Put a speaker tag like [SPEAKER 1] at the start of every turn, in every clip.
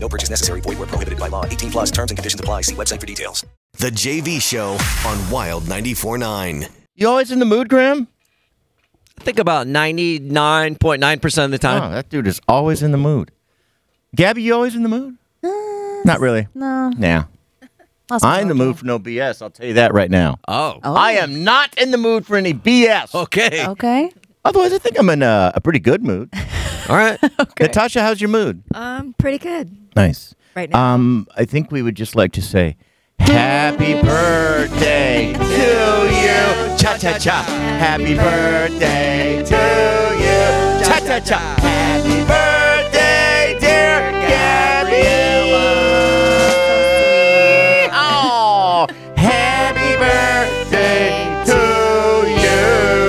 [SPEAKER 1] No purchase necessary. Void where prohibited by law. 18 plus terms and conditions apply. See website for details.
[SPEAKER 2] The JV Show on Wild 94.9.
[SPEAKER 3] You always in the mood, Graham?
[SPEAKER 4] I think about 99.9% of the
[SPEAKER 3] Oh,
[SPEAKER 4] time.
[SPEAKER 3] that dude is always in the mood. Gabby, you always in the mood? Not really.
[SPEAKER 5] Uh, No.
[SPEAKER 3] Nah.
[SPEAKER 5] Lost my
[SPEAKER 3] I'm in the mood for no BS. I'll tell you that right now.
[SPEAKER 4] Oh,
[SPEAKER 5] Oh.
[SPEAKER 3] I am not in the mood for any BS.
[SPEAKER 4] okay.
[SPEAKER 5] Okay.
[SPEAKER 3] Otherwise, I think I'm in a, a pretty good mood.
[SPEAKER 4] All right.
[SPEAKER 3] Natasha, how's your mood?
[SPEAKER 5] Um, pretty good
[SPEAKER 3] Nice.
[SPEAKER 5] right now.
[SPEAKER 3] Um, I think we would just like to say happy birthday to you. Cha cha cha. Happy birthday to you. Cha cha cha. Happy birthday, dear Gabriella. Oh, happy birthday to you.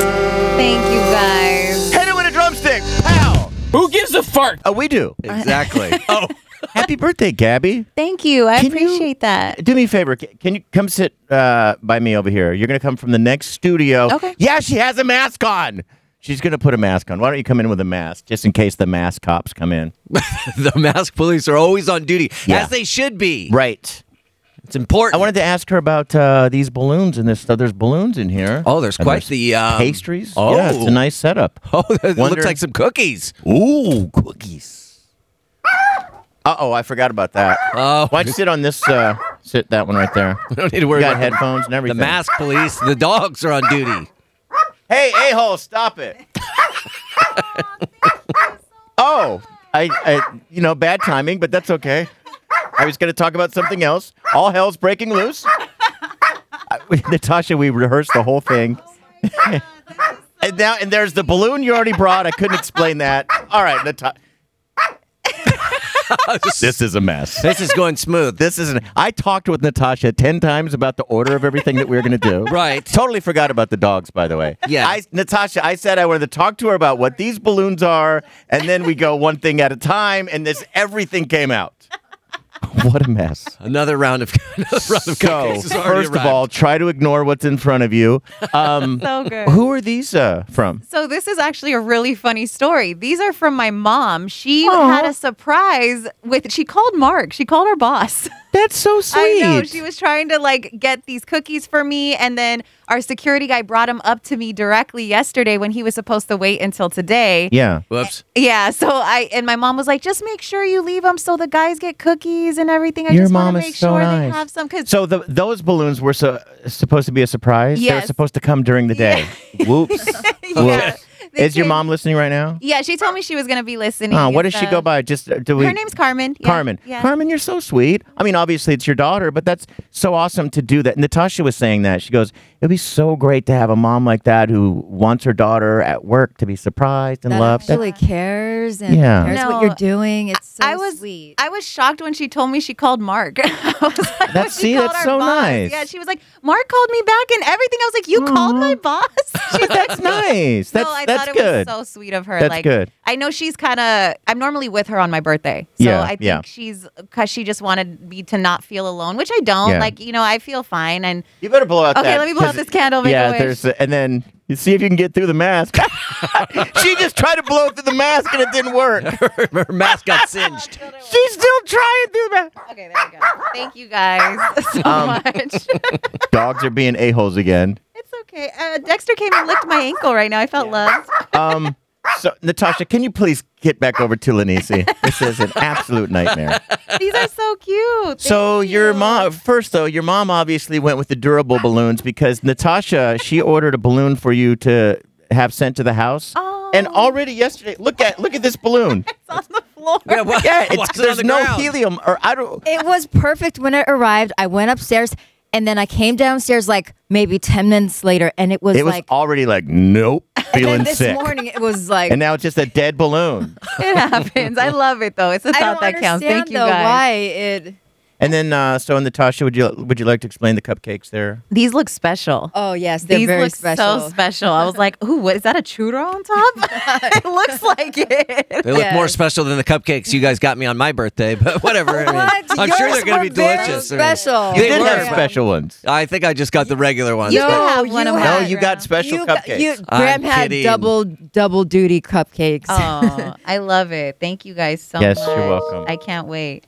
[SPEAKER 5] Thank you guys.
[SPEAKER 3] Hit it with a drumstick. Pow.
[SPEAKER 6] Who gives a fart?
[SPEAKER 3] Oh, we do.
[SPEAKER 4] Exactly. oh,
[SPEAKER 3] Happy birthday, Gabby.
[SPEAKER 5] Thank you. I
[SPEAKER 3] Can you-
[SPEAKER 5] appreciate that.
[SPEAKER 3] Do me a favor. C- Can you come sit uh, by me over here? You're going to come from the next studio.
[SPEAKER 5] Okay.
[SPEAKER 3] Yeah, she has a mask on. She's going to put a mask on. Why don't you come in with a mask just in case the mask cops come in?
[SPEAKER 4] the mask police are always on duty,
[SPEAKER 3] Yeah.
[SPEAKER 4] as they should be.
[SPEAKER 3] Right.
[SPEAKER 4] It's important.
[SPEAKER 3] I wanted to ask her about uh, these balloons and this. So there's balloons in here.
[SPEAKER 4] Oh, there's
[SPEAKER 3] And
[SPEAKER 4] quite the, um,
[SPEAKER 3] pastries.
[SPEAKER 4] oh.
[SPEAKER 3] Yeah, it's a nice setup.
[SPEAKER 4] Oh, it
[SPEAKER 3] Wonder-
[SPEAKER 4] looks like some cookies.
[SPEAKER 3] Ooh, cookies. Uh oh, I forgot about that.
[SPEAKER 4] Oh,
[SPEAKER 3] Why don't you sit on this? Uh, sit that one right there.
[SPEAKER 4] we don't need to worry
[SPEAKER 3] You got
[SPEAKER 4] about
[SPEAKER 3] headphones and
[SPEAKER 4] the
[SPEAKER 3] everything.
[SPEAKER 4] mask police. The dogs are on duty.
[SPEAKER 3] Hey, a hole, stop it. oh, I, I, you know, bad timing, but that's okay. I was going to talk about something else. All hell's breaking loose. I- we- Natasha, we rehearsed the whole thing. and now, and there's the balloon you already brought. I couldn't explain that. All right, Natasha. this is a mess.
[SPEAKER 4] This is going smooth.
[SPEAKER 3] This is an. I talked with Natasha ten times about the order of everything that we were going to do.
[SPEAKER 4] Right.
[SPEAKER 3] Totally forgot about the dogs, by the way.
[SPEAKER 4] Yeah.
[SPEAKER 3] I, Natasha, I said I wanted to talk to her about what these balloons are, and then we go one thing at a time, and this everything came out. What a mess.
[SPEAKER 4] Another round of another round of
[SPEAKER 3] So,
[SPEAKER 4] cupcakes has already
[SPEAKER 3] first of all,
[SPEAKER 4] arrived.
[SPEAKER 3] try to ignore what's in front of you. Um,
[SPEAKER 7] so good.
[SPEAKER 3] who are these uh, from?
[SPEAKER 7] So this is actually a really funny story. These are from my mom. She had a surprise with she called Mark. She called her boss.
[SPEAKER 3] That's so sweet.
[SPEAKER 7] I know she was trying to like get these cookies for me and then our security guy brought them up to me directly yesterday when he was supposed to wait until today.
[SPEAKER 3] yeah.
[SPEAKER 4] whoops.
[SPEAKER 7] Yeah, so I and my mom was like, just make sure you leave them so the guys get cookies and everything. I
[SPEAKER 3] Your
[SPEAKER 7] just
[SPEAKER 3] mom
[SPEAKER 7] want to
[SPEAKER 3] is
[SPEAKER 7] make
[SPEAKER 3] so
[SPEAKER 7] sure
[SPEAKER 3] nice.
[SPEAKER 7] they have some because
[SPEAKER 3] So the, those balloons were so, supposed to be a surprise. They were
[SPEAKER 7] Yes.
[SPEAKER 3] supposed to come during the day. Whoops.
[SPEAKER 7] Yeah.
[SPEAKER 3] Whoops.
[SPEAKER 7] They
[SPEAKER 3] Is your
[SPEAKER 7] came-
[SPEAKER 3] mom listening right now?
[SPEAKER 7] Yeah, she told me she was gonna be listening.
[SPEAKER 3] Oh, what
[SPEAKER 7] and
[SPEAKER 3] does she
[SPEAKER 7] stuff.
[SPEAKER 3] go by? Just uh, do we?
[SPEAKER 7] Her name's Carmen. Yeah,
[SPEAKER 3] Carmen.
[SPEAKER 7] Yeah.
[SPEAKER 3] Carmen, you're so sweet. I mean, obviously it's your daughter, but that's so awesome to do that. Natasha was saying that. She goes, "It'd be so great to have a mom like that who wants her daughter at work to be surprised and
[SPEAKER 5] That
[SPEAKER 3] loved." That-
[SPEAKER 5] actually cares and
[SPEAKER 3] Yeah.
[SPEAKER 5] cares
[SPEAKER 7] No,
[SPEAKER 5] what you're doing. It's so
[SPEAKER 7] I was
[SPEAKER 5] sweet.
[SPEAKER 7] I was shocked when she told me she called Mark. I was like, when
[SPEAKER 3] That's-
[SPEAKER 7] she
[SPEAKER 3] see,
[SPEAKER 7] called
[SPEAKER 3] that's
[SPEAKER 7] our
[SPEAKER 3] so
[SPEAKER 7] boss.
[SPEAKER 3] nice.
[SPEAKER 7] Yeah, she was like, Mark called me back and everything. I was like, you called my boss. She's like,
[SPEAKER 3] that's nice. That's
[SPEAKER 7] no, I
[SPEAKER 3] that's
[SPEAKER 7] thought it
[SPEAKER 3] good.
[SPEAKER 7] was so sweet of her.
[SPEAKER 3] That's
[SPEAKER 7] like,
[SPEAKER 3] good.
[SPEAKER 7] I know she's kind of. I'm normally with her on my birthday, so
[SPEAKER 3] Yeah,
[SPEAKER 7] I think
[SPEAKER 3] yeah.
[SPEAKER 7] she's because she just wanted me to not feel alone, which I don't.
[SPEAKER 3] Yeah.
[SPEAKER 7] Like, you know, I feel fine. And
[SPEAKER 3] you better blow out
[SPEAKER 7] okay,
[SPEAKER 3] that,
[SPEAKER 7] let me blow out
[SPEAKER 3] 'cause-
[SPEAKER 7] this candle. Make
[SPEAKER 3] yeah,
[SPEAKER 7] a wish.
[SPEAKER 3] there's and then you see if you can get through the mask. she just tried to blow through the mask and it didn't work.
[SPEAKER 4] Her mask got singed.
[SPEAKER 3] She's still trying through the mask.
[SPEAKER 7] okay, there you go. Thank you guys so much.
[SPEAKER 3] um, Dogs are being a-holes again.
[SPEAKER 7] It's okay. Uh, Dexter came and licked my ankle right now. I felt loved.
[SPEAKER 3] Um, so Natasha, can you please get back over to Lanisi? This is an absolute nightmare.
[SPEAKER 7] These are so cute. Thank
[SPEAKER 3] So your
[SPEAKER 7] you.
[SPEAKER 3] mom, first though, your mom obviously went with the durable balloons because Natasha, she ordered a balloon for you to have sent to the house.
[SPEAKER 7] Oh.
[SPEAKER 3] And already yesterday, look at look at this balloon.
[SPEAKER 7] It's on the floor.
[SPEAKER 4] Yeah, what,
[SPEAKER 3] Yeah, it's,
[SPEAKER 4] what's on
[SPEAKER 3] there's
[SPEAKER 4] the
[SPEAKER 3] no
[SPEAKER 4] ground?
[SPEAKER 3] helium or I don't.
[SPEAKER 5] it was perfect when it arrived. I went upstairs and then I came downstairs like maybe 10 minutes later and it was,
[SPEAKER 3] It was
[SPEAKER 5] like
[SPEAKER 3] already like nope, feeling
[SPEAKER 5] and this
[SPEAKER 3] sick.
[SPEAKER 5] morning it was like
[SPEAKER 3] And now it's just a dead balloon.
[SPEAKER 7] It happens. I love it though. It's the
[SPEAKER 5] I
[SPEAKER 7] thought
[SPEAKER 5] don't
[SPEAKER 7] that counts.
[SPEAKER 5] understand
[SPEAKER 7] Thank you
[SPEAKER 5] though
[SPEAKER 7] guys.
[SPEAKER 5] why it
[SPEAKER 3] And then, uh, so Natasha, would you would you like to explain the cupcakes there?
[SPEAKER 7] These look special.
[SPEAKER 5] Oh yes, they're
[SPEAKER 7] These
[SPEAKER 5] very
[SPEAKER 7] look
[SPEAKER 5] special.
[SPEAKER 7] so special. I was like, ooh, what is that a churro on top? it looks like it.
[SPEAKER 4] They look more
[SPEAKER 5] Yes.
[SPEAKER 4] special than the cupcakes you guys got me on my birthday, but whatever. I mean,
[SPEAKER 5] What?
[SPEAKER 4] I'm sure
[SPEAKER 5] Yours
[SPEAKER 4] they're going to
[SPEAKER 5] were
[SPEAKER 4] be
[SPEAKER 5] very
[SPEAKER 4] delicious. I mean,
[SPEAKER 5] special.
[SPEAKER 4] They
[SPEAKER 3] You did
[SPEAKER 4] were.
[SPEAKER 3] have special ones.
[SPEAKER 4] I think I just got the regular ones.
[SPEAKER 7] You
[SPEAKER 4] but-
[SPEAKER 7] had have one of
[SPEAKER 3] No,
[SPEAKER 7] had
[SPEAKER 3] you got special
[SPEAKER 5] you got-
[SPEAKER 3] cupcakes.
[SPEAKER 5] you-
[SPEAKER 4] I'm
[SPEAKER 5] Graham had
[SPEAKER 4] kidding.
[SPEAKER 5] double double duty cupcakes.
[SPEAKER 7] oh, I love it. Thank you guys so
[SPEAKER 3] Yes,
[SPEAKER 7] much.
[SPEAKER 3] you're welcome.
[SPEAKER 7] I can't wait.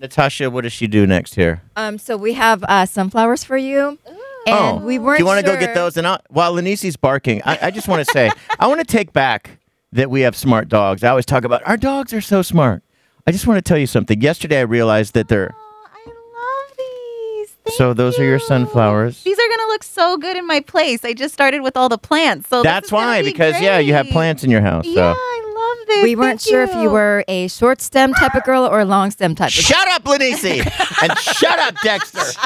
[SPEAKER 3] Natasha, what does she do next here?
[SPEAKER 5] Um, so we have uh, sunflowers for you, and we
[SPEAKER 3] Oh,
[SPEAKER 5] weren't.
[SPEAKER 3] Do you want to
[SPEAKER 5] sure.
[SPEAKER 3] go get those? And I'll, while Lanisi's barking, I, I just want to say I want to take back that we have smart dogs. I always talk about our dogs are so smart. I just want to tell you something. Yesterday, I realized that they're
[SPEAKER 7] Oh, I love these. Thank
[SPEAKER 3] so. Those are your
[SPEAKER 7] you.
[SPEAKER 3] sunflowers.
[SPEAKER 7] These are gonna look so good in my place. I just started with all the plants, so this is
[SPEAKER 3] That's
[SPEAKER 7] gonna
[SPEAKER 3] why,
[SPEAKER 7] be
[SPEAKER 3] because yeah, you have
[SPEAKER 7] great.
[SPEAKER 3] plants in your house. So.
[SPEAKER 7] Yeah, I love this.
[SPEAKER 5] We weren't
[SPEAKER 7] Thank
[SPEAKER 5] sure if you were a short stem type of girl or a long stem type. of girl.
[SPEAKER 3] Shut up, Lanisi, and shut up, Dexter.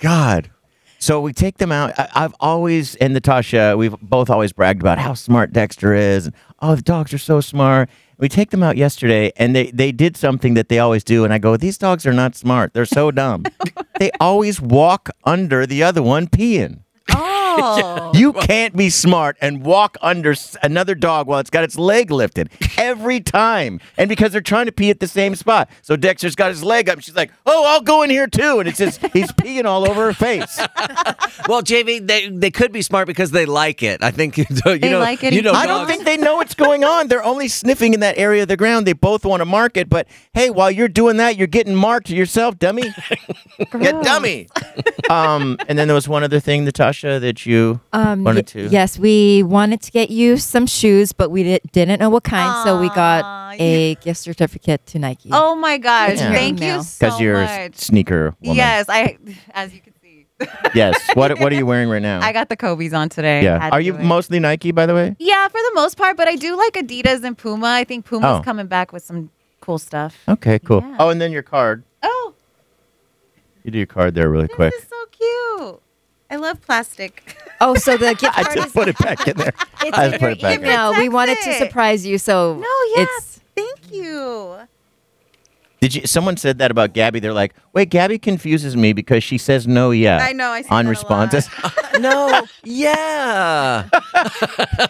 [SPEAKER 3] God. So we take them out. I, I've always and Natasha, we've both always bragged about how smart Dexter is, and oh, the dogs are so smart. We take them out yesterday, and they they did something that they always do, and I go, these dogs are not smart. They're so dumb. they always walk under the other one peeing.
[SPEAKER 7] Oh,
[SPEAKER 3] You can't be smart and walk under s- another dog while it's got its leg lifted every time. And because they're trying to pee at the same spot. So Dexter's got his leg up. She's like, oh, I'll go in here too. And it's just, he's peeing all over her face.
[SPEAKER 4] Well, JV, they, they could be smart because they like it. I think you know.
[SPEAKER 7] They like it
[SPEAKER 4] You
[SPEAKER 7] and
[SPEAKER 4] know
[SPEAKER 3] I don't
[SPEAKER 4] dogs.
[SPEAKER 3] think they know what's going on. They're only sniffing in that area of the ground. They both want to mark it. But hey, while you're doing that, you're getting marked yourself, dummy. you
[SPEAKER 7] Oh.
[SPEAKER 3] dummy. um, and then there was one other thing, Natasha, that you
[SPEAKER 5] Um,
[SPEAKER 3] wanted
[SPEAKER 5] ye-
[SPEAKER 3] to.
[SPEAKER 5] Yes, we wanted to get you some shoes, but we did, didn't know what kind, so we got a gift certificate to Nike.
[SPEAKER 7] oh my gosh!
[SPEAKER 3] Yeah.
[SPEAKER 7] Thank you
[SPEAKER 5] Email.
[SPEAKER 7] so
[SPEAKER 3] Because you're a
[SPEAKER 7] much.
[SPEAKER 3] s- sneaker woman.
[SPEAKER 7] Yes, I. As you can see,
[SPEAKER 3] Yes. What What are you wearing right now?
[SPEAKER 7] I got the Kobe's on today.
[SPEAKER 3] Yeah.
[SPEAKER 7] Had to
[SPEAKER 3] Are you
[SPEAKER 7] do it.
[SPEAKER 3] mostly Nike, by the way?
[SPEAKER 7] Yeah, for the most part, but I do like Adidas and Puma. I think Puma's
[SPEAKER 3] Oh.
[SPEAKER 7] coming back with some cool stuff.
[SPEAKER 3] Okay. Cool.
[SPEAKER 7] Yeah.
[SPEAKER 3] Oh, and then your card.
[SPEAKER 7] Oh,
[SPEAKER 3] You do your card there really
[SPEAKER 7] this
[SPEAKER 3] quick.
[SPEAKER 7] is so cute. I love plastic.
[SPEAKER 5] Oh, so the gift
[SPEAKER 3] I
[SPEAKER 5] card
[SPEAKER 3] just
[SPEAKER 5] is
[SPEAKER 3] put it back in there.
[SPEAKER 5] it's
[SPEAKER 3] I
[SPEAKER 5] in
[SPEAKER 3] just put
[SPEAKER 5] your
[SPEAKER 3] it back in.
[SPEAKER 5] email. We wanted to
[SPEAKER 7] Protect it.
[SPEAKER 5] surprise you, so
[SPEAKER 7] No, yeah.
[SPEAKER 5] it's
[SPEAKER 7] Thank you.
[SPEAKER 3] Did you? Someone said that about Gabby. They're like, wait, Gabby confuses me because she says no, yeah.
[SPEAKER 7] I know, I see
[SPEAKER 3] on
[SPEAKER 7] that a
[SPEAKER 3] responses.
[SPEAKER 4] No. Yeah.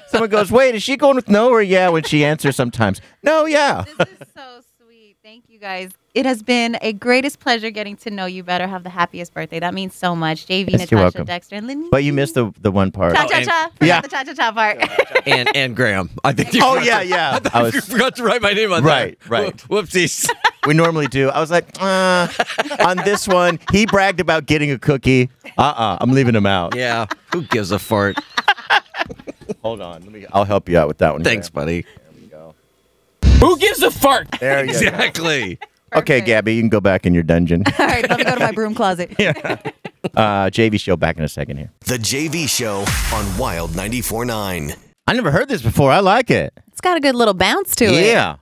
[SPEAKER 3] someone goes, wait, is she going with no or yeah when she answers sometimes? No, yeah.
[SPEAKER 7] This is so sweet. Thank you guys. It has been a greatest pleasure getting to know you better. Have the happiest birthday. That means so much.
[SPEAKER 3] Yes,
[SPEAKER 7] JV,
[SPEAKER 3] you're
[SPEAKER 7] Natasha,
[SPEAKER 3] welcome.
[SPEAKER 7] Dexter, and Lynn.
[SPEAKER 3] But you missed the the one part.
[SPEAKER 7] Cha
[SPEAKER 4] Oh,
[SPEAKER 7] cha
[SPEAKER 4] and-
[SPEAKER 7] cha. Forgot
[SPEAKER 3] Yeah.
[SPEAKER 7] the cha cha cha part.
[SPEAKER 4] And and Graham. I think. You
[SPEAKER 3] Oh
[SPEAKER 4] forgot
[SPEAKER 3] yeah,
[SPEAKER 4] to-
[SPEAKER 3] yeah.
[SPEAKER 4] I
[SPEAKER 3] I was.
[SPEAKER 4] you forgot to write my name on
[SPEAKER 3] Right,
[SPEAKER 4] there.
[SPEAKER 3] right.
[SPEAKER 4] Whoop- Whoopsies.
[SPEAKER 3] we normally do. I was like, uh, on this one, he bragged about getting a cookie. Uh-uh, I'm leaving him out.
[SPEAKER 4] yeah. Who gives a fart?
[SPEAKER 3] Hold on, let me. I'll help you out with that one.
[SPEAKER 4] Thanks, buddy.
[SPEAKER 6] Who gives a fart?
[SPEAKER 3] There you go.
[SPEAKER 4] Exactly.
[SPEAKER 3] Okay,
[SPEAKER 7] Perfect.
[SPEAKER 3] Gabby, you can go back in your dungeon.
[SPEAKER 7] All right, let me go to my broom closet.
[SPEAKER 3] Uh, JV show back in a second here.
[SPEAKER 2] The JV Show on Wild 94.9.
[SPEAKER 3] I never heard this before. I like it.
[SPEAKER 7] It's got a good little bounce to it.
[SPEAKER 3] Yeah.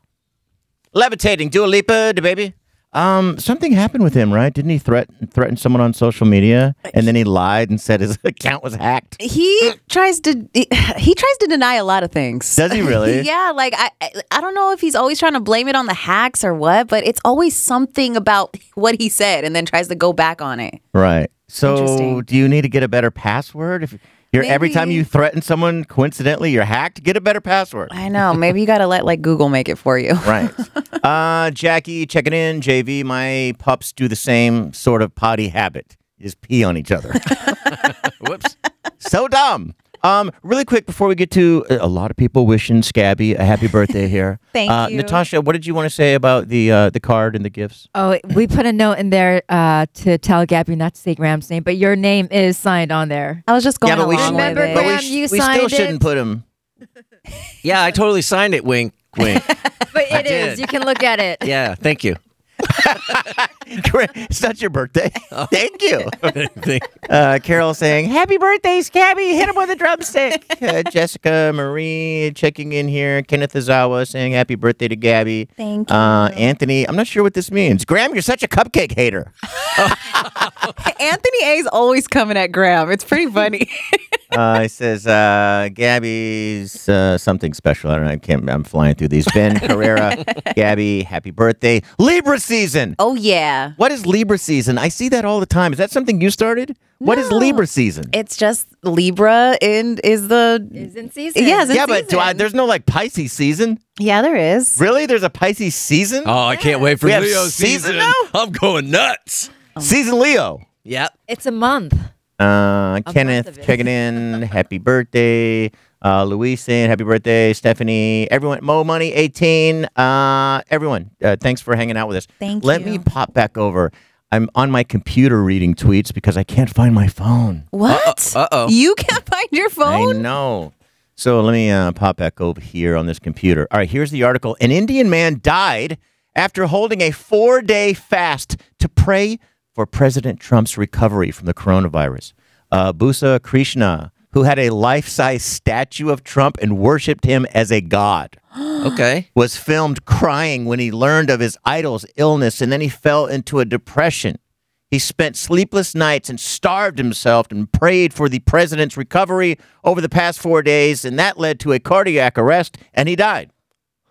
[SPEAKER 3] Levitating, Dua Lipa, the baby. Um, something happened with him, right? Didn't he threaten threaten someone on social media, and then he lied and said his account was hacked?
[SPEAKER 7] he tries to he, tries to deny a lot of things.
[SPEAKER 3] Does he really?
[SPEAKER 7] yeah, like I I- I don't know if he's always trying to blame it on the hacks or what, but it's always something about what he said and then tries to go back on it.
[SPEAKER 3] Right. So,
[SPEAKER 7] Interesting.
[SPEAKER 3] do you need to get a better password? If you're every time
[SPEAKER 7] Maybe.
[SPEAKER 3] you threaten someone, coincidentally, you're hacked. Get a better password.
[SPEAKER 7] I know. Maybe you got to let like Google make it for you.
[SPEAKER 3] Right. uh, Jackie checking in. JV, my pups do the same sort of potty habit. Is pee on each other.
[SPEAKER 4] Whoops.
[SPEAKER 3] so dumb. Um, really quick before we get to uh, a lot of people wishing Scabby a happy birthday here.
[SPEAKER 7] Thank
[SPEAKER 3] uh,
[SPEAKER 7] you.
[SPEAKER 3] Natasha. What did you want to say about the uh, the card and the gifts?
[SPEAKER 5] Oh, we put a note in there uh, to tell Gabby not to say Graham's name, but your name is signed on there.
[SPEAKER 7] I was just going
[SPEAKER 3] but we
[SPEAKER 7] along
[SPEAKER 3] should-
[SPEAKER 7] with
[SPEAKER 5] Remember,
[SPEAKER 7] it.
[SPEAKER 3] but we,
[SPEAKER 5] Graham, you
[SPEAKER 3] we still
[SPEAKER 5] signed
[SPEAKER 3] shouldn't
[SPEAKER 5] it?
[SPEAKER 3] put him.
[SPEAKER 4] Yeah, I totally signed it. Wink, wink.
[SPEAKER 5] But it is.
[SPEAKER 4] did.
[SPEAKER 5] You can look at it.
[SPEAKER 4] Yeah. Thank you.
[SPEAKER 3] Great. It's not your birthday.
[SPEAKER 4] Oh.
[SPEAKER 3] Thank you.
[SPEAKER 4] Anything.
[SPEAKER 3] Uh, Carol saying, Happy birthday, Scabby. Hit him with a drumstick. Uh, Jessica Marie checking in here. Kenneth Azawa saying, Happy birthday to Gabby.
[SPEAKER 5] Thank
[SPEAKER 3] Uh, Anthony, I'm not sure what this means. Graham, you're such a cupcake hater.
[SPEAKER 7] Anthony A's always coming at Graham. It's pretty funny.
[SPEAKER 3] Uh, he says, uh, Gabby's uh, something special. I don't know. I can't, I'm flying through these. Ben Carrera, Gabby, happy birthday. Libra season.
[SPEAKER 7] oh yeah.
[SPEAKER 3] What is Libra season? I see that all the time. Is that something you started? What is Libra season?
[SPEAKER 7] It's just Libra and is the
[SPEAKER 5] Is in season.
[SPEAKER 7] yeah, it's a
[SPEAKER 3] yeah, but do I,
[SPEAKER 7] season.
[SPEAKER 3] there's no like Pisces season.
[SPEAKER 7] yeah, there is.
[SPEAKER 3] Really? There's a Pisces season?
[SPEAKER 4] Oh, I can't wait for
[SPEAKER 3] We have
[SPEAKER 4] Leo
[SPEAKER 3] season
[SPEAKER 4] season.
[SPEAKER 3] now?
[SPEAKER 4] I'm going nuts.
[SPEAKER 3] Season Leo.
[SPEAKER 4] Yep.
[SPEAKER 5] It's a month.
[SPEAKER 3] Uh,
[SPEAKER 5] month of
[SPEAKER 3] Kenneth
[SPEAKER 5] it.
[SPEAKER 3] checking in. Happy birthday. Uh, Luis saying happy birthday. Stephanie, everyone, Mo Money 18. Uh, everyone, uh, thanks for hanging out with us.
[SPEAKER 7] Thank
[SPEAKER 3] Let
[SPEAKER 7] you.
[SPEAKER 3] me pop back over. I'm on my computer reading tweets because I can't find my phone.
[SPEAKER 7] What?
[SPEAKER 4] uh-oh.
[SPEAKER 7] You can't find your
[SPEAKER 3] I
[SPEAKER 7] phone?
[SPEAKER 3] know. So let me uh, pop back over here on this computer. All right, here's the article. An Indian man died after holding a four day fast to pray for President Trump's recovery from the coronavirus. Uh, Busa Krishna, who had a life size statue of Trump and worshiped him as a god
[SPEAKER 4] Okay.
[SPEAKER 3] was filmed crying when he learned of his idol's illness and then he fell into a depression. He spent sleepless nights and starved himself and prayed for the president's recovery over the past four days, and that led to a cardiac arrest and he died.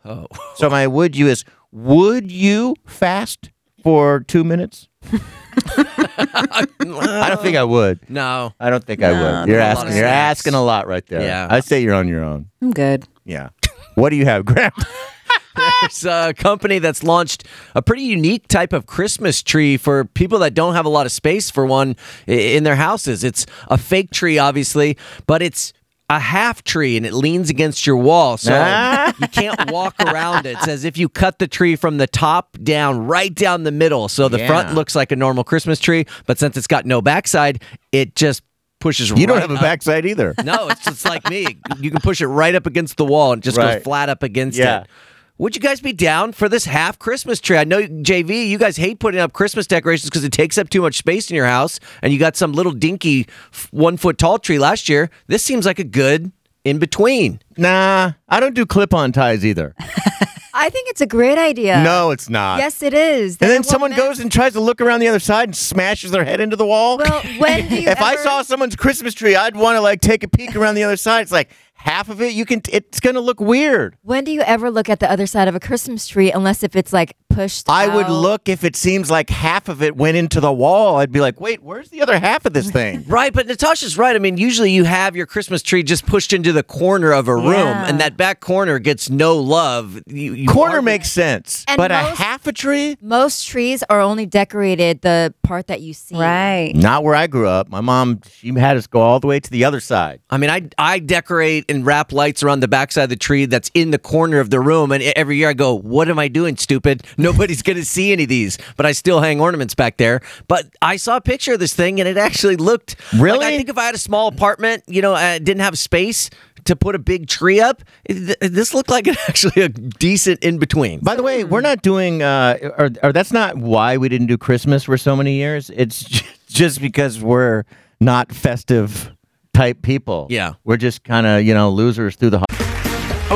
[SPEAKER 4] Oh.
[SPEAKER 3] So, my would you is would you fast for two minutes? I don't think I would.
[SPEAKER 4] No.
[SPEAKER 3] I don't think I would. You're
[SPEAKER 4] not a lot
[SPEAKER 3] asking.
[SPEAKER 4] of
[SPEAKER 3] You're
[SPEAKER 4] snacks.
[SPEAKER 3] asking a lot right there.
[SPEAKER 4] Yeah.
[SPEAKER 3] I say you're on your own.
[SPEAKER 7] I'm good.
[SPEAKER 3] Yeah. what do you have, Graham?
[SPEAKER 4] There's a company that's launched a pretty unique type of Christmas tree for people that don't have a lot of space for one i- in their houses. It's a fake tree, obviously, but it's a half tree and it leans against your wall. So
[SPEAKER 3] Ah.
[SPEAKER 4] you can't walk around it. It's as if you cut the tree from the top down, right down the middle. So the front
[SPEAKER 3] Yeah.
[SPEAKER 4] looks like a normal Christmas tree, but since it's got no backside, it just pushes
[SPEAKER 3] You don't
[SPEAKER 4] right
[SPEAKER 3] have a
[SPEAKER 4] up.
[SPEAKER 3] backside either.
[SPEAKER 4] No, it's just like me. You can push it right up against the wall and it just
[SPEAKER 3] Right.
[SPEAKER 4] goes flat up against
[SPEAKER 3] Yeah.
[SPEAKER 4] it. Would you guys be down for this half Christmas tree? I know JV, you guys hate putting up Christmas decorations because it takes up too much space in your house, and you got some little dinky f- one foot tall tree last year. This seems like a good in between.
[SPEAKER 3] Nah, I don't do clip-on ties either.
[SPEAKER 5] I think it's a great idea.
[SPEAKER 3] no, it's not.
[SPEAKER 5] Yes, it is.
[SPEAKER 3] And
[SPEAKER 5] it
[SPEAKER 3] then
[SPEAKER 5] will
[SPEAKER 3] someone
[SPEAKER 5] match-
[SPEAKER 3] goes and tries to look around the other side and smashes their head into the wall.
[SPEAKER 5] Well, when do you
[SPEAKER 3] if I
[SPEAKER 5] ever-
[SPEAKER 3] saw someone's Christmas tree, I'd want to like take a peek around the other side. It's like half of it you can. it's gonna look weird.
[SPEAKER 5] When do you ever look at the other side of a Christmas tree unless if it's like pushed?
[SPEAKER 3] I would
[SPEAKER 5] out?
[SPEAKER 3] look if it seems like half of it went into the wall. I'd be like, wait, where's the other half of this thing?
[SPEAKER 4] Right, but Natasha's right. I mean, usually you have your Christmas tree just pushed into the corner of a room,
[SPEAKER 7] Yeah.
[SPEAKER 4] and that back corner gets no love. You, you
[SPEAKER 3] Corner
[SPEAKER 4] aren't-
[SPEAKER 3] makes sense,
[SPEAKER 5] And
[SPEAKER 3] but
[SPEAKER 5] most-
[SPEAKER 3] a half a tree.
[SPEAKER 5] Most trees are only decorated the part that you see.
[SPEAKER 7] Right.
[SPEAKER 3] Not where I grew up. My mom, she had us go all the way to the other side.
[SPEAKER 4] I mean, I I decorate and wrap lights around the backside of the tree that's in the corner of the room, and e, every year I go, "What am I doing, stupid? Nobody's gonna see any of these." But I still hang ornaments back there. But I saw a picture of this thing, and it actually looked
[SPEAKER 3] Really?
[SPEAKER 4] Like, I think if I had a small apartment, you know, I didn't have space to put a big tree up, th- this looked like actually a decent in between.
[SPEAKER 3] By the way, we're not doing, uh, or, or that's not why we didn't do Christmas for so many years. It's ju- just because we're not festive type people.
[SPEAKER 4] Yeah.
[SPEAKER 3] We're just kind of, you know, losers through the. Ho-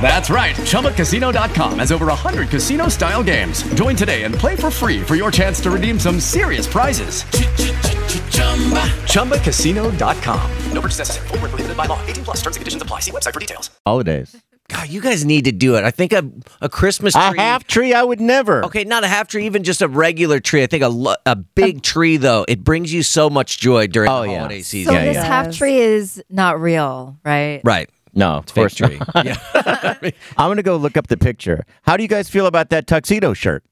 [SPEAKER 8] That's right. ChumbaCasino.com has over 100 casino style games. Join today and play for free for your chance to redeem some serious prizes. ChumbaCasino.com. No purchase necessary. Void where prohibited by law. 18 plus terms and conditions apply. See website for details.
[SPEAKER 3] holidays.
[SPEAKER 4] God, you guys need to do it. I think a a Christmas tree.
[SPEAKER 3] A half tree, I would never.
[SPEAKER 4] Okay, not a half tree, even just a regular tree. I think a, lo- a big tree though it brings you so much joy during
[SPEAKER 3] Oh,
[SPEAKER 4] the
[SPEAKER 3] yeah.
[SPEAKER 4] holiday
[SPEAKER 5] So
[SPEAKER 4] season.
[SPEAKER 3] Yeah,
[SPEAKER 5] this
[SPEAKER 3] yeah.
[SPEAKER 5] half tree is not real, right?
[SPEAKER 4] Right,
[SPEAKER 3] No, of
[SPEAKER 4] fake
[SPEAKER 3] course not.
[SPEAKER 4] tree. yeah,
[SPEAKER 3] I'm going to go look up the picture. How do you guys feel about that tuxedo shirt?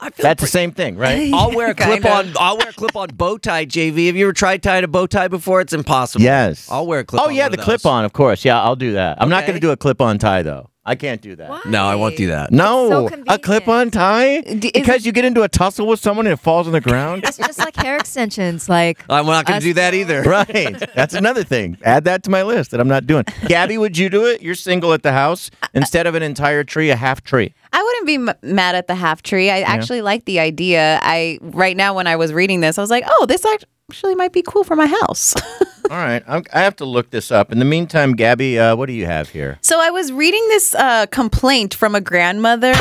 [SPEAKER 4] I feel
[SPEAKER 3] That's the
[SPEAKER 4] pretty-
[SPEAKER 3] same thing, right?
[SPEAKER 4] I'll wear a
[SPEAKER 7] Kinda.
[SPEAKER 4] clip on. I'll wear a clip on bow tie. JV, have you ever tried tying a bow tie before? It's impossible.
[SPEAKER 3] yes.
[SPEAKER 4] I'll wear a clip.
[SPEAKER 3] Oh,
[SPEAKER 4] on
[SPEAKER 3] yeah,
[SPEAKER 4] one
[SPEAKER 3] the
[SPEAKER 4] of those.
[SPEAKER 3] clip on, of course. Yeah, I'll do that. I'm not going to
[SPEAKER 4] Okay.
[SPEAKER 3] do a clip on tie, though. I can't do that.
[SPEAKER 4] No, I won't do that.
[SPEAKER 3] No, a clip-on tie because you get into a tussle with someone and it falls on the ground.
[SPEAKER 5] It's just like hair extensions. Like
[SPEAKER 4] I'm not
[SPEAKER 5] gonna us- do
[SPEAKER 4] that either.
[SPEAKER 3] Right. That's another thing. Add that to my list that I'm not doing. Gabby, would you do it? You're single at the house. Instead of an entire tree, a half tree.
[SPEAKER 7] I wouldn't be m- mad at the half tree. I actually like the idea. I right now when I was reading this, I was like, "Oh, this actually might be cool for my house."
[SPEAKER 3] All right. I'm, I have to look this up. In the meantime, Gabby, uh, what do you have here?
[SPEAKER 7] so I was reading this uh, complaint from a grandmother.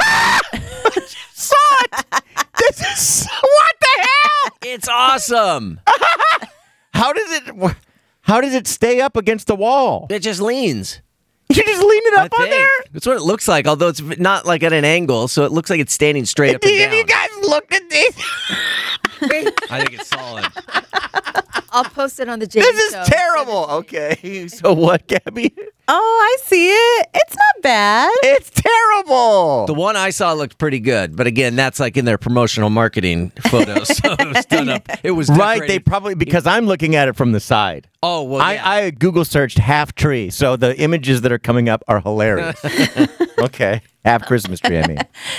[SPEAKER 3] Saw it. This is what the hell?
[SPEAKER 4] It's awesome.
[SPEAKER 3] How does it? wh- How does it stay up against the wall?
[SPEAKER 4] It just leans.
[SPEAKER 3] You just lean it up
[SPEAKER 4] I
[SPEAKER 3] on
[SPEAKER 4] think.
[SPEAKER 3] there.
[SPEAKER 4] That's what it looks like, although it's not like at an angle, so it looks like it's standing straight up and
[SPEAKER 3] Have
[SPEAKER 4] down.
[SPEAKER 3] you guys looked at this?
[SPEAKER 4] I think it's solid.
[SPEAKER 5] I'll post it on the JD
[SPEAKER 3] This is
[SPEAKER 5] show.
[SPEAKER 3] terrible. Okay. So what, Gabby?
[SPEAKER 7] oh, I see it. It's not bad.
[SPEAKER 3] It's terrible.
[SPEAKER 4] The one I saw looked pretty good, but again, that's like in their promotional marketing photos. So it was done up. It was
[SPEAKER 3] right. They
[SPEAKER 4] decorated-
[SPEAKER 3] probably because I'm looking at it from the side.
[SPEAKER 4] oh well, yeah.
[SPEAKER 3] I, I Google searched half tree, so the images that are coming up are hilarious. okay, half Christmas tree. I mean,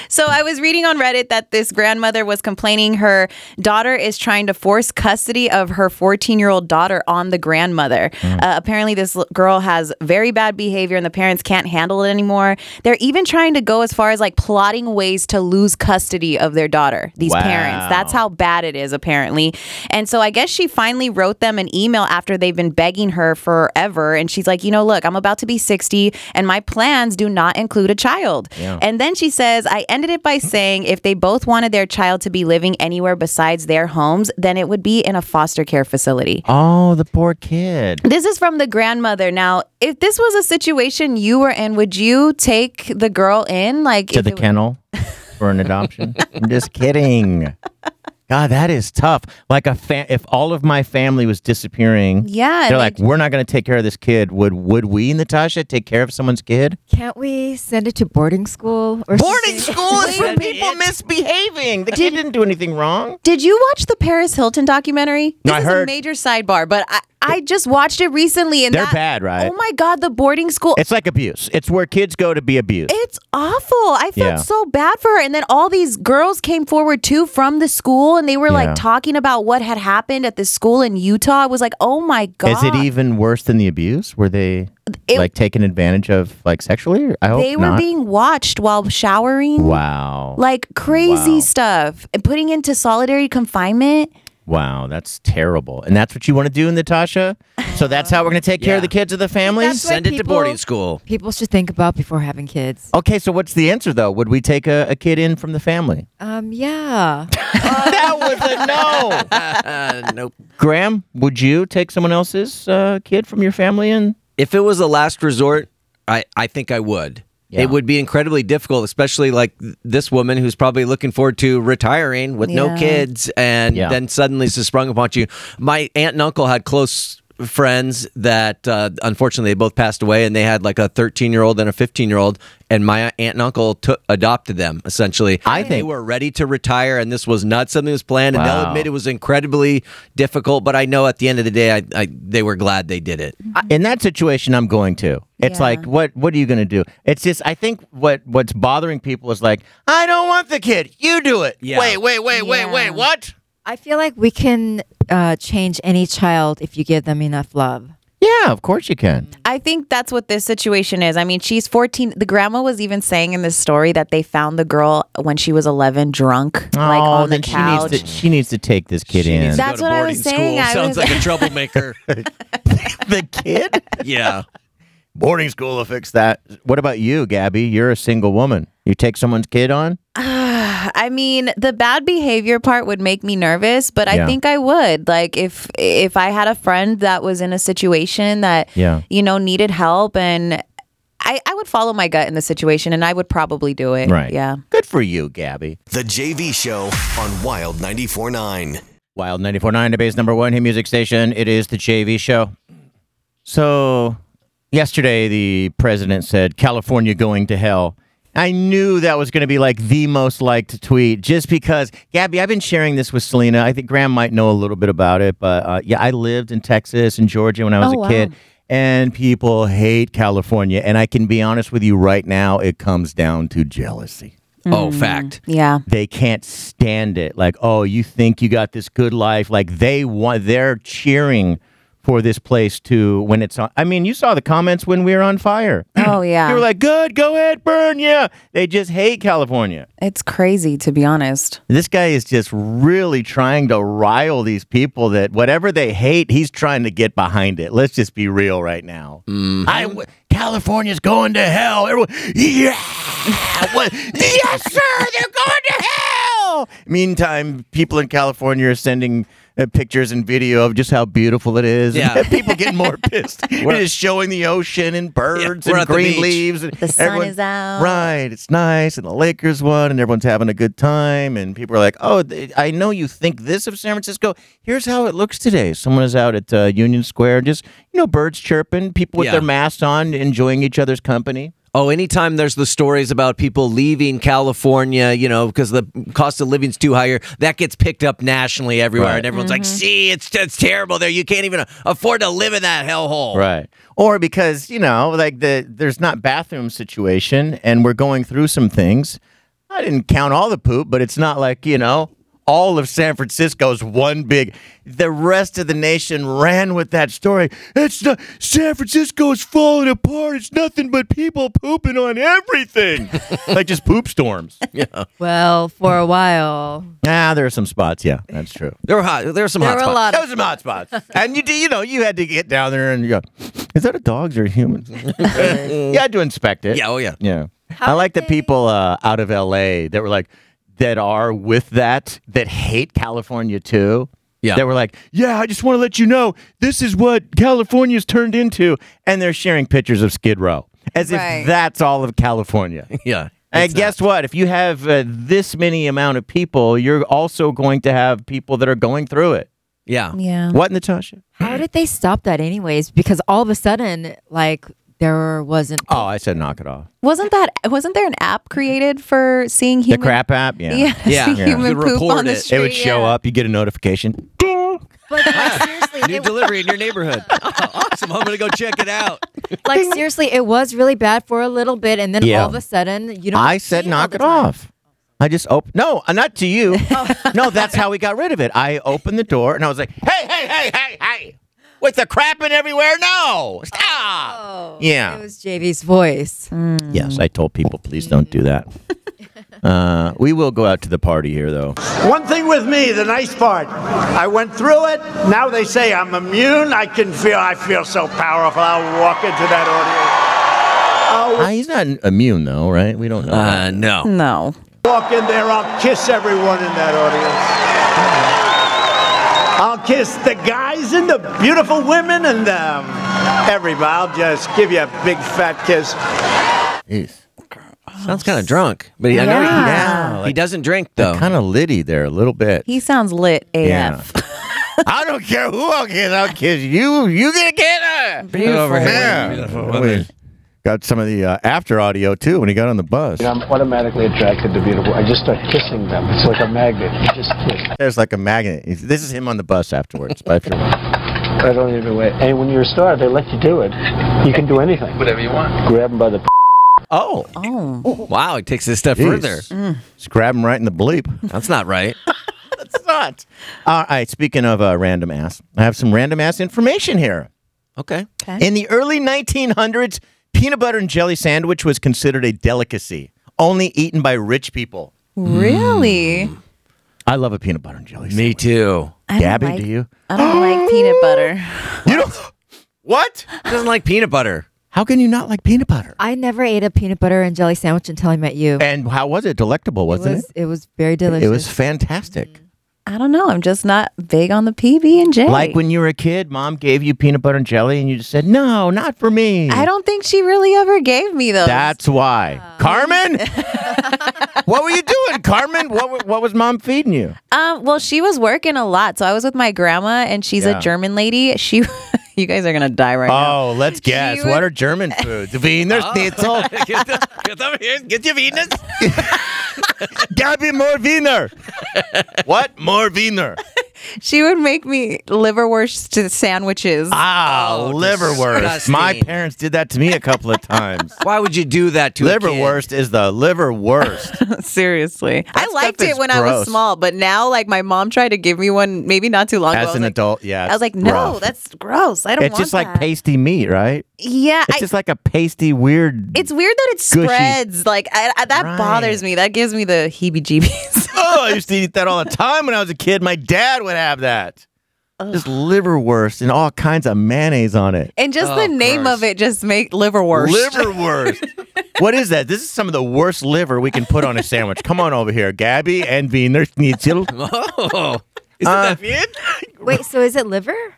[SPEAKER 7] So I was reading on Reddit that this grandmother was complaining her daughter is trying to force custody of her 14 year old daughter on the grandmother. Uh, apparently, this l- girl has very bad behavior and the parents can't handle it anymore. They're even trying to go as far as like plotting ways to lose custody of their daughter, these
[SPEAKER 3] Wow.
[SPEAKER 7] parents. That's how bad it is, apparently. And so I guess she finally wrote them an email after they've been begging her forever. And she's like, you know, look, I'm about to be 60 and my plans do not include a child. And then she says, I ended it by saying if they both wanted their child to be living anywhere besides their homes, then it would be in a foster care facility.
[SPEAKER 3] oh, the poor kid.
[SPEAKER 7] This is from the grandmother. Now, if this was a situation you were in, would you take the girl in? Like,
[SPEAKER 3] to
[SPEAKER 7] if
[SPEAKER 3] the
[SPEAKER 7] it-
[SPEAKER 3] kennel for an adoption. I'm just kidding. God, that is tough. Like a fa- if all of my family was disappearing,
[SPEAKER 7] Yeah,
[SPEAKER 3] they're
[SPEAKER 7] and
[SPEAKER 3] like, we're not going to take care of this kid. Would would we, Natasha, take care of someone's kid?
[SPEAKER 5] Can't we send it to boarding school or
[SPEAKER 3] Boarding
[SPEAKER 5] something?
[SPEAKER 3] school is for people misbehaving. The kid didn't do anything wrong.
[SPEAKER 7] Did you watch the Paris Hilton documentary?
[SPEAKER 3] No,
[SPEAKER 7] this
[SPEAKER 3] I
[SPEAKER 7] is a
[SPEAKER 3] heard-
[SPEAKER 7] major sidebar, but I, I just watched it recently and
[SPEAKER 3] They're
[SPEAKER 7] that-
[SPEAKER 3] bad, right?
[SPEAKER 7] Oh my god, the boarding school
[SPEAKER 3] It's like abuse. It's where kids go to be abused.
[SPEAKER 7] it's awful. I felt
[SPEAKER 3] Yeah.
[SPEAKER 7] so bad for her. And then all these girls came forward too from the school and they were
[SPEAKER 3] Yeah.
[SPEAKER 7] like talking about what had happened at the school in Utah. It was like, oh my God.
[SPEAKER 3] Is it e- even worse than the abuse? Were they
[SPEAKER 7] It-
[SPEAKER 3] like taken advantage of, like sexually? I hope
[SPEAKER 7] They were
[SPEAKER 3] not.
[SPEAKER 7] being watched while showering.
[SPEAKER 3] wow.
[SPEAKER 7] Like crazy
[SPEAKER 3] Wow.
[SPEAKER 7] stuff. And putting into solitary confinement.
[SPEAKER 3] Wow, that's terrible. And that's what you want to do, Natasha? So that's how we're going to take care of the kids of the family?
[SPEAKER 5] That's what
[SPEAKER 4] send it to
[SPEAKER 5] people-
[SPEAKER 4] boarding school.
[SPEAKER 5] People should think about before having kids.
[SPEAKER 3] Okay, so what's the answer, though? Would we take a, a kid in from the family?
[SPEAKER 5] Um, yeah.
[SPEAKER 3] that was a no.
[SPEAKER 4] Uh, nope.
[SPEAKER 3] Graham, would you take someone else's uh, kid from your family in?
[SPEAKER 4] If it was a last resort, I, I think I would.
[SPEAKER 3] Yeah.
[SPEAKER 4] It would be incredibly difficult, especially like th- this woman who's probably looking forward to retiring with no
[SPEAKER 7] Yeah.
[SPEAKER 4] kids, and
[SPEAKER 3] Yeah.
[SPEAKER 4] then suddenly it's just sprung upon you. My aunt and uncle had close friends that uh, unfortunately they both passed away, and they had like a 13 year old and a 15 year old, and my aunt and uncle took adopted them essentially.
[SPEAKER 3] I
[SPEAKER 4] they
[SPEAKER 3] think-
[SPEAKER 4] were ready to retire, and this was not something that was planned. And they'll
[SPEAKER 3] Wow.
[SPEAKER 4] admit it was incredibly difficult, but I know at the end of the day, I, I they were glad they did it.
[SPEAKER 3] I- in that situation i'm going to it's
[SPEAKER 7] Yeah.
[SPEAKER 3] like what what are you going to do it's just i think what what's bothering people is like i don't want the kid you do it
[SPEAKER 4] Yeah.
[SPEAKER 3] wait wait wait wait wait
[SPEAKER 7] Yeah.
[SPEAKER 3] what
[SPEAKER 5] I feel like we can uh, change any child if you give them enough love.
[SPEAKER 3] yeah of course you can
[SPEAKER 7] I think that's what this situation is. I mean, she's 14. The grandma was even saying in this story that they found the girl when she was 11 drunk, like
[SPEAKER 3] oh
[SPEAKER 7] on the
[SPEAKER 3] then
[SPEAKER 7] couch.
[SPEAKER 3] she needs to she needs to take this kid
[SPEAKER 4] She
[SPEAKER 3] in
[SPEAKER 4] needs to go
[SPEAKER 7] That's
[SPEAKER 4] to
[SPEAKER 7] what I
[SPEAKER 4] boarding
[SPEAKER 7] was saying.
[SPEAKER 4] School.
[SPEAKER 7] I
[SPEAKER 4] Sounds
[SPEAKER 7] was-
[SPEAKER 4] like a troublemaker.
[SPEAKER 3] the kid
[SPEAKER 4] yeah.
[SPEAKER 3] boarding school will fix that what about you gabby you're a single woman you take someone's kid on
[SPEAKER 7] I mean, the bad behavior part would make me nervous, but
[SPEAKER 3] Yeah.
[SPEAKER 7] I think I would. Like if if I had a friend that was in a situation that
[SPEAKER 3] Yeah.
[SPEAKER 7] you know needed help and I, I would follow my gut in the situation and I would probably do it. Yeah.
[SPEAKER 3] good for you gabby
[SPEAKER 2] The JV Show on Wild 94.9.
[SPEAKER 3] Wild 94.9, debate's number one hit music station. It is the JV show. So, yesterday the president said, California going to hell. I knew that was going to be like the most liked tweet just because, Gabby, I've been sharing this with Selena. I think Graham might know a little bit about it, but uh, yeah, I lived in Texas and Georgia when I was
[SPEAKER 7] Oh,
[SPEAKER 3] a kid. And people hate California. And I can be honest with you right now, it comes down to jealousy.
[SPEAKER 4] Oh, fact.
[SPEAKER 7] Yeah.
[SPEAKER 3] They can't stand it. Like, oh, you think you got this good life. Like they want they're cheering for this place to when it's on I mean, you saw the comments when we were on fire.
[SPEAKER 7] Oh yeah.
[SPEAKER 3] They were like, Good, go ahead, burn yeah. They just hate California.
[SPEAKER 7] It's crazy to be honest.
[SPEAKER 3] This guy is just really trying to rile these people that whatever they hate, he's trying to get behind it. Let's just be real right now.
[SPEAKER 9] Mm-hmm.
[SPEAKER 3] I w- California's going to hell. Everyone, yeah. What- yes, sir. They're going to hell. Meantime, people in California are sending uh, pictures and video of just how beautiful it is.
[SPEAKER 4] Yeah.
[SPEAKER 3] people getting more pissed. We're just showing the ocean and birds
[SPEAKER 4] we're
[SPEAKER 3] and
[SPEAKER 4] at the
[SPEAKER 3] green
[SPEAKER 4] beach.
[SPEAKER 3] leaves. And
[SPEAKER 7] The sun
[SPEAKER 3] everyone-
[SPEAKER 7] is out.
[SPEAKER 3] Right. It's nice. And the Lakers won, and everyone's having a good time. And people are like, oh, th- I know you think this of San Francisco. Here's how it looks today. Someone is out at uh, Union Square, just, you know, birds chirping, people with
[SPEAKER 4] Yeah.
[SPEAKER 3] their masks on, enjoying each other's company.
[SPEAKER 4] Oh, anytime there's the stories about people leaving California, you know, because the cost of living's too higher, that gets picked up nationally everywhere,
[SPEAKER 3] Right.
[SPEAKER 4] and everyone's like,
[SPEAKER 7] Mm-hmm.
[SPEAKER 2] Mm-hmm.
[SPEAKER 4] "See, it's it's terrible there. You can't even afford to live in that hellhole."
[SPEAKER 3] Right. Or because, you know, like the there's not bathroom situation and we're going through some things. I didn't count all the poop, but it's not like, you know, all of San Francisco's one big the rest of the nation ran with that story. It's not San Francisco's falling apart. It's nothing but people pooping on everything. like just poop storms.
[SPEAKER 5] Well, for a while.
[SPEAKER 3] Ah, there are some spots, yeah, that's true.
[SPEAKER 4] There were hot. There were some
[SPEAKER 5] There
[SPEAKER 4] hot
[SPEAKER 5] were a
[SPEAKER 4] spots.
[SPEAKER 5] lot
[SPEAKER 3] That was some hot spots. And you, do- you know, you had to get down there and you go, is that a dog's or a human's? you had to inspect it.
[SPEAKER 4] Yeah. Oh yeah.
[SPEAKER 3] Yeah. I like the people uh, out of LA that were like, that are with that, that hate California too.
[SPEAKER 4] Yeah.
[SPEAKER 3] That were like, yeah, I just want to let you know this is what California's turned into. And they're sharing pictures of Skid Row as
[SPEAKER 7] Right.
[SPEAKER 3] if that's all of California.
[SPEAKER 4] Yeah.
[SPEAKER 3] And guess what? If you have uh, this many amount of people, you're also going to have people that are going through it.
[SPEAKER 4] Yeah.
[SPEAKER 7] Yeah.
[SPEAKER 3] What, Natasha?
[SPEAKER 5] How did they stop that anyways? Because all of a sudden, like there wasn't
[SPEAKER 3] Oh, I said knock it off.
[SPEAKER 7] Wasn't that wasn't there an app created for seeing
[SPEAKER 3] The
[SPEAKER 7] human
[SPEAKER 3] crap app? Yeah.
[SPEAKER 7] Yeah.
[SPEAKER 4] Yeah.
[SPEAKER 7] seeing
[SPEAKER 4] Yeah.
[SPEAKER 7] Human
[SPEAKER 4] You
[SPEAKER 7] poop
[SPEAKER 4] report
[SPEAKER 7] on the
[SPEAKER 4] it. It
[SPEAKER 3] It
[SPEAKER 7] street.
[SPEAKER 3] would show
[SPEAKER 7] yeah.
[SPEAKER 3] up. You get a notification. Ding.
[SPEAKER 5] But like, seriously,
[SPEAKER 4] New
[SPEAKER 5] it,
[SPEAKER 4] delivery in your neighborhood. Oh, awesome. I'm gonna go check it out.
[SPEAKER 5] like seriously, it was really bad for a little bit, and then
[SPEAKER 3] Yeah.
[SPEAKER 5] all of a sudden, you don't.
[SPEAKER 3] I
[SPEAKER 5] see
[SPEAKER 3] said
[SPEAKER 5] all
[SPEAKER 3] knock
[SPEAKER 5] the
[SPEAKER 3] it
[SPEAKER 5] time. Oh.
[SPEAKER 3] off. I just opened. No, uh, not to you. no, that's how we got rid of it. I opened the door and I was like, hey, hey, hey, hey, hey. With the crapping everywhere? No. Stop.
[SPEAKER 5] Oh,
[SPEAKER 3] Yeah.
[SPEAKER 5] It was JV's voice.
[SPEAKER 3] Yes, I told people, please don't do that. uh, we will go out to the party here, though.
[SPEAKER 9] One thing with me, the nice part, I went through it. Now they say I'm immune. I can feel, I feel so powerful. I'll walk into that audience.
[SPEAKER 3] Uh, he's not immune, though, right? We don't know.
[SPEAKER 4] Uh, no.
[SPEAKER 7] No.
[SPEAKER 9] Walk in there, I'll kiss everyone in that audience. I'll kiss the guys and the beautiful women and um, everybody. I'll just give you a big fat kiss.
[SPEAKER 3] Jeez.
[SPEAKER 4] Sounds kind of drunk, but he, I know he,
[SPEAKER 3] Yeah.
[SPEAKER 4] he doesn't drink though.
[SPEAKER 3] Kind of litty there a little bit.
[SPEAKER 7] He sounds lit AF.
[SPEAKER 3] Yeah. I don't care who I'll kiss. I'll kiss you. You gonna get her.
[SPEAKER 7] Beautiful.
[SPEAKER 3] Over here. We Got some of the uh, after audio too when he got on the bus.
[SPEAKER 10] I'm automatically attracted to beautiful. I just start kissing them. It's like a magnet. You just kiss.
[SPEAKER 3] There's like a magnet. He's- This is him on the bus afterwards. by after-
[SPEAKER 10] I don't even wait. And when you're a star, they let you do it. You can do anything. Whatever you want. Grab them by the. P-
[SPEAKER 3] oh,
[SPEAKER 7] Oh.
[SPEAKER 4] Wow, he takes this step
[SPEAKER 3] jeez. Mm.
[SPEAKER 4] further.
[SPEAKER 3] Just grab him right in the bleep.
[SPEAKER 4] That's not right.
[SPEAKER 3] That's not. All right. Speaking of uh, random ass, I have some random ass information here.
[SPEAKER 4] Okay.
[SPEAKER 3] In the early 1900s, peanut butter and jelly sandwich was considered a delicacy, only eaten by rich people.
[SPEAKER 7] Really?
[SPEAKER 3] Mm. I love a peanut butter and jelly sandwich.
[SPEAKER 4] Me too.
[SPEAKER 7] I don't
[SPEAKER 3] Gabby,
[SPEAKER 7] like-
[SPEAKER 3] do you?
[SPEAKER 7] I don't like peanut butter.
[SPEAKER 3] You don't. What?
[SPEAKER 4] He doesn't like peanut butter.
[SPEAKER 3] How can you not like peanut butter?
[SPEAKER 5] I never ate a peanut butter and jelly sandwich until I met you.
[SPEAKER 3] And how was it? Delectable,
[SPEAKER 5] it
[SPEAKER 3] wasn't
[SPEAKER 5] was
[SPEAKER 3] it?
[SPEAKER 5] it was very delicious.
[SPEAKER 3] It was fantastic.
[SPEAKER 7] I don't know. I'm just not big on the PB and J.
[SPEAKER 3] Like when you were a kid, mom gave you peanut butter and jelly, and you just said, "No, not for me."
[SPEAKER 7] I don't think she really ever gave me those.
[SPEAKER 3] That's why,
[SPEAKER 4] Oh.
[SPEAKER 3] Carmen. what were you doing, Carmen? What wa- What was mom feeding you?
[SPEAKER 7] Um, well, she was working a lot, so I was with my grandma, and she's
[SPEAKER 3] Yeah.
[SPEAKER 7] a German lady. She, you guys are gonna die right now.
[SPEAKER 3] Oh, let's guess.
[SPEAKER 7] would-
[SPEAKER 3] What are German foods? Wiener Schnitzel.
[SPEAKER 4] Oh. get, the, get over here. Get your Venus.
[SPEAKER 3] Gabby, more Wiener. what? More Wiener.
[SPEAKER 7] she would make me liverwurst to sandwiches.
[SPEAKER 3] Ah,
[SPEAKER 4] Oh,
[SPEAKER 3] liverwurst. My parents did that to me a couple of times.
[SPEAKER 4] Why would you do that to a kid?
[SPEAKER 3] liverwurst? Is the liverwurst?
[SPEAKER 7] Seriously, I liked
[SPEAKER 3] stuff
[SPEAKER 7] it
[SPEAKER 3] is
[SPEAKER 7] when I was
[SPEAKER 3] gross.
[SPEAKER 7] small, but now like my mom tried to give me one, maybe not too long ago.
[SPEAKER 3] As
[SPEAKER 7] I was
[SPEAKER 3] an
[SPEAKER 7] like-
[SPEAKER 3] adult, yeah.
[SPEAKER 7] I was like,
[SPEAKER 3] it's
[SPEAKER 7] no,
[SPEAKER 3] rough.
[SPEAKER 7] that's gross. I don't
[SPEAKER 3] It's
[SPEAKER 7] want
[SPEAKER 3] just like
[SPEAKER 7] that.
[SPEAKER 3] pasty meat, right?
[SPEAKER 7] Yeah,
[SPEAKER 3] It's
[SPEAKER 7] I-
[SPEAKER 3] just like a pasty weird.
[SPEAKER 7] It's weird that it
[SPEAKER 3] Gushy.
[SPEAKER 7] spreads. Like I, I, that bothers me. That gives me the heebie-jeebies.
[SPEAKER 3] oh, I used to eat that all the time when I was a kid. My dad would have that. Just liverwurst and all kinds of mayonnaise on it.
[SPEAKER 7] And just the name of it just make liverwurst.
[SPEAKER 3] Liverwurst. what is that? This is some of the worst liver we can put on a sandwich. Come on over here, Gabby and Wiener Schnitzel.
[SPEAKER 4] Oh.
[SPEAKER 3] Uh,
[SPEAKER 5] Wait, so is it liver? Oh.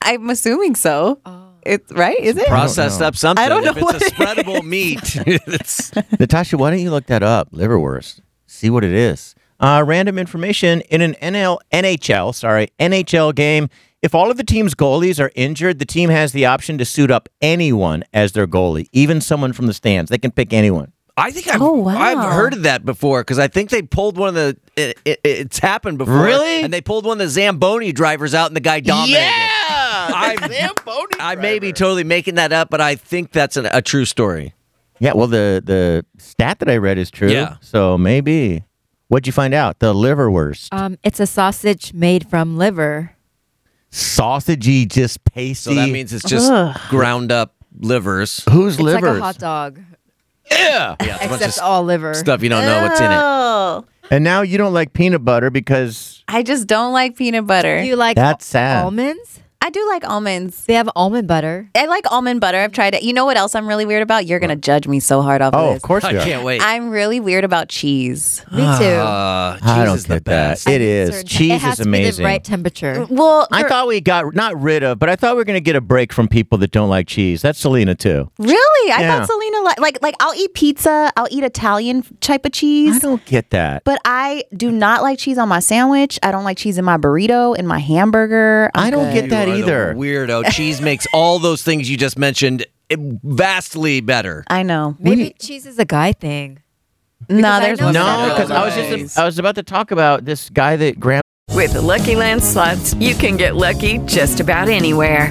[SPEAKER 7] I'm assuming so. It's right, is it
[SPEAKER 4] Processed up something.
[SPEAKER 7] I don't know
[SPEAKER 4] if it's
[SPEAKER 7] what
[SPEAKER 4] a spreadable meat. it's
[SPEAKER 3] Natasha, why don't you look that up? Liverwurst. See what it is. Uh, random information in an NL, NHL, sorry, NHL game. If all of the team's goalies are injured, the team has the option to suit up anyone as their goalie, even someone from the stands. They can pick anyone.
[SPEAKER 4] I think I've,
[SPEAKER 3] wow.
[SPEAKER 4] I've heard of that before because I think they pulled one of the. It, it, it's happened before.
[SPEAKER 3] Really?
[SPEAKER 4] And they pulled one of the Zamboni drivers out and the guy dominated.
[SPEAKER 3] Yeah! Zamboni
[SPEAKER 4] I may be totally making that up, but I think that's an, a true story.
[SPEAKER 3] Yeah, well, the, the stat that I read is true.
[SPEAKER 4] Yeah.
[SPEAKER 3] So maybe. What'd you find out? The liverwurst.
[SPEAKER 5] Um, it's a sausage made from liver.
[SPEAKER 3] Sausagey, just pasty.
[SPEAKER 4] So that means it's just
[SPEAKER 5] Ugh.
[SPEAKER 4] ground up livers.
[SPEAKER 3] Whose
[SPEAKER 5] It's like a hot dog,
[SPEAKER 4] yeah. yeah it's a bunch of
[SPEAKER 5] except all liver.
[SPEAKER 4] stuff you don't know what's in it.
[SPEAKER 7] Oh,
[SPEAKER 3] and now you don't like peanut butter because
[SPEAKER 7] I just don't like peanut butter.
[SPEAKER 5] Do you like
[SPEAKER 3] That's sad.
[SPEAKER 5] almonds?
[SPEAKER 7] I do like almonds.
[SPEAKER 5] They have almond butter.
[SPEAKER 7] I like almond butter. I've tried it. You know what else I'm really weird about? You're gonna judge me so hard off.
[SPEAKER 3] Oh,
[SPEAKER 7] this.
[SPEAKER 3] of course I you are. can't
[SPEAKER 4] wait. Ah.
[SPEAKER 7] I'm really weird about cheese.
[SPEAKER 5] Me too.
[SPEAKER 4] Uh,
[SPEAKER 3] I don't get that. It is. Cheese
[SPEAKER 5] it has
[SPEAKER 3] is
[SPEAKER 5] to be
[SPEAKER 3] amazing.
[SPEAKER 5] the right temperature.
[SPEAKER 7] Well,
[SPEAKER 3] I thought we got not rid of, but I thought we were going to get a break from people that don't like cheese. That's Selena too.
[SPEAKER 7] Really? I
[SPEAKER 3] Yeah.
[SPEAKER 7] thought Selena li- like like I'll eat pizza, I'll eat Italian f- type of cheese.
[SPEAKER 3] I don't get that.
[SPEAKER 7] but I do not like cheese on my sandwich. I don't like cheese in my burrito, in my hamburger. I'm
[SPEAKER 3] I don't get
[SPEAKER 7] good.
[SPEAKER 3] that
[SPEAKER 4] You are the
[SPEAKER 3] either.
[SPEAKER 4] weirdo. Cheese makes all those things you just mentioned eh, vastly better.
[SPEAKER 7] I know.
[SPEAKER 5] Maybe cheese is a guy thing.
[SPEAKER 7] No,
[SPEAKER 5] there's
[SPEAKER 3] No,
[SPEAKER 5] no.
[SPEAKER 3] Oh, because I was just I was about to talk about this guy that grandma.
[SPEAKER 11] With the Lucky Land slots, you can get lucky just about anywhere.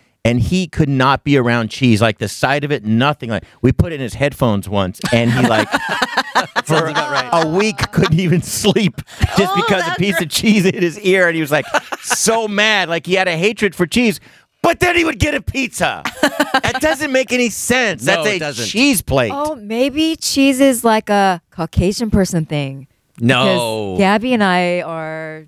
[SPEAKER 3] and he could not be around cheese. Like the sight of it, nothing. Like we put it in his headphones once, and he like for a week couldn't even sleep just because a piece of cheese hit his ear, and he was like so mad. Like he had a hatred for cheese. But then he would get a pizza. that doesn't make any sense.
[SPEAKER 4] No,
[SPEAKER 3] That's
[SPEAKER 4] it
[SPEAKER 3] a
[SPEAKER 4] doesn't.
[SPEAKER 3] cheese plate.
[SPEAKER 5] Oh, maybe cheese is like a Caucasian person thing.
[SPEAKER 4] No.
[SPEAKER 3] Oh.
[SPEAKER 5] Because Gabby and I are.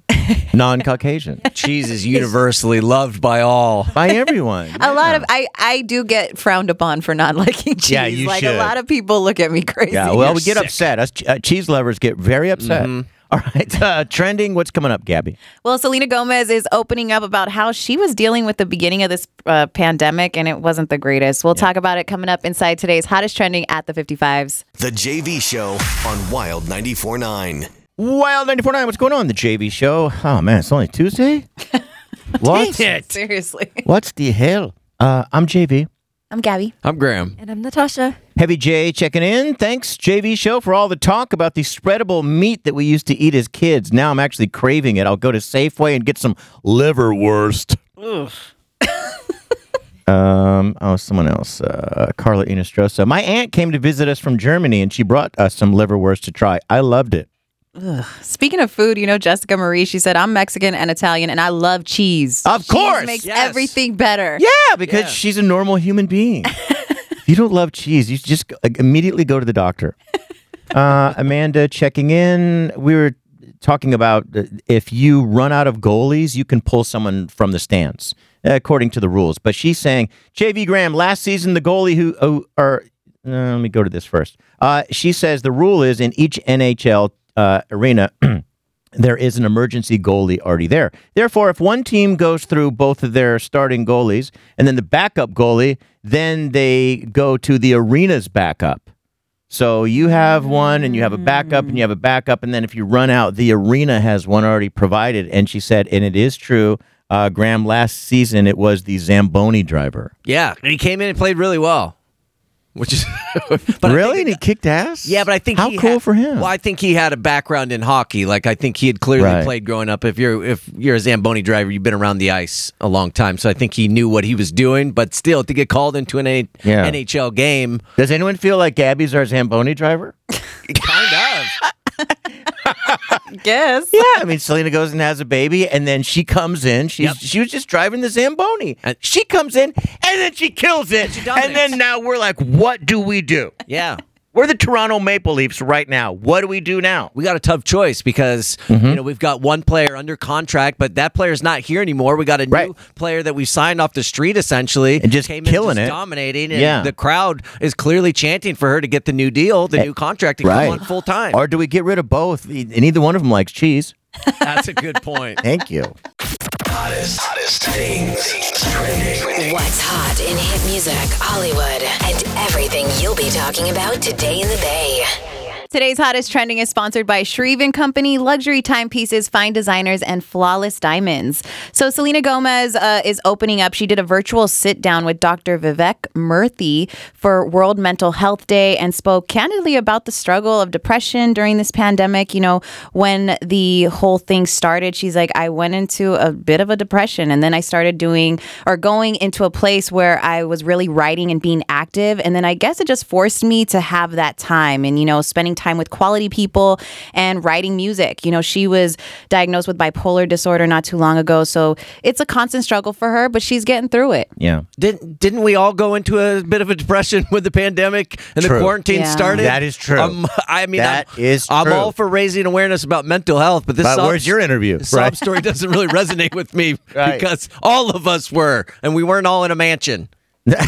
[SPEAKER 3] Non-Caucasian.
[SPEAKER 4] Cheese is universally loved by all.
[SPEAKER 3] By everyone.
[SPEAKER 7] A lot of I I do get frowned upon for not liking cheese.
[SPEAKER 3] Yeah, you
[SPEAKER 7] like
[SPEAKER 3] should.
[SPEAKER 7] a lot of people look at me crazy.
[SPEAKER 3] Yeah, well, we get upset. Us uh, cheese lovers get very upset.
[SPEAKER 4] Mm-hmm.
[SPEAKER 3] All right, uh, trending. What's coming up, Gabby?
[SPEAKER 7] Well, Selena Gomez is opening up about how she was dealing with the beginning of this uh, pandemic and it wasn't the greatest. We'll talk about it coming up inside today's hottest trending at the 55s.
[SPEAKER 2] The JV Show on Wild 94.9.
[SPEAKER 3] Wild 94.9, what's going on? The JV show. Oh, man, it's only Tuesday? what?
[SPEAKER 7] Seriously.
[SPEAKER 3] What's the hell? Uh, I'm JV.
[SPEAKER 7] I'm Gabby.
[SPEAKER 4] I'm Graham.
[SPEAKER 5] And I'm Natasha.
[SPEAKER 3] Heavy J checking in. Thanks, JV Show, for all the talk about the spreadable meat that we used to eat as kids. Now I'm actually craving it. I'll go to Safeway and get some liverwurst. Um, oh, someone else. Uh, Carla Inostrosa. My aunt came to visit us from Germany, and she brought us some liverwurst to try. I loved it.
[SPEAKER 7] Ugh. Speaking of food, you know Jessica Marie. She said, "I'm Mexican and Italian, and I love cheese. Of
[SPEAKER 3] course.
[SPEAKER 7] makes
[SPEAKER 3] Yes.
[SPEAKER 7] everything better.
[SPEAKER 3] Yeah, because she's a normal human being. if you don't love cheese, you should just go- like, immediately go to the doctor. Uh, Amanda checking in. We were talking about uh, if you run out of goalies, you can pull someone from the stands according to the rules. But she's saying JV Graham last season the goalie who who- or uh, let me go to this first. Uh, she says the rule is in each NHL uh, arena. there is an emergency goalie already there. Therefore, if one team goes through both of their starting goalies and then the backup goalie, then they go to the arena's backup. So you have one and you have a backup and you have a backup. And then if you run out, the arena has one already provided. And she said, and it is true, uh, Graham, last season it was the Zamboni driver.
[SPEAKER 4] Yeah, and he came in and played really well. Which is but
[SPEAKER 3] really? And he kicked ass?
[SPEAKER 4] Yeah, but I think
[SPEAKER 3] How
[SPEAKER 4] he
[SPEAKER 3] cool
[SPEAKER 4] had-
[SPEAKER 3] for him.
[SPEAKER 4] Well, I think he had a background in hockey. Like I think he had clearly
[SPEAKER 3] Right.
[SPEAKER 4] played growing up. If you're if you're a Zamboni driver, you've been around the ice a long time. So I think he knew what he was doing. But still, to get called into an A-
[SPEAKER 3] Yeah.
[SPEAKER 4] NHL game,
[SPEAKER 3] Does anyone feel like Gabby's our Zamboni driver?
[SPEAKER 7] Guess.
[SPEAKER 3] Yeah, I mean, Selena goes and has a baby, and then she comes in. She's, She was just driving the Zamboni.
[SPEAKER 4] Uh,
[SPEAKER 3] she comes in, and then she kills it. and then now we're like, what do we do?
[SPEAKER 4] Yeah.
[SPEAKER 3] We're the Toronto Maple Leafs right now. What do we do now? Mm-hmm.
[SPEAKER 4] We got a tough choice because you know we've got one player under contract, but that player's not here anymore. We got a new player that we signed off the street essentially, and just came
[SPEAKER 3] killing
[SPEAKER 4] in, just
[SPEAKER 3] it.
[SPEAKER 4] dominating. And
[SPEAKER 3] Yeah.
[SPEAKER 4] the crowd is clearly chanting for her to get the new deal, the new contract, and come on full time.
[SPEAKER 3] Eh, Or do we get rid of both? E- And either one of them likes cheese.
[SPEAKER 4] That's a good point.
[SPEAKER 3] Thank you.
[SPEAKER 12] Hottest, hottest things, things trending. What's hot in hit music, Hollywood, and everything you'll be talking about today in the Bay.
[SPEAKER 7] Today's hottest trending is sponsored by Shreve and Company, luxury timepieces, fine designers, and flawless diamonds. So Selena Gomez uh, is opening up. She did a virtual sit down with Dr. Vivek Murthy for World Mental Health Day and spoke candidly about the struggle of depression during this pandemic. You know, when the whole thing started, she's like, I went into a bit of a depression, and then I started doing or going into a place where I was really writing and being active, and then I guess it just forced me to have that time and you know spending time with quality people and writing music you know she was diagnosed with bipolar disorder not too long ago so it's a constant struggle for her but she's getting through it
[SPEAKER 3] Yeah.
[SPEAKER 4] Didn't didn't we all go into a bit of a depression when the pandemic and
[SPEAKER 3] True.
[SPEAKER 4] the quarantine
[SPEAKER 3] Yeah.
[SPEAKER 4] started?
[SPEAKER 3] That is true.
[SPEAKER 4] Um, I mean,
[SPEAKER 3] That
[SPEAKER 4] I'm,
[SPEAKER 3] is
[SPEAKER 4] I'm
[SPEAKER 3] true.
[SPEAKER 4] all for raising awareness about mental health, but this
[SPEAKER 3] But
[SPEAKER 4] sob,
[SPEAKER 3] where's your interview?
[SPEAKER 4] this sob
[SPEAKER 3] Right.
[SPEAKER 4] story doesn't really resonate with me
[SPEAKER 3] Right.
[SPEAKER 4] because all of us were, and we weren't all in a mansion.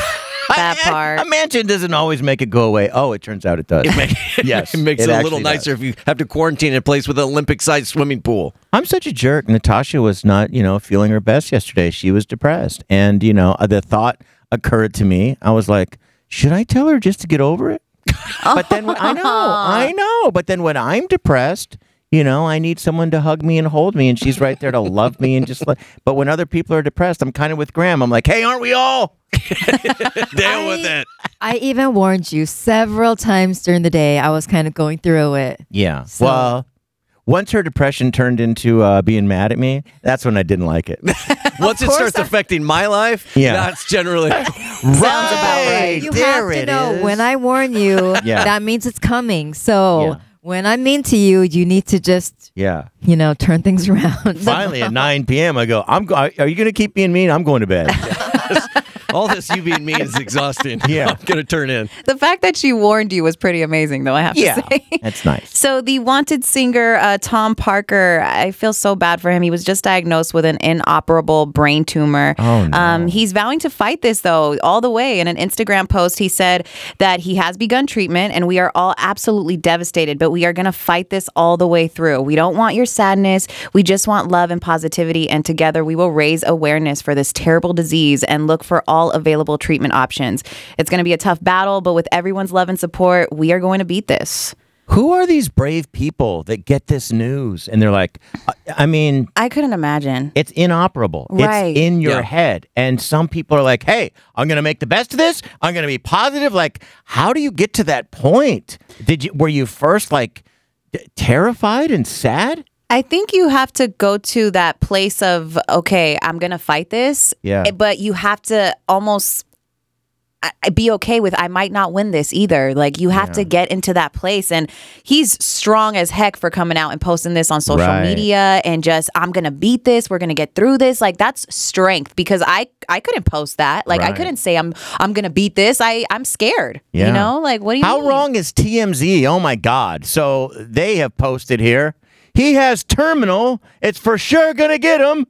[SPEAKER 7] that part.
[SPEAKER 3] A mansion doesn't always make it go away. Oh, it turns out it does. yes.
[SPEAKER 4] it makes it, a little
[SPEAKER 3] actually
[SPEAKER 4] nicer if you have to quarantine in a place with an Olympic-sized swimming pool.
[SPEAKER 3] I'm such a jerk. Natasha was not, you know, feeling her best yesterday. She was depressed. And, you know, the thought occurred to me. I was like, should I tell her just to get over it? but then when- I know, I know. But then when I'm depressed, you know, I need someone to hug me and hold me, and she's right there to love me and just. Let, but when other people are depressed, I'm kind of with Graham. I'm like, hey, aren't we all?
[SPEAKER 4] Deal with it.
[SPEAKER 5] I even warned you several times during the day. I was kind of going through it.
[SPEAKER 3] Yeah. Well, once her depression turned into uh, being mad at me, that's when I didn't like it.
[SPEAKER 4] Once it starts affecting my life,
[SPEAKER 3] Yeah.
[SPEAKER 4] that's generally
[SPEAKER 3] right.
[SPEAKER 5] You have to know when I warn you,
[SPEAKER 3] Yeah.
[SPEAKER 5] that means it's coming. So when I'm mean to you, you need to just,
[SPEAKER 3] Yeah.
[SPEAKER 5] you know, turn things around.
[SPEAKER 3] Finally, at 9 p.m., I go, "I'm. Go- are you going to keep being mean? I'm going to bed."
[SPEAKER 4] all this you being mean is exhausting.
[SPEAKER 3] Yeah.
[SPEAKER 4] I'm gonna turn in.
[SPEAKER 7] the fact that she warned you was pretty amazing though i have
[SPEAKER 4] Yeah.
[SPEAKER 7] to say
[SPEAKER 3] That's nice.
[SPEAKER 7] So the wanted singer uh, Tom Parker, I feel so bad for him. He was just diagnosed with an inoperable brain tumor.
[SPEAKER 13] Oh, no.
[SPEAKER 7] um, he's vowing to fight this though all the way. In an Instagram post, he said that he has begun treatment, and we are all absolutely devastated. But we are going to fight this all the way through. We don't want your sadness. We just want love and positivity, and together we will raise awareness for this terrible disease and look for all available treatment options. It's going to be a tough battle, but with everyone's love and support, we are going to beat this.
[SPEAKER 3] Who are these brave people that get this news and they're like, I, I mean,
[SPEAKER 7] I couldn't imagine.
[SPEAKER 3] It's inoperable.
[SPEAKER 7] Right.
[SPEAKER 3] It's in your
[SPEAKER 7] Yeah.
[SPEAKER 3] head. And some people are like, hey, I'm going to make the best of this. I'm going to be positive. Like, how do you get to that point? Did you, were you first like t- terrified and sad?
[SPEAKER 7] I think you have to go to that place of okay, I'm gonna fight this. eh,
[SPEAKER 3] Yeah.
[SPEAKER 7] But you have to almost I- I- be okay with I might not win this either. Like you have to get into that place, and he's strong as heck for coming out and posting this on social
[SPEAKER 13] Right.
[SPEAKER 7] media and just I'm gonna beat this. We're gonna get through this. Like that's strength because I I couldn't post that. Like
[SPEAKER 3] Right.
[SPEAKER 7] I couldn't say I'm I'm gonna beat this. I I'm scared.
[SPEAKER 3] Yeah.
[SPEAKER 7] You know, like what do you
[SPEAKER 3] How wrong is TMZ? Oh my God. So they have posted here. He has terminal. It's for sure going to get him.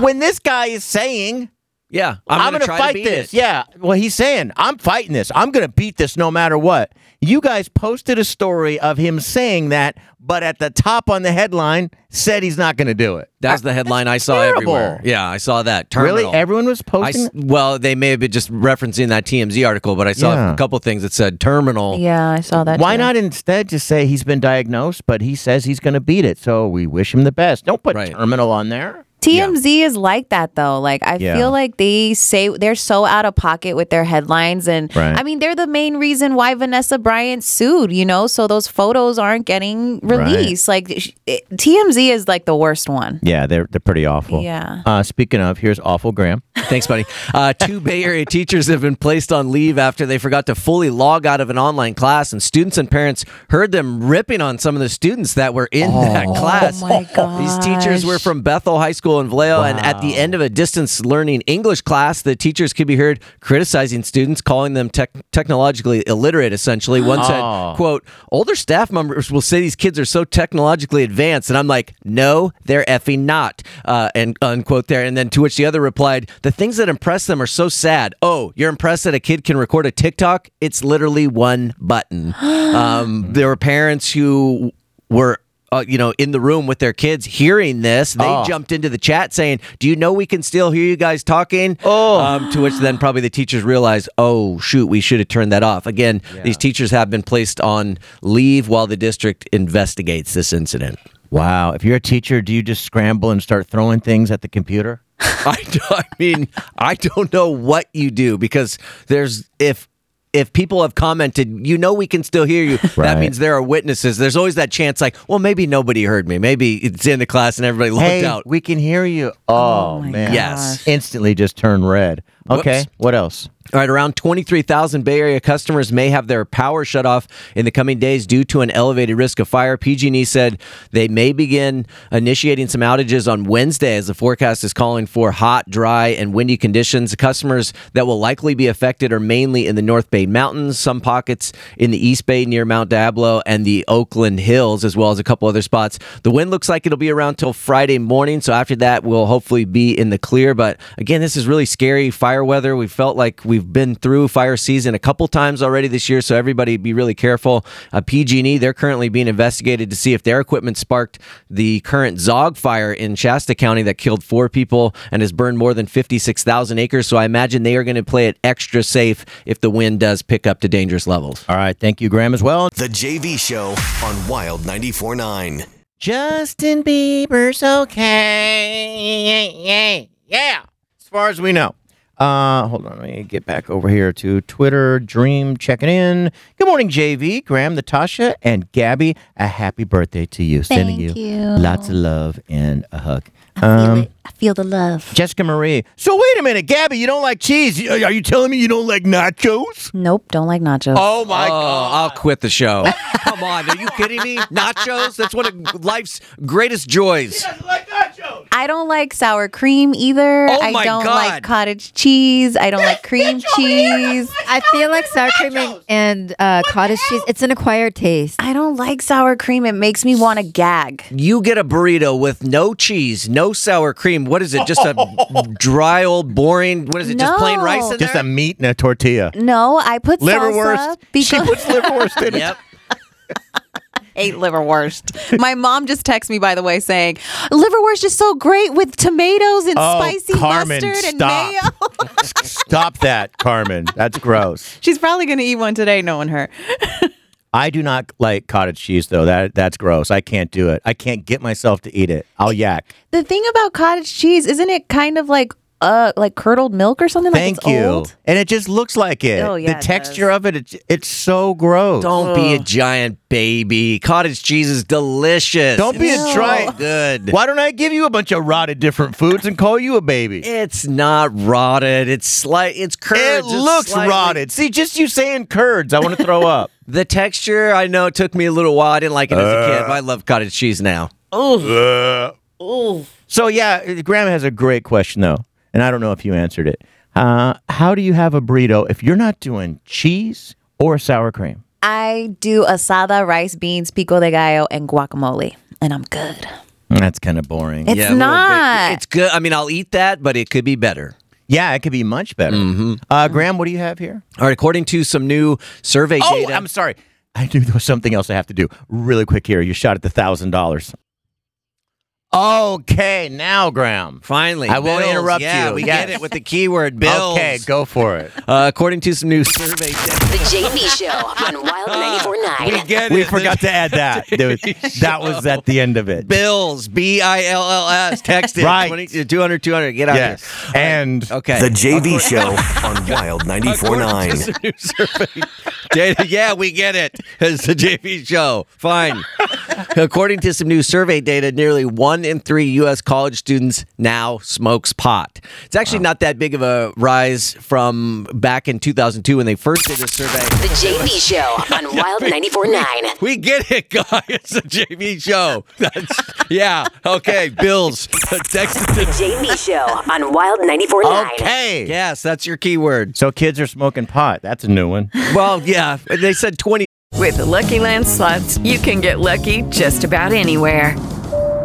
[SPEAKER 3] When this guy is saying,
[SPEAKER 4] Yeah,
[SPEAKER 3] I'm,
[SPEAKER 4] I'm,
[SPEAKER 3] going to
[SPEAKER 4] try
[SPEAKER 3] fight
[SPEAKER 4] beat
[SPEAKER 3] this.
[SPEAKER 4] it.
[SPEAKER 3] Yeah. Well, he's saying, I'm fighting this. I'm going to beat this no matter what. You guys posted a story of him saying that, but at the top on the headline said he's not going to do it.
[SPEAKER 4] That's the headline I saw
[SPEAKER 3] terrible.
[SPEAKER 4] everywhere. Yeah, I saw that. Terminal.
[SPEAKER 3] Really? Everyone was
[SPEAKER 4] I
[SPEAKER 3] posting
[SPEAKER 4] s- well, they may have been just referencing that TMZ article, but I saw
[SPEAKER 3] Yeah.
[SPEAKER 4] a couple things that said terminal.
[SPEAKER 7] Yeah, I saw that.
[SPEAKER 3] Why
[SPEAKER 7] too.
[SPEAKER 3] not instead just say he's been diagnosed, but he says he's going to beat it? So we wish him the best. Don't put terminal on there.
[SPEAKER 7] TMZ is like that though. Like I
[SPEAKER 3] Yeah.
[SPEAKER 7] feel like they say they're so out of pocket with their headlines and
[SPEAKER 3] Right.
[SPEAKER 7] I mean they're the main reason why Vanessa Bryant sued, you know? So those photos aren't getting released. Like sh- it, TMZ is like the worst one.
[SPEAKER 3] Yeah, they're they're pretty awful.
[SPEAKER 7] Yeah.
[SPEAKER 3] Uh, speaking of, here's awful Graham.
[SPEAKER 4] Thanks, buddy. Uh, two Bay Area teachers have been placed on leave after they forgot to fully log out of an online class, and students and parents heard them ripping on some of the students that were in that class.
[SPEAKER 7] Oh my god.
[SPEAKER 4] These teachers were from Bethel High School in Vallejo, and at the end of a distance learning English class, the teachers could be heard criticizing students, calling them tech technologically illiterate, essentially. One
[SPEAKER 3] Oh.
[SPEAKER 4] said, quote, older staff members will say these kids are so technologically advanced, and I'm like, no, they're effing not, uh, and unquote there. And then to which the other replied, the things that impress them are so sad. Oh, you're impressed that a kid can record a TikTok? It's literally one button. um, there were parents who were uh, you know, in the room with their kids hearing this, they
[SPEAKER 3] Oh.
[SPEAKER 4] jumped into the chat saying, Do you know we can still hear you guys talking? Oh. Um, to which then probably the teachers realized, Oh, shoot, we should have turned that off. Again, these teachers have been placed on leave while the district investigates this incident.
[SPEAKER 3] Wow. If you're a teacher, do you just scramble and start throwing things at the computer?
[SPEAKER 4] I, d- I mean, I don't know what you do because there's if if people have commented, you know, we can still hear you. That
[SPEAKER 3] Right.
[SPEAKER 4] means there are witnesses. There's always that chance, like, well, maybe nobody heard me. Maybe it's in the class and everybody looked
[SPEAKER 3] hey,
[SPEAKER 4] out.
[SPEAKER 3] we can hear you. Oh, man.
[SPEAKER 4] Yes.
[SPEAKER 3] Instantly just turn red. Okay.
[SPEAKER 4] Whoops.
[SPEAKER 3] What else?
[SPEAKER 4] All right, around 23,000 Bay Area customers may have their power shut off in the coming days due to an elevated risk of fire. PG&E E said they may begin initiating some outages on Wednesday as the forecast is calling for hot, dry, and windy conditions. Customers that will likely be affected are mainly in the North Bay Mountains, some pockets in the East Bay near Mount Diablo and the Oakland Hills, as well as a couple other spots. The wind looks like it'll be around till Friday morning, so after that, we'll hopefully be in the clear. But again, this is really scary fire weather. We felt like we've been through fire season a couple times already this year, so everybody be really careful. Uh, PG&E, they're currently being investigated to see if their equipment sparked the current Zog fire in Shasta County that killed four people and has burned more than 56,000 acres. So I imagine they are going to play it extra safe if the wind does pick up to dangerous levels.
[SPEAKER 3] All right. Thank you, Graham, as well.
[SPEAKER 2] The JV Show on Wild 94.9.
[SPEAKER 3] Justin Bieber's okay. Yeah, yeah, yeah. As far as we know. Uh, hold on, let me get back over here to Twitter. Dream checking in. Good morning, JV, Graham, Natasha, and Gabby. A happy birthday to you. Sending
[SPEAKER 5] Thank you.
[SPEAKER 3] lots of love and a hug. Um,
[SPEAKER 5] I feel the love.
[SPEAKER 3] Jessica Marie. So wait a minute, Gabby, you don't like cheese? Y- Are you telling me you don't like nachos?
[SPEAKER 7] Nope, don't like nachos.
[SPEAKER 3] Oh my
[SPEAKER 4] god! I'll quit the show. Come on, are you kidding me? Nachos? That's one of life's greatest joys.
[SPEAKER 7] I don't like sour cream either.
[SPEAKER 4] Oh
[SPEAKER 7] I
[SPEAKER 4] my
[SPEAKER 7] don't
[SPEAKER 4] God.
[SPEAKER 7] like cottage cheese. I don't like cream cheese.
[SPEAKER 5] I feel like sour cream and, and uh, cottage cheese. It's an acquired taste.
[SPEAKER 7] I don't like sour cream. It makes me want to gag.
[SPEAKER 4] You get a burrito with no cheese, no sour cream. What is it? Just a dry old boring. What is it? Just plain rice in
[SPEAKER 3] Just
[SPEAKER 4] there?
[SPEAKER 3] a meat and a tortilla.
[SPEAKER 7] No, I put
[SPEAKER 3] Liverwurst.
[SPEAKER 7] salsa because
[SPEAKER 3] She puts liverwurst in it.
[SPEAKER 4] Yep.
[SPEAKER 7] ate liverwurst. My mom just texted me by the way saying, "Liverwurst is so great with tomatoes and
[SPEAKER 3] Oh,
[SPEAKER 7] spicy
[SPEAKER 3] Carmen,
[SPEAKER 7] mustard
[SPEAKER 3] stop.
[SPEAKER 7] and mayo."
[SPEAKER 3] Stop that, Carmen. That's gross.
[SPEAKER 7] She's probably going to eat one today knowing her.
[SPEAKER 3] I do not like cottage cheese though. That that's gross. I can't do it. I can't get myself to eat it. I'll yak.
[SPEAKER 7] The thing about cottage cheese, isn't it kind of like uh like curdled milk or something like
[SPEAKER 3] Thank
[SPEAKER 7] it's
[SPEAKER 3] you.
[SPEAKER 7] old?
[SPEAKER 3] And it just looks like it.
[SPEAKER 7] Oh, yeah,
[SPEAKER 3] the
[SPEAKER 7] it
[SPEAKER 3] texture of it, it's, it's so gross.
[SPEAKER 4] Don't be a giant baby. Cottage cheese is delicious.
[SPEAKER 3] Don't be a
[SPEAKER 4] It's so
[SPEAKER 3] giant-
[SPEAKER 4] Good.
[SPEAKER 3] Why don't I give you a bunch of rotted different foods and call you a baby?
[SPEAKER 4] It's not rotted. It's slight. It's curds.
[SPEAKER 3] It
[SPEAKER 4] It's
[SPEAKER 3] looks
[SPEAKER 4] slightly-
[SPEAKER 3] rotted. See, just you saying curds, I want to throw up.
[SPEAKER 4] The texture, I know, it took me a little while. I didn't like it as a
[SPEAKER 3] Uh.
[SPEAKER 4] kid, but I love cottage cheese now.
[SPEAKER 3] Oh.
[SPEAKER 7] Oh.
[SPEAKER 3] So yeah, Graham has a great question though, and I don't know if you answered it. Uh, how do you have a burrito if you're not doing cheese or sour cream?
[SPEAKER 7] I do asada, rice, beans, pico de gallo and guacamole and I'm good.
[SPEAKER 3] That's kind of boring.
[SPEAKER 7] It's
[SPEAKER 4] Yeah, a little bit.
[SPEAKER 7] not.
[SPEAKER 4] It's good. I mean, I'll eat that, but it could be better.
[SPEAKER 3] Yeah, it could
[SPEAKER 4] Mm-hmm.
[SPEAKER 3] be much better. Uh, Graham, what do you have here?
[SPEAKER 4] All right, according to some new survey
[SPEAKER 3] Oh,
[SPEAKER 4] data.
[SPEAKER 3] I'm sorry. I knew there was something else I have to do. Really quick here. You shot at the thousand dollars. Okay, now Graham.
[SPEAKER 4] Finally,
[SPEAKER 3] I won't
[SPEAKER 4] Bills.
[SPEAKER 3] interrupt
[SPEAKER 4] Yeah,
[SPEAKER 3] you.
[SPEAKER 4] We
[SPEAKER 3] Yes.
[SPEAKER 4] get it with the keyword bills.
[SPEAKER 3] Okay, go for it.
[SPEAKER 4] Uh, according to some new survey,
[SPEAKER 12] The JB Show on Wild
[SPEAKER 4] Uh.
[SPEAKER 12] 94.9.
[SPEAKER 3] We forgot to add that. Dude, that was at the end of it.
[SPEAKER 4] bills, B I L L S, text it
[SPEAKER 3] Right.
[SPEAKER 4] 20, 200, 200, Get out
[SPEAKER 3] Yes.
[SPEAKER 4] of here.
[SPEAKER 3] And
[SPEAKER 4] okay,
[SPEAKER 2] The JV Show
[SPEAKER 4] on Wild
[SPEAKER 2] 94.9.
[SPEAKER 4] data. Yeah, we get it. It's the JV show. Fine. According to some new survey data, nearly one in three U.S. college students now smokes pot. It's actually not that big of a rise from back in 2002 when they first did this survey.
[SPEAKER 12] The JB Show on Wild 94.9.
[SPEAKER 4] We get it, guys. It's a JV show. That's yeah. Okay, bills. Text it to-
[SPEAKER 12] JB Show on Wild 94.9.
[SPEAKER 4] Okay. Yes, that's your keyword.
[SPEAKER 3] So kids are smoking pot. That's a new one.
[SPEAKER 4] Well, yeah. They said 20.
[SPEAKER 11] With the Lucky Land slots, you can get lucky just about anywhere.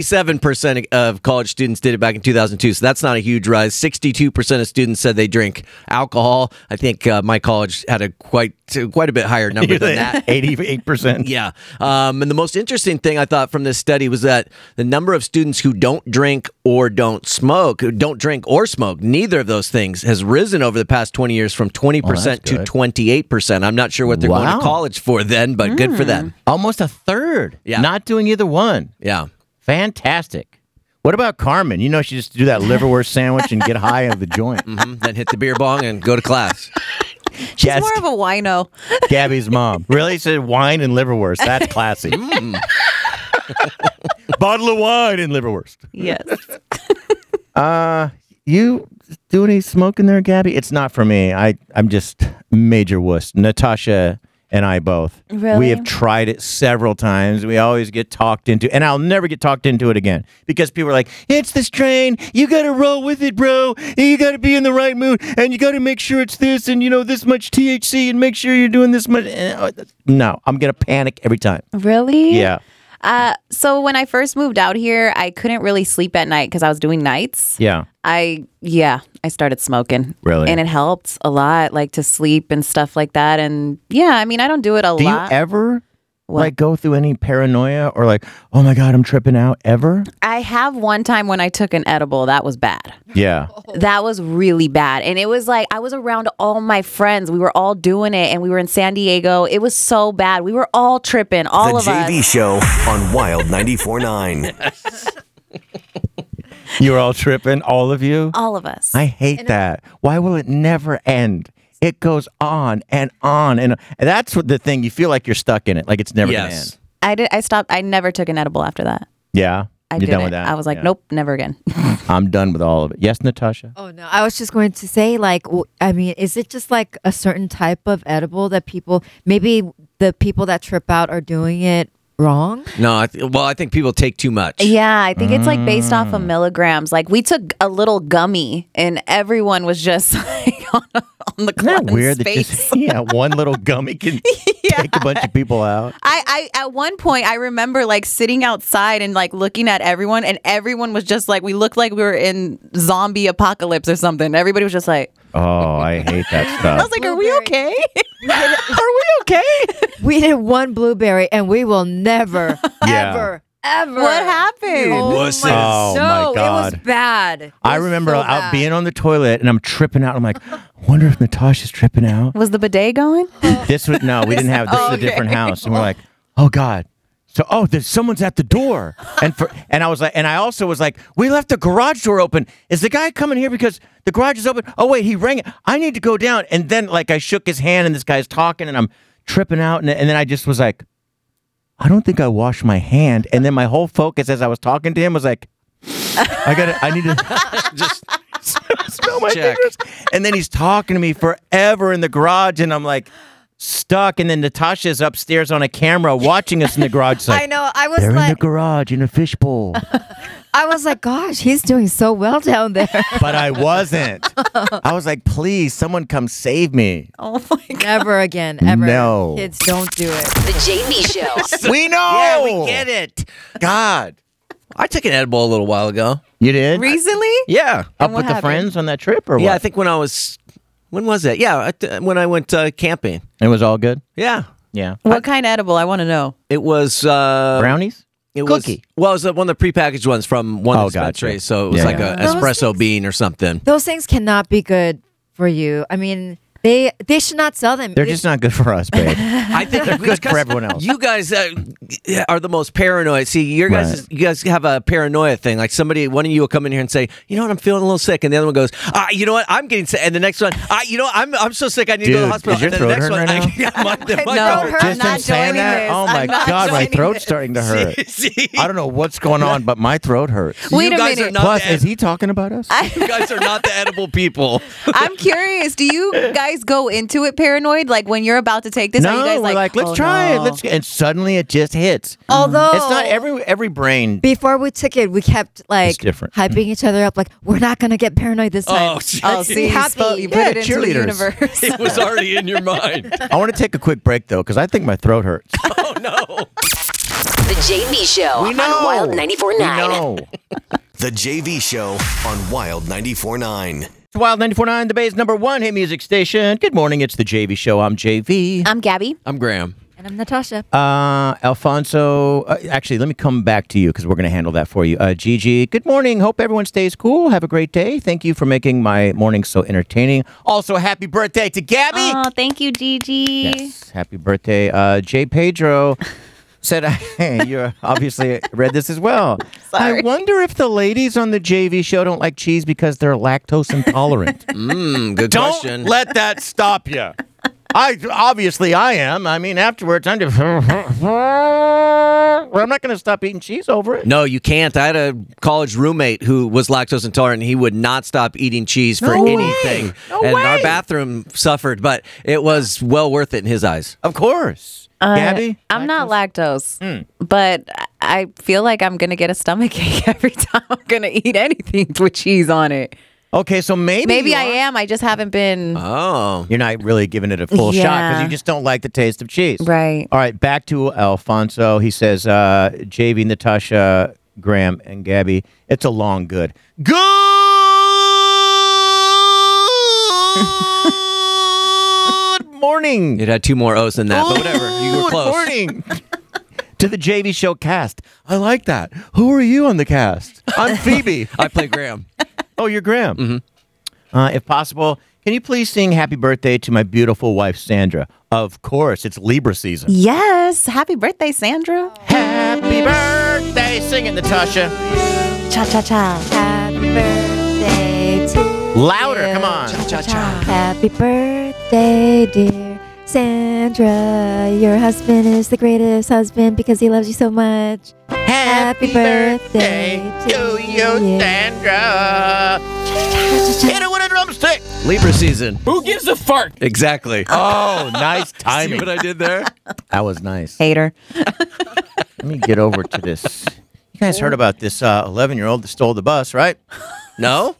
[SPEAKER 4] 87% of college students did it back in 2002, so that's not a huge rise. 62% of students said they drink alcohol. I think uh, my college had a quite quite a bit higher number than that.
[SPEAKER 3] 88%.
[SPEAKER 4] Yeah. Um, and the most interesting thing I thought from this study was that the number of students who don't drink or don't smoke, who don't drink or smoke, neither of those things has risen over the past 20 years from 20%
[SPEAKER 3] Oh, that's
[SPEAKER 4] to
[SPEAKER 3] good.
[SPEAKER 4] 28%. I'm not sure what they're going
[SPEAKER 3] Wow. Hmm.
[SPEAKER 4] to college for then, but good for them.
[SPEAKER 3] Mm. Almost a third.
[SPEAKER 4] Yeah.
[SPEAKER 3] Not doing either one.
[SPEAKER 4] Yeah.
[SPEAKER 3] Fantastic. What about Carmen? You know, she just do that liverwurst sandwich and get high on the joint.
[SPEAKER 4] hmm Then hit the beer bong and go to class.
[SPEAKER 7] She's more of a wino.
[SPEAKER 3] Gabby's mom. Really? She said wine and liverwurst. That's classy.
[SPEAKER 4] Mm.
[SPEAKER 3] Bottle of wine and liverwurst.
[SPEAKER 7] Yes.
[SPEAKER 3] Uh, you do any smoking there, Gabby? It's not for me. I I'm just major wuss. Natasha and I both.
[SPEAKER 13] Really?
[SPEAKER 3] We have tried it several times. We always get talked into, and I'll never get talked into it again because people are like, "It's this train. You got to roll with it, bro. You got to be in the right mood, and you got to make sure it's this, and you know this much THC, and make sure you're doing this much." And, uh, No, I'm gonna panic every time.
[SPEAKER 7] Really?
[SPEAKER 3] Yeah.
[SPEAKER 7] Uh, so when I first moved out here, I couldn't really sleep at night because I was doing nights.
[SPEAKER 3] Yeah.
[SPEAKER 7] I yeah, I started smoking.
[SPEAKER 3] Really?
[SPEAKER 7] And it helped a lot, like to sleep and stuff like that. And yeah, I mean, I don't do it a
[SPEAKER 3] Do
[SPEAKER 7] lot.
[SPEAKER 3] you ever like go through any paranoia or like, oh my god, I'm tripping out? Ever?
[SPEAKER 7] I have one time when I took an edible that was bad.
[SPEAKER 3] Yeah.
[SPEAKER 7] That was really bad. And it was like I was around all my friends. We were all doing it and we were in San Diego. It was so bad. We were all tripping, all
[SPEAKER 2] the
[SPEAKER 7] of
[SPEAKER 2] JV
[SPEAKER 7] us.
[SPEAKER 2] Show on Wild 94.9.
[SPEAKER 3] You're all tripping, all of you.
[SPEAKER 7] All of us.
[SPEAKER 3] I hate that. Why will it never end? It goes on and on and, and that's what the thing. You feel like you're stuck in it, like it's never gonna end.
[SPEAKER 7] I did I stopped I never took an edible after that.
[SPEAKER 3] Yeah,
[SPEAKER 7] I
[SPEAKER 3] you're
[SPEAKER 7] didn't.
[SPEAKER 3] done with that.
[SPEAKER 7] I was like,
[SPEAKER 3] Yeah.
[SPEAKER 7] nope, never again.
[SPEAKER 3] I'm done with all of it. Yes, Natasha.
[SPEAKER 5] Oh no, I was just going to say like w- I mean, is it just like a certain type of edible that people maybe the people that trip out are doing it wrong?
[SPEAKER 4] No, I th- well, I think people take too much.
[SPEAKER 7] Yeah, I think it's like based off
[SPEAKER 3] Mm.
[SPEAKER 7] of milligrams. Like we took a little gummy, and everyone was just like on, on the clock. in
[SPEAKER 3] Weird that
[SPEAKER 7] space.
[SPEAKER 3] just yeah, one little gummy can take a bunch of people out.
[SPEAKER 7] I, I at one point I remember like sitting outside and like looking at everyone, and everyone was just like we looked like we were in zombie apocalypse or something. Everybody was just like,
[SPEAKER 3] Oh, I hate that
[SPEAKER 7] I
[SPEAKER 3] stuff.
[SPEAKER 7] was like, are we okay?
[SPEAKER 5] are
[SPEAKER 7] we okay?
[SPEAKER 5] We did one blueberry and we will never
[SPEAKER 3] Yeah.
[SPEAKER 5] ever ever
[SPEAKER 7] What happened?
[SPEAKER 5] Oh,
[SPEAKER 3] Wusses.
[SPEAKER 5] my,
[SPEAKER 3] Oh, my
[SPEAKER 5] no, it was
[SPEAKER 3] God.
[SPEAKER 5] bad.
[SPEAKER 3] I remember
[SPEAKER 5] so
[SPEAKER 3] out
[SPEAKER 5] bad.
[SPEAKER 3] being on the toilet and I'm tripping out. I'm like, wonder if Natasha's tripping out.
[SPEAKER 7] was the bidet going?
[SPEAKER 3] This was no, we didn't have this
[SPEAKER 7] Oh,
[SPEAKER 3] is a different
[SPEAKER 7] okay.
[SPEAKER 3] house, and we're like, oh god. So oh, there's someone's at the door, and for and I was like, and I also was like, we left the garage door open. Is the guy coming here because the garage is open? Oh wait, he rang. it. I need to go down, and then like I shook his hand, and this guy's talking, and I'm tripping out, and, and then I just was like, I don't think I washed my hand, and then my whole focus as I was talking to him was like, I gotta, I need to just smell my
[SPEAKER 4] Check.
[SPEAKER 3] fingers, and then he's talking to me forever in the garage, and I'm like, stuck, and then Natasha's upstairs on a camera watching us in the garage. It's like,
[SPEAKER 5] I know. I was
[SPEAKER 3] They're in
[SPEAKER 5] like,
[SPEAKER 3] the garage in a fishbowl,
[SPEAKER 5] I was like, gosh, he's doing so well down there.
[SPEAKER 3] but I wasn't. I was like, please, someone come save me.
[SPEAKER 5] oh my god. Never again. Ever.
[SPEAKER 3] No.
[SPEAKER 5] Kids, don't do it.
[SPEAKER 12] The JB Show.
[SPEAKER 3] We know.
[SPEAKER 4] Yeah, we get it.
[SPEAKER 3] God,
[SPEAKER 4] I took an edible a little while ago.
[SPEAKER 3] You did
[SPEAKER 7] Recently?
[SPEAKER 4] Yeah,
[SPEAKER 3] up with the friends on that trip, or
[SPEAKER 4] Yeah,
[SPEAKER 3] what?
[SPEAKER 4] I think when I was. When was that? Yeah, I th- when I went uh, camping.
[SPEAKER 3] it was all good.
[SPEAKER 4] Yeah,
[SPEAKER 3] Yeah,
[SPEAKER 7] What kind of edible? I want to know.
[SPEAKER 4] it was uh,
[SPEAKER 3] brownies.
[SPEAKER 4] It
[SPEAKER 3] Cookie.
[SPEAKER 4] Was, well, it was uh, one of the prepackaged ones from one
[SPEAKER 3] Oh,
[SPEAKER 4] dispensary,
[SPEAKER 3] gotcha.
[SPEAKER 4] so it was
[SPEAKER 3] Yeah,
[SPEAKER 4] like
[SPEAKER 3] yeah.
[SPEAKER 4] a espresso bean or something.
[SPEAKER 5] Those things cannot be good for you. I mean, they they should not sell them.
[SPEAKER 3] They're
[SPEAKER 5] They-
[SPEAKER 3] just not good for us, babe.
[SPEAKER 4] I think
[SPEAKER 3] They're good for everyone else.
[SPEAKER 4] You guys uh, are the most paranoid. See, your guys,
[SPEAKER 3] Right.
[SPEAKER 4] you guys have a paranoia thing. Like somebody, one of you will come in here and say, "You know what? I'm feeling a little sick," and the other one goes, "Ah, you know what? I'm getting sick," and the next one, "Ah, you know what? I'm I'm so sick. I need to go to the
[SPEAKER 3] Dude,
[SPEAKER 4] hospital."
[SPEAKER 3] is your
[SPEAKER 4] and then the next
[SPEAKER 3] throat
[SPEAKER 4] one,
[SPEAKER 3] hurting
[SPEAKER 4] I, yeah, my, my
[SPEAKER 7] No,
[SPEAKER 4] throat-
[SPEAKER 7] her I'm
[SPEAKER 3] Just
[SPEAKER 7] not
[SPEAKER 3] in saying
[SPEAKER 7] joining
[SPEAKER 3] that,
[SPEAKER 7] this.
[SPEAKER 3] oh my
[SPEAKER 7] I'm not
[SPEAKER 3] god, my
[SPEAKER 7] joining
[SPEAKER 3] throat's
[SPEAKER 7] this.
[SPEAKER 3] starting to hurt.
[SPEAKER 4] See?
[SPEAKER 3] I don't know what's going on, but my throat hurts.
[SPEAKER 7] Wait
[SPEAKER 4] You
[SPEAKER 7] a
[SPEAKER 4] guys are
[SPEAKER 7] minute.
[SPEAKER 4] not
[SPEAKER 3] Plus,
[SPEAKER 4] the
[SPEAKER 3] is he talking about us?
[SPEAKER 4] you guys are not the edible people.
[SPEAKER 7] I'm curious. Do you guys go into it paranoid? Like when you're about to take this,
[SPEAKER 3] no,
[SPEAKER 7] are you guys
[SPEAKER 3] we're like, let's
[SPEAKER 7] "Oh,
[SPEAKER 3] try
[SPEAKER 7] no."
[SPEAKER 3] it. Let's and suddenly it just hits.
[SPEAKER 5] Although
[SPEAKER 3] it's not every every brain.
[SPEAKER 5] Before we took it, we kept like
[SPEAKER 3] different.
[SPEAKER 5] hyping each other up, like we're not gonna get paranoid this time.
[SPEAKER 4] Oh, see,
[SPEAKER 7] Oh,
[SPEAKER 5] Let's
[SPEAKER 7] see,
[SPEAKER 5] be
[SPEAKER 7] you,
[SPEAKER 5] happy.
[SPEAKER 7] spoke, you put
[SPEAKER 3] Yeah,
[SPEAKER 7] it into the
[SPEAKER 3] cheerleaders.
[SPEAKER 7] universe.
[SPEAKER 4] It was already in your mind.
[SPEAKER 3] I want to take a quick break though because I think my throat hurts.
[SPEAKER 4] Oh no.
[SPEAKER 12] The JB Show
[SPEAKER 3] We know.
[SPEAKER 12] on Wild 94.9.
[SPEAKER 3] We know.
[SPEAKER 2] The JV Show on Wild 94.9.
[SPEAKER 3] It's Wild 94.9, the Bay's number one hit music station. Good morning. It's the JV Show. I'm JV.
[SPEAKER 7] I'm Gabby.
[SPEAKER 4] I'm Graham.
[SPEAKER 5] And I'm Natasha.
[SPEAKER 3] Uh, Alfonso, uh, actually, let me come back to you because we're going to handle that for you. Uh, Gigi, good morning. Hope everyone stays cool. Have a great day. Thank you for making my morning so entertaining. Also, happy birthday to Gabby.
[SPEAKER 14] Oh, thank you, Gigi.
[SPEAKER 3] Yes, happy birthday. Uh, Jay Pedro said, hey, you obviously read this as well. I wonder if the ladies on the JV show don't like cheese because they're lactose intolerant.
[SPEAKER 4] Mm, good
[SPEAKER 3] don't
[SPEAKER 4] question.
[SPEAKER 3] let that stop you. I obviously I am. I mean, afterwards I'm just. Well, I'm not going to stop eating cheese over it.
[SPEAKER 4] No, you can't. I had a college roommate who was lactose intolerant, and he would not stop eating cheese for
[SPEAKER 3] No way.
[SPEAKER 4] anything.
[SPEAKER 3] No
[SPEAKER 4] and our
[SPEAKER 3] way.
[SPEAKER 4] bathroom suffered, but it was well worth it in his eyes.
[SPEAKER 3] Of course,
[SPEAKER 7] Uh,
[SPEAKER 3] Gabby. Mm.
[SPEAKER 7] I'm not lactose, but I feel like I'm gonna get a stomach ache every time I'm gonna eat anything with cheese on it.
[SPEAKER 3] Okay, so maybe
[SPEAKER 7] Maybe
[SPEAKER 3] you
[SPEAKER 7] I
[SPEAKER 3] are- Uh.
[SPEAKER 7] am. I just haven't been
[SPEAKER 4] Oh,
[SPEAKER 3] You're not really giving it a full shot because
[SPEAKER 7] Yeah.
[SPEAKER 3] you just don't like the taste of cheese.
[SPEAKER 7] right.
[SPEAKER 3] All right, back to Alfonso. He says, uh, JV, Natasha, Graham, and Gabby, it's a long good. Good morning.
[SPEAKER 4] it had two more O's than that, but whatever. You were
[SPEAKER 3] Good
[SPEAKER 4] close.
[SPEAKER 3] morning. to the JV show cast. I like that. Who are you on the cast? I'm Phoebe.
[SPEAKER 4] I play Graham.
[SPEAKER 3] oh, you're Graham. Uh, if possible, can you please sing happy birthday to my beautiful wife, Sandra? Of course, it's Libra season.
[SPEAKER 7] Yes. Happy birthday, Sandra.
[SPEAKER 3] Happy birthday. Sing it, Natasha.
[SPEAKER 7] Cha cha cha.
[SPEAKER 5] Happy birthday to
[SPEAKER 3] Louder,
[SPEAKER 5] you.
[SPEAKER 3] come on.
[SPEAKER 5] Happy birthday, dear Sandra. Your husband is the greatest husband because he loves you so much. Happy birthday to you.
[SPEAKER 3] Sandra. Hit it with a drumstick.
[SPEAKER 4] Libra season.
[SPEAKER 6] Who gives a fart?
[SPEAKER 4] Exactly.
[SPEAKER 3] Oh, nice
[SPEAKER 4] See
[SPEAKER 3] timing.
[SPEAKER 4] what I did there?
[SPEAKER 3] That was nice.
[SPEAKER 7] Hater.
[SPEAKER 3] Let me get over to this. You guys heard about this 11 year old that stole the bus, right?
[SPEAKER 4] No?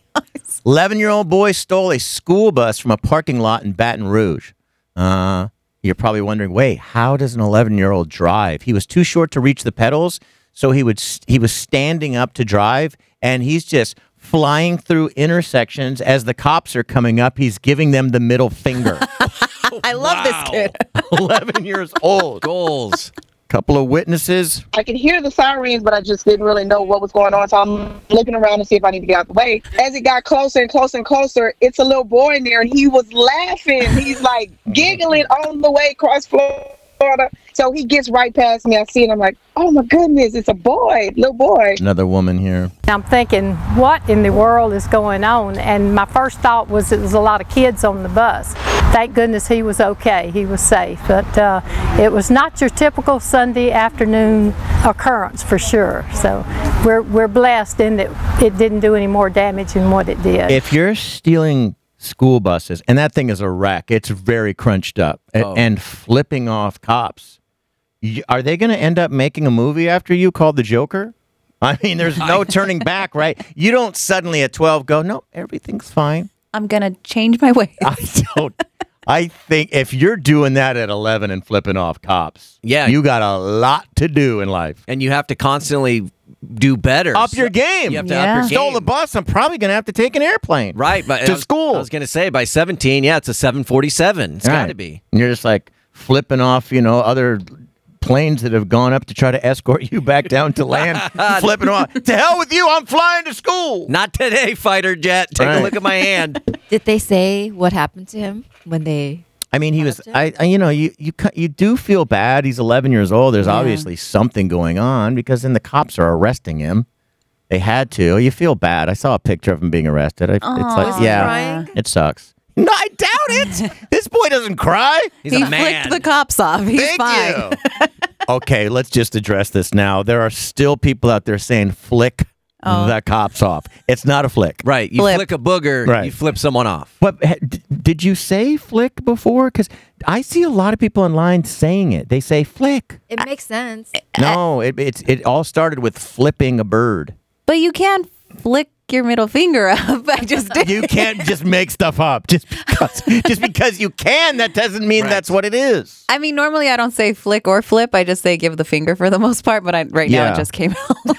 [SPEAKER 3] 11 year old boy stole a school bus from a parking lot in Baton Rouge. Uh, you're probably wondering, wait, how does an 11 year old drive? He was too short to reach the pedals, so he would s- he was standing up to drive, and he's just flying through intersections as the cops are coming up. He's giving them the middle finger.
[SPEAKER 7] I love this kid.
[SPEAKER 3] 11 years old.
[SPEAKER 4] Goals.
[SPEAKER 3] Couple of witnesses.
[SPEAKER 13] I could hear the sirens, but I just didn't really know what was going on. So I'm looking around to see if I need to get out the way. As it got closer and closer and closer, it's a little boy in there, and he was laughing. He's like giggling on the way across Florida. So he gets right past me. I see it. I'm like, oh my goodness, it's a boy, little boy.
[SPEAKER 3] Another woman here.
[SPEAKER 15] I'm thinking, what in the world is going on? And my first thought was it was a lot of kids on the bus. Thank goodness he was okay, he was safe. But uh, it was not your typical Sunday afternoon occurrence for sure. So we're, we're blessed in that it didn't do any more damage than what it did.
[SPEAKER 3] If you're stealing school buses, and that thing is a wreck. It's very crunched up a-
[SPEAKER 4] Oh.
[SPEAKER 3] and flipping off cops. Y- Are they going to end up making a movie after you called The Joker? I mean, there's no turning back, right? You don't suddenly at 12 go, no, everything's fine.
[SPEAKER 7] I'm gonna change my way.
[SPEAKER 3] I don't. I think if you're doing that at 11 and flipping off cops, yeah, you got a lot to do in life,
[SPEAKER 4] and you have to constantly do better.
[SPEAKER 3] Up your game.
[SPEAKER 4] You have to up your
[SPEAKER 3] Stole
[SPEAKER 4] game.
[SPEAKER 3] the bus. I'm probably going to have to take an airplane.
[SPEAKER 4] Right, but to school. I was going to say by 17, yeah, it's a 747. It's got to
[SPEAKER 3] Right.
[SPEAKER 4] be.
[SPEAKER 3] And you're just like flipping off, you know, other planes that have gone up to try to escort you back down to land. flipping off. Ah, To hell with you. I'm flying to school.
[SPEAKER 4] Not today, fighter jet. Take
[SPEAKER 3] Right.
[SPEAKER 4] a look at my hand.
[SPEAKER 5] Did they say what happened to him when they?
[SPEAKER 3] I mean, he was. I, I, you know, you you ca- you do feel bad. He's 11 years old. There's
[SPEAKER 5] Yeah.
[SPEAKER 3] obviously something going on because then the cops are arresting him. They had to. You feel bad. I saw a picture of him being arrested. I, it's
[SPEAKER 7] Aw. Was
[SPEAKER 3] like,
[SPEAKER 7] he
[SPEAKER 3] yeah,
[SPEAKER 7] crying?
[SPEAKER 3] it sucks. No, I doubt it. this boy doesn't cry. He's
[SPEAKER 7] he
[SPEAKER 3] a man.
[SPEAKER 7] flicked the cops off. He's
[SPEAKER 3] Thank
[SPEAKER 7] fine.
[SPEAKER 3] Okay, let's just address this now. There are still people out there saying flick
[SPEAKER 7] Oh.
[SPEAKER 3] the cops off. It's not a flick.
[SPEAKER 4] Right. You flick a booger,
[SPEAKER 3] Right.
[SPEAKER 4] you flip someone off.
[SPEAKER 3] But ha- d- did you say flick before? Because I see a lot of people online saying it. They say flick.
[SPEAKER 5] It makes sense.
[SPEAKER 3] No, it it's, it all started with flipping a bird.
[SPEAKER 7] But you can't flick your middle finger up. I just did.
[SPEAKER 3] You can't just make stuff up just because just because you can. That doesn't mean that's what it is.
[SPEAKER 7] I mean, normally I don't say flick or flip. I just say give the finger for the most part. But I, right now
[SPEAKER 3] Yeah.
[SPEAKER 7] it just came out.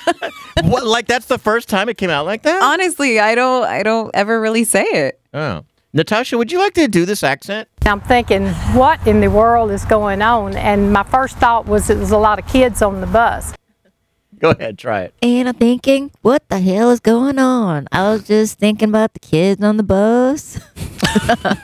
[SPEAKER 3] what, like that's the first time it came out like that.
[SPEAKER 7] Honestly, I don't. I don't ever really say it.
[SPEAKER 3] Oh, Natasha, would you like to do this accent?
[SPEAKER 15] I'm thinking, what in the world is going on? And my first thought was it was a lot of kids on the bus.
[SPEAKER 3] Go ahead, try it.
[SPEAKER 5] And I'm thinking, what the hell is going on? I was just thinking about the kids on the bus.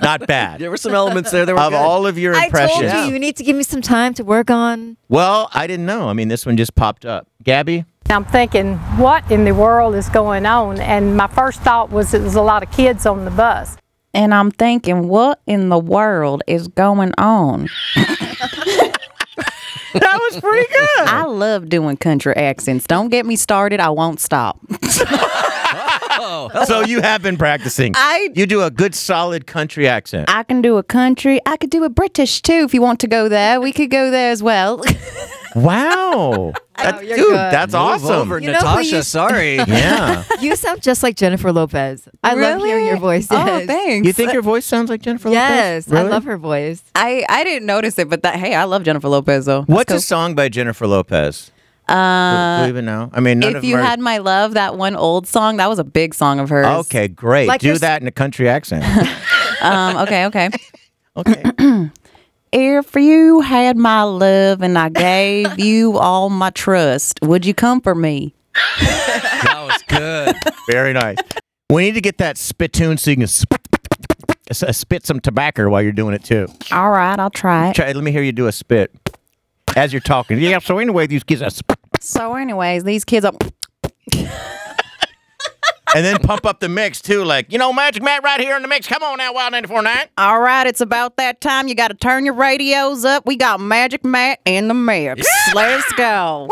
[SPEAKER 3] Not bad.
[SPEAKER 4] There were some elements there that were
[SPEAKER 3] of
[SPEAKER 4] good.
[SPEAKER 3] all of your impressions.
[SPEAKER 5] I told you, you need to give me some time to work on.
[SPEAKER 3] Well, I didn't know. I mean, this one just popped up. Gabby,
[SPEAKER 15] I'm thinking, what in the world is going on? And my first thought was it was a lot of kids on the bus.
[SPEAKER 7] And I'm thinking, what in the world is going on?
[SPEAKER 3] that was pretty good.
[SPEAKER 7] I love doing country accents. Don't get me started. I won't stop.
[SPEAKER 3] so you have been practicing.
[SPEAKER 7] I-
[SPEAKER 3] you do a good, solid country accent.
[SPEAKER 7] I can do a country. I could do a British too if you want to go there. We could go there as well.
[SPEAKER 3] wow, That- dude,
[SPEAKER 5] good.
[SPEAKER 3] that's
[SPEAKER 4] Move
[SPEAKER 3] awesome.
[SPEAKER 4] over, You know who Natasha, you- sorry.
[SPEAKER 3] yeah.
[SPEAKER 5] You sound just like Jennifer Lopez. I love hearing your voice.
[SPEAKER 7] Oh,
[SPEAKER 5] yes.
[SPEAKER 7] thanks. You think
[SPEAKER 3] your voice sounds like Jennifer
[SPEAKER 5] Yes, I love her voice.
[SPEAKER 7] I, I didn't notice it, but that hey, I love Jennifer Lopez though.
[SPEAKER 3] What's a song by Jennifer Lopez?
[SPEAKER 7] Uh,
[SPEAKER 3] Do we even know? I mean, none
[SPEAKER 7] if
[SPEAKER 3] of
[SPEAKER 7] you
[SPEAKER 3] them are-
[SPEAKER 7] had my love, that one old song, that was a big song of hers.
[SPEAKER 3] Okay, great.
[SPEAKER 7] Like your
[SPEAKER 3] do
[SPEAKER 7] s-
[SPEAKER 3] that in a country accent.
[SPEAKER 7] um, okay, okay.
[SPEAKER 3] okay.
[SPEAKER 7] if you had my love and I gave you all my trust, would you come for me?
[SPEAKER 4] That was good.
[SPEAKER 3] Very nice. We need to get that spittoon so you can sp- s- spit some tobacco while you're doing it too.
[SPEAKER 7] All right, I'll try it.
[SPEAKER 3] Try, let me hear you do a spit as you're talking. Yeah. So anyway, these kids, are sp-
[SPEAKER 7] So, anyways, these kids are.
[SPEAKER 3] and then pump up the mix too. Like you know, Magic Matt right here in the mix. Come on now, Wild 94.9.
[SPEAKER 7] All right, it's about that time. You got to turn your radios up. We got Magic Matt in the mix. Let's go.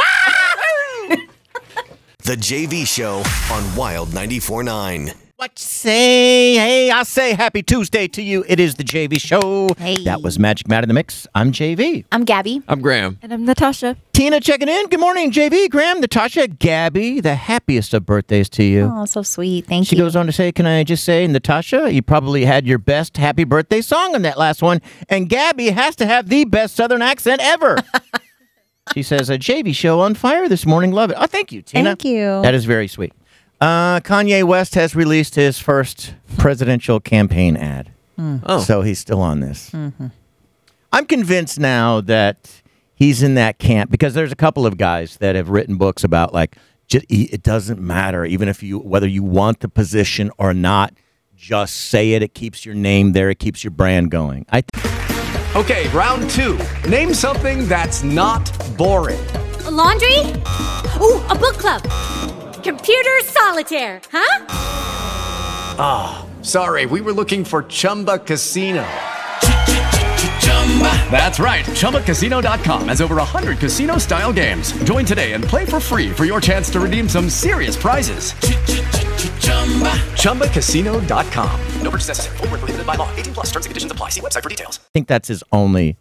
[SPEAKER 2] The JV Show on Wild 94.9.
[SPEAKER 3] What you say? Hey, I say happy Tuesday to you. It is the JV show.
[SPEAKER 5] Hey.
[SPEAKER 3] That was Magic Matt in the mix. I'm JV.
[SPEAKER 5] I'm Gabby.
[SPEAKER 4] I'm Graham.
[SPEAKER 5] And I'm Natasha.
[SPEAKER 3] Tina checking in. Good morning, JV, Graham, Natasha, Gabby. The happiest of birthdays to you.
[SPEAKER 14] Oh, so sweet. Thank
[SPEAKER 3] she
[SPEAKER 14] you.
[SPEAKER 3] goes on to say, Can I just say, Natasha, you probably had your best happy birthday song on that last one. And Gabby has to have the best Southern accent ever. she says, A JV show on fire this morning. Love it. Oh, thank you, Tina.
[SPEAKER 14] Thank you.
[SPEAKER 3] That is very sweet. Uh, Kanye West has released his first presidential campaign ad.
[SPEAKER 4] Oh.
[SPEAKER 3] So he's still on this.
[SPEAKER 5] Mm-hmm.
[SPEAKER 3] I'm convinced now that he's in that camp because there's a couple of guys that have written books about like just, it doesn't matter even if you whether you want the position or not. Just say it. It keeps your name there. It keeps your brand going. I
[SPEAKER 8] Okay, round two. Name something that's not boring.
[SPEAKER 16] A laundry? Ooh, a book club. Computer solitaire, huh?
[SPEAKER 8] Ah, sorry, we were looking for Chumba Casino. That's right, ChumbaCasino.com has over 100 casino style games. Join today and play for free for your chance to redeem some serious prizes. ChumbaCasino.com. No purchase necessary. Void where prohibited by law. 18 plus terms and conditions apply. See website for details.
[SPEAKER 3] I think that's his only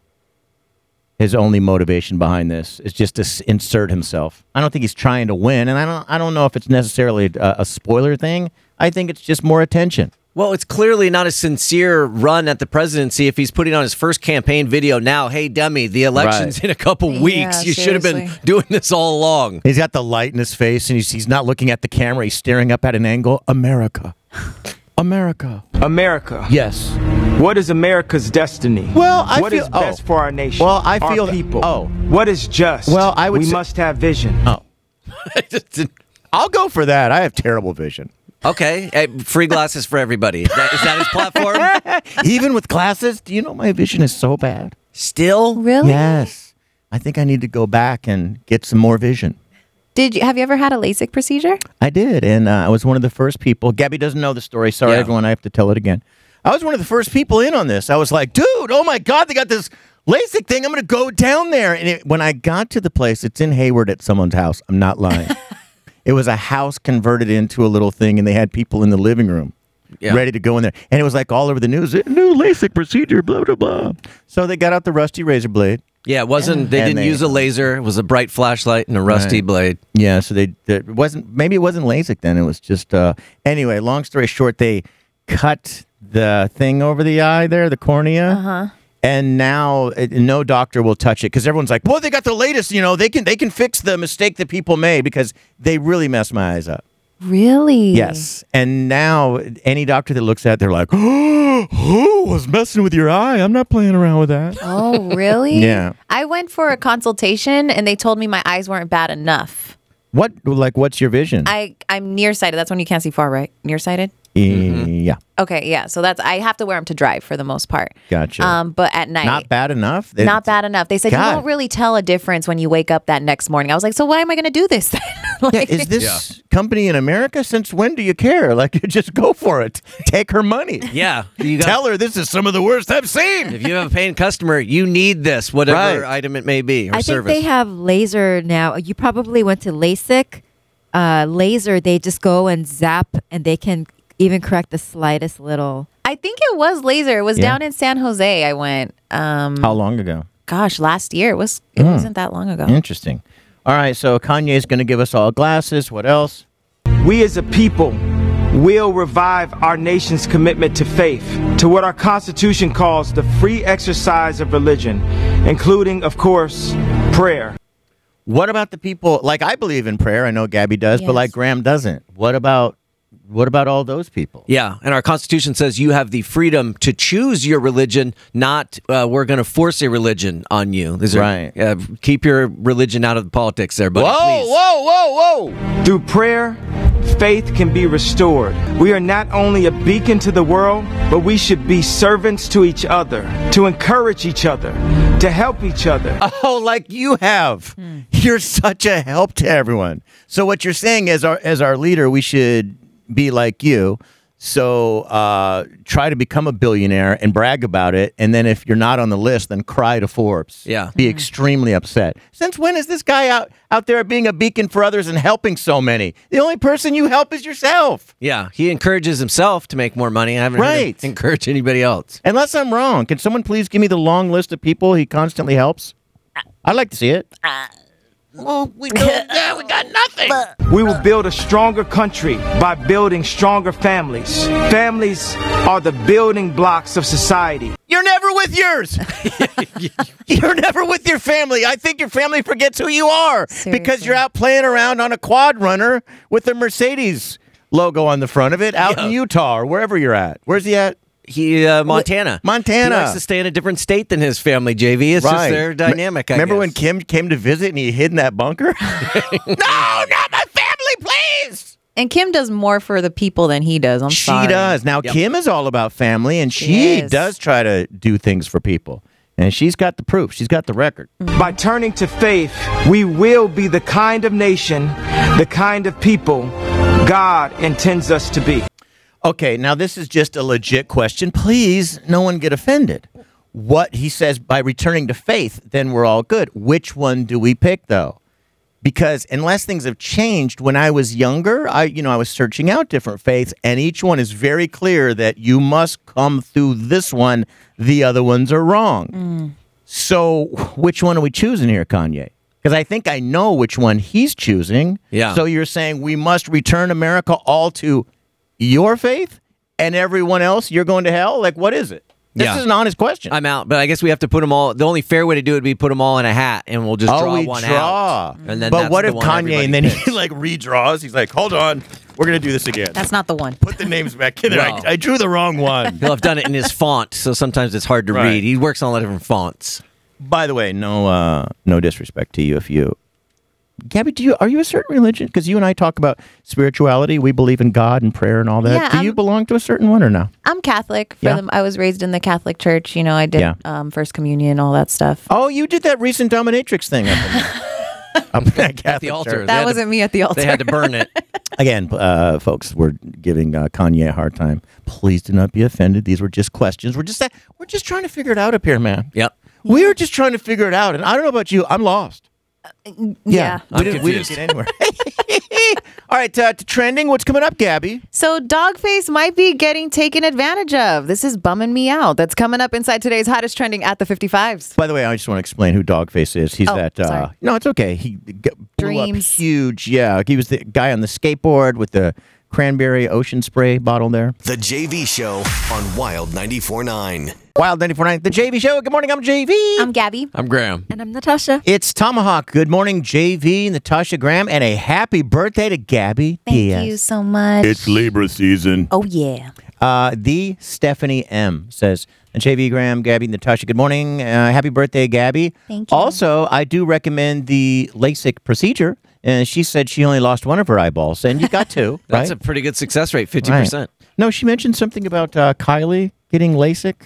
[SPEAKER 3] his only motivation behind this is just to s- insert himself. I don't think he's trying to win, and I don't I don't know if it's necessarily a, a spoiler thing. I think it's just more attention.
[SPEAKER 4] Well, it's clearly not a sincere run at the presidency if he's putting on his first campaign video now. Hey, dummy, the election's
[SPEAKER 3] Right.
[SPEAKER 4] in a couple weeks. you should have been
[SPEAKER 3] seriously.
[SPEAKER 4] doing this all along.
[SPEAKER 3] He's got the light in his face, and he's, he's not looking at the camera. He's staring up at an angle. America, America.
[SPEAKER 17] America.
[SPEAKER 3] Yes.
[SPEAKER 17] What is America's destiny?
[SPEAKER 3] Well, I
[SPEAKER 17] What
[SPEAKER 3] feel-
[SPEAKER 17] is best
[SPEAKER 3] oh.
[SPEAKER 17] for our nation?
[SPEAKER 3] Well, I
[SPEAKER 17] our
[SPEAKER 3] feel-
[SPEAKER 17] people.
[SPEAKER 3] oh.
[SPEAKER 17] what is just?
[SPEAKER 3] Well, I would
[SPEAKER 17] We
[SPEAKER 3] say-
[SPEAKER 17] must have vision.
[SPEAKER 3] Oh, I'll go for that. I have terrible vision.
[SPEAKER 4] Okay, eh, free glasses for everybody. Is that- is that his platform?
[SPEAKER 3] Even with glasses, do you know my vision is so bad?
[SPEAKER 4] Still?
[SPEAKER 3] Really? Yes. I think I need to go back and get some more vision.
[SPEAKER 7] Did you have you ever had a LASIK procedure?
[SPEAKER 3] I did, and uh, I was one of the first people. Gabby doesn't know the story. Sorry, everyone. I have to tell it again. I was one of the first people in on this. I was like, dude, oh my god, they got this LASIK thing. I'm going to go down there. And it, when I got to the place, it's in Hayward at someone's house. I'm not lying. it was a house converted into a little thing, and they had people in the living room.
[SPEAKER 4] Yeah.
[SPEAKER 3] Ready to go in there, and it was like all over the news. New LASIK procedure, blah blah blah. So they got out the rusty razor blade,
[SPEAKER 4] Yeah, it wasn't. They
[SPEAKER 3] And
[SPEAKER 4] didn't
[SPEAKER 3] they-
[SPEAKER 4] use a laser. It was a bright flashlight and a rusty
[SPEAKER 3] Right.
[SPEAKER 4] blade.
[SPEAKER 3] Yeah, so they it wasn't maybe it wasn't LASIK then. It was just uh anyway, long story short, they cut the thing over the eye there, the cornea. Uh-huh. And now it, no doctor will touch it because everyone's like, "Well, they got the latest, you know. They can they can fix the mistake that people made because they really messed my eyes up."
[SPEAKER 5] Really?
[SPEAKER 3] Yes. And now any doctor that looks at it, they're like, "Who was messing with your eye? I'm not playing around with that."
[SPEAKER 18] Oh, really?
[SPEAKER 3] Yeah.
[SPEAKER 18] I went for a consultation and they told me my eyes weren't bad enough.
[SPEAKER 3] What like what's your vision?
[SPEAKER 18] I I'm nearsighted. That's when you can't see far, right? Nearsighted.
[SPEAKER 3] Yeah.
[SPEAKER 18] Okay, yeah. So that's I have to wear them to drive for the most part.
[SPEAKER 3] Gotcha.
[SPEAKER 18] Um, but at night,
[SPEAKER 3] Not bad enough.
[SPEAKER 18] not bad enough. They said
[SPEAKER 3] God.
[SPEAKER 18] you won't really tell a difference when you wake up that next morning. I was like, so why am I going to do this? Then?
[SPEAKER 3] yeah, is this company in America? Since when do you care? Like, just go for it. Take her money.
[SPEAKER 4] Yeah,
[SPEAKER 3] tell her this is some of the worst I've seen.
[SPEAKER 4] If you have a paying customer, you need this, whatever item it may be or
[SPEAKER 5] I think
[SPEAKER 4] service.
[SPEAKER 5] they have laser now. You probably went to LASIK. Uh, laser, they just go and zap, and they can even correct the slightest little.
[SPEAKER 18] I think it was laser. It was
[SPEAKER 5] Yeah.
[SPEAKER 18] down in San Jose. I went. Um,
[SPEAKER 3] How long ago?
[SPEAKER 18] Gosh, last year. It was. It
[SPEAKER 3] Hmm.
[SPEAKER 18] wasn't that long ago.
[SPEAKER 3] Interesting. All right, so Kanye's going to give us all glasses. What else?
[SPEAKER 17] We as a people will revive our nation's commitment to faith, to what our Constitution calls the free exercise of religion, including, of course, prayer.
[SPEAKER 3] What about the people? Like, I believe in prayer. I know Gabby does, but like Graham doesn't. What about what about all those people?
[SPEAKER 4] Yeah, and our Constitution says you have the freedom to choose your religion, not uh, we're going to force a religion on you. These are-
[SPEAKER 3] Right.
[SPEAKER 4] uh, keep your religion out of politics there, buddy.
[SPEAKER 17] whoa, whoa, whoa, whoa! Through prayer, faith can be restored. We are not only a beacon to the world, but we should be servants to each other, to encourage each other, to help each other.
[SPEAKER 3] Oh, like you have. You're such a help to everyone. So what you're saying is, our as our leader, we should be like you. So uh, try to become a billionaire and brag about it, and then if you're not on the list, then cry to Forbes.
[SPEAKER 4] Yeah.
[SPEAKER 3] be extremely upset. Since when is this guy out out there being a beacon for others and helping so many? The only person you help is yourself.
[SPEAKER 4] Yeah, he encourages himself to make more money. I haven't heard him
[SPEAKER 3] Right.
[SPEAKER 4] encourage anybody else.
[SPEAKER 3] Unless I'm wrong, can someone please give me the long list of people he constantly helps? I'd like to see it.
[SPEAKER 18] Uh, Well, we don't. yeah, we got nothing.
[SPEAKER 17] We will build a stronger country by building stronger families. Families are the building blocks of society.
[SPEAKER 3] You're never with yours. you're never with your family. I think your family forgets who you are because you're out playing around on a quad runner with a Mercedes logo on the front of it out in Utah or wherever you're at. Where's he at?
[SPEAKER 4] He uh, Montana.
[SPEAKER 3] Montana.
[SPEAKER 4] He likes to stay in a different state than his family, JV. It's just their dynamic. I
[SPEAKER 3] Remember
[SPEAKER 4] guess.
[SPEAKER 3] when Kim came to visit and he hid in that bunker? no, not my family, please.
[SPEAKER 18] And Kim does more for the people than he does. I'm
[SPEAKER 3] she
[SPEAKER 18] sorry.
[SPEAKER 3] does. Now Kim is all about family and she
[SPEAKER 18] is.
[SPEAKER 3] does try to do things for people. And she's got the proof. She's got the record.
[SPEAKER 17] By turning to faith, we will be the kind of nation, the kind of people God intends us to be.
[SPEAKER 3] Okay, now this is just a legit question. Please, no one get offended. What he says by returning to faith, then we're all good. Which one do we pick, though? because unless things have changed when I was younger, I you know, I was searching out different faiths and each one is very clear that you must come through this one, the other ones are wrong. So, which one are we choosing here, Kanye? Because I think I know which one he's choosing.
[SPEAKER 4] Yeah.
[SPEAKER 3] So you're saying we must return America all to your faith and everyone else, you're going to hell? Like, what is it? This is an honest question.
[SPEAKER 4] I'm out, but I guess we have to put them all. The only fair way to do it would be put them all in a hat, and we'll just
[SPEAKER 3] Oh,
[SPEAKER 4] draw
[SPEAKER 3] we
[SPEAKER 4] one
[SPEAKER 3] draw.
[SPEAKER 4] out. And then,
[SPEAKER 3] But
[SPEAKER 4] that's
[SPEAKER 3] what
[SPEAKER 4] the
[SPEAKER 3] if
[SPEAKER 4] one
[SPEAKER 3] Kanye and
[SPEAKER 4] everybody
[SPEAKER 3] then
[SPEAKER 4] picks.
[SPEAKER 3] he like redraws? He's like, hold on, we're gonna do this again.
[SPEAKER 19] That's not the one.
[SPEAKER 3] Put the names back in there.
[SPEAKER 4] No.
[SPEAKER 3] I, I drew the wrong one.
[SPEAKER 4] He'll have done it in his font, so sometimes it's hard to
[SPEAKER 3] Right.
[SPEAKER 4] read. He works on a lot of different fonts.
[SPEAKER 3] By the way, no, uh, no disrespect to you if you. Gabby, do you are you a certain religion? Because you and I talk about spirituality. We believe in God and prayer and all that.
[SPEAKER 7] Yeah,
[SPEAKER 3] do you belong to a certain one or no?
[SPEAKER 7] I'm Catholic. For
[SPEAKER 3] Yeah.
[SPEAKER 7] them, I was raised in the Catholic Church. You know, I did
[SPEAKER 3] Yeah.
[SPEAKER 7] um, first communion, all that stuff.
[SPEAKER 3] Oh, you did that recent dominatrix thing up in- up in that Catholic church.
[SPEAKER 7] That wasn't me at the altar.
[SPEAKER 4] burn it.
[SPEAKER 3] Again, uh, folks, we're giving uh, Kanye a hard time. Please do not be offended. These were just questions. We're just we're just trying to figure it out up here, man.
[SPEAKER 4] Yep.
[SPEAKER 3] We are just trying to figure it out, and I don't know about you. I'm lost.
[SPEAKER 7] Uh, yeah.
[SPEAKER 3] we didn't, we didn't get anywhere. All right, uh, to trending. What's coming up, Gabby?
[SPEAKER 7] So Dogface might be getting taken advantage of. This is bumming me out. That's coming up inside today's hottest trending at the 55s.
[SPEAKER 3] By the way, I just want to explain who Dogface is. He's
[SPEAKER 7] Oh,
[SPEAKER 3] that. Uh,
[SPEAKER 7] sorry.
[SPEAKER 3] No, it's okay. He g- blew up
[SPEAKER 7] Dreams.
[SPEAKER 3] huge. Yeah, he was the guy on the skateboard with the cranberry ocean spray bottle there.
[SPEAKER 2] The JV Show on Wild 94.9.
[SPEAKER 3] Wild 94.9, the JV show. Good morning, I'm JV.
[SPEAKER 7] I'm Gabby.
[SPEAKER 4] I'm Graham.
[SPEAKER 7] And I'm Natasha.
[SPEAKER 3] It's Tomahawk. Good morning, JV, Natasha Graham, and a happy birthday to Gabby
[SPEAKER 7] Thank
[SPEAKER 3] Diaz.
[SPEAKER 7] you so much.
[SPEAKER 3] Libra season.
[SPEAKER 7] oh, yeah.
[SPEAKER 3] Uh, the Stephanie M says, JV Graham, Gabby, Natasha, good morning. Uh, happy birthday, Gabby.
[SPEAKER 7] Thank
[SPEAKER 3] you. Also, I do recommend the LASIK procedure. And she said she only lost one of her eyeballs, and you got two, right?
[SPEAKER 4] That's a pretty good success rate, fifty percent.
[SPEAKER 3] No, she mentioned something about uh, Kylie getting LASIK.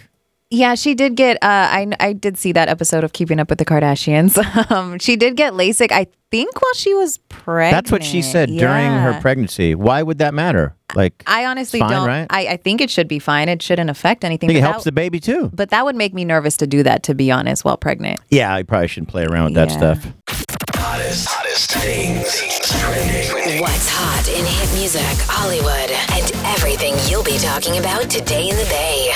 [SPEAKER 7] Yeah, she did get. Uh, I I did see that episode of Keeping Up with the Kardashians. Um, she did get LASIK, I think, while she was pregnant.
[SPEAKER 3] That's what she said during her
[SPEAKER 7] Yeah.
[SPEAKER 3] pregnancy. Why would that matter? Like,
[SPEAKER 7] I honestly
[SPEAKER 3] It's fine,
[SPEAKER 7] don't.
[SPEAKER 3] right?
[SPEAKER 7] I, I think it should be fine. It shouldn't affect
[SPEAKER 3] I
[SPEAKER 7] anything.
[SPEAKER 3] think it
[SPEAKER 7] but
[SPEAKER 3] helps
[SPEAKER 7] that,
[SPEAKER 3] the baby too.
[SPEAKER 7] But that would make me nervous to do that, to be honest, while pregnant.
[SPEAKER 3] Yeah, I probably shouldn't play around with that
[SPEAKER 7] Yeah.
[SPEAKER 3] stuff.
[SPEAKER 12] Hottest, hottest things, trending. What's hot in hit music, Hollywood, and everything you'll be talking about today in the Bay.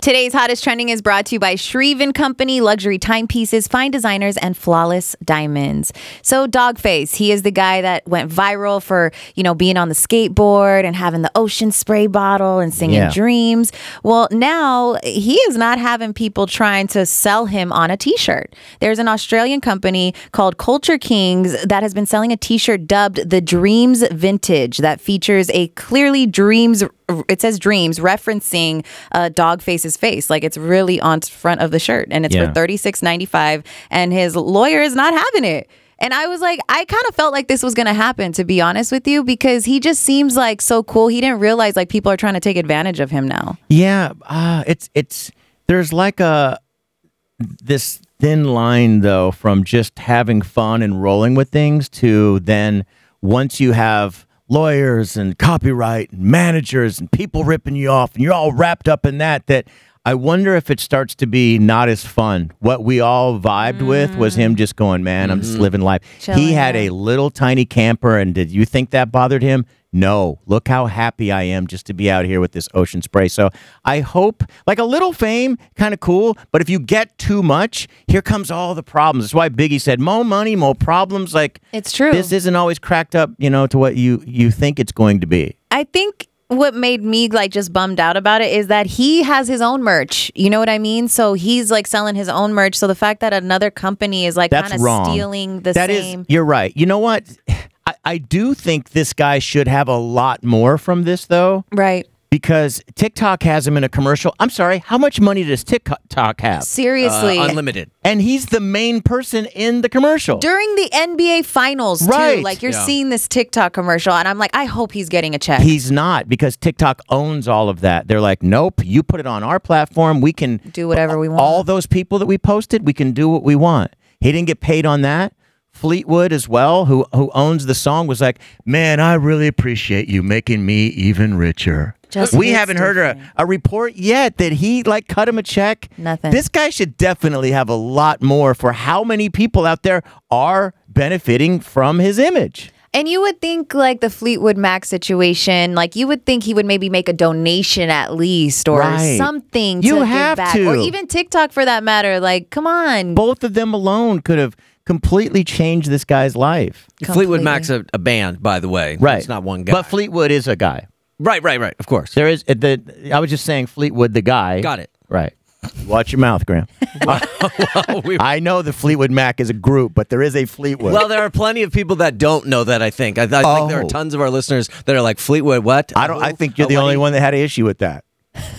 [SPEAKER 7] Today's hottest trending is brought to you by Shreve & Company, luxury timepieces, fine designers, and flawless diamonds. So Dogface, he is the guy that went viral for, you know, being on the skateboard and having the ocean spray bottle and singing
[SPEAKER 20] Yeah.
[SPEAKER 7] dreams. Well, now he is not having people trying to sell him on a t-shirt. There's an Australian company called Culture Kings that has been selling a t-shirt dubbed the Dreams Vintage that features a clearly dreams it says dreams referencing uh, dog face's face like it's really on front of the shirt and it's
[SPEAKER 20] Yeah.
[SPEAKER 7] for 36.95 and his lawyer is not having it and I was like, I kind of felt like this was gonna happen, to be honest with you, because he just seems like so cool. He didn't realize like people are trying to take advantage of him now.
[SPEAKER 3] Yeah, uh, it's it's there's like a this thin line though from just having fun and rolling with things to then once you have lawyers and copyright and managers and people ripping you off and you're all wrapped up in that that I wonder if it starts to be not as fun. What we all vibed with was him just going, "Man, I'm just living life." he
[SPEAKER 7] Chilling
[SPEAKER 3] had a little tiny camper, and did you think that bothered him? No. Look how happy I am just to be out here with this ocean spray. So I hope, like a little fame, kind of cool, but if you get too much, here comes all the problems. That's why Biggie said, "More money, more problems." Like
[SPEAKER 7] it's true.
[SPEAKER 3] This isn't always cracked up, you know, to what you you think it's going to be.
[SPEAKER 7] I think what made me like just bummed out about it is that he has his own merch. You know what I mean? So he's like selling his own merch. So the fact that another company is like kind
[SPEAKER 3] That's
[SPEAKER 7] of
[SPEAKER 3] wrong.
[SPEAKER 7] stealing the
[SPEAKER 3] That is-
[SPEAKER 7] same.
[SPEAKER 3] you're right. You know what? I, I do think this guy should have a lot more from this, though.
[SPEAKER 7] Right.
[SPEAKER 3] Because TikTok has him in a commercial. I'm sorry. How much money does TikTok have?
[SPEAKER 7] Seriously. Uh, unlimited.
[SPEAKER 3] And he's the main person in the commercial.
[SPEAKER 7] during the NBA finals
[SPEAKER 3] Right.
[SPEAKER 7] too. Like you're
[SPEAKER 3] Yeah.
[SPEAKER 7] seeing this TikTok commercial and I'm like I hope he's getting a check.
[SPEAKER 3] He's not because TikTok owns all of that. They're like, nope, you put it on our platform. We can
[SPEAKER 7] do whatever we want.
[SPEAKER 3] All those people that we posted, we can do what we want. He didn't get paid on that. Fleetwood as well, who who owns the song, was like, man, I really appreciate you making me even richer. Just we haven't heard a, a report yet that he like cut him a check. Nothing. This guy should definitely have a lot more for how many people out there are benefiting from his image.
[SPEAKER 7] And you would think like the Fleetwood Mac situation, like you would think he would maybe make a donation at least or
[SPEAKER 3] Right.
[SPEAKER 7] something
[SPEAKER 3] You
[SPEAKER 7] to give
[SPEAKER 3] have
[SPEAKER 7] back.
[SPEAKER 3] to.
[SPEAKER 7] Or even TikTok for that matter. Like, come on.
[SPEAKER 3] Both of them alone could have completely changed this guy's life.
[SPEAKER 4] Fleetwood Mac's a, a band, by the way.
[SPEAKER 3] Right.
[SPEAKER 4] It's not one guy.
[SPEAKER 3] But Fleetwood is a guy.
[SPEAKER 4] Right, right, right. Of course.
[SPEAKER 3] There is uh, the I was just saying Fleetwood the guy.
[SPEAKER 4] Got it.
[SPEAKER 3] Right. Watch your mouth, Graham. I know the Fleetwood Mac is a group, but there is a Fleetwood.
[SPEAKER 4] Well, there are plenty of people that don't know that. I think. I, I think there
[SPEAKER 3] Oh.
[SPEAKER 4] are tons of our listeners that are like Fleetwood. What? I don't. I
[SPEAKER 3] think you're the only one that had an issue with that.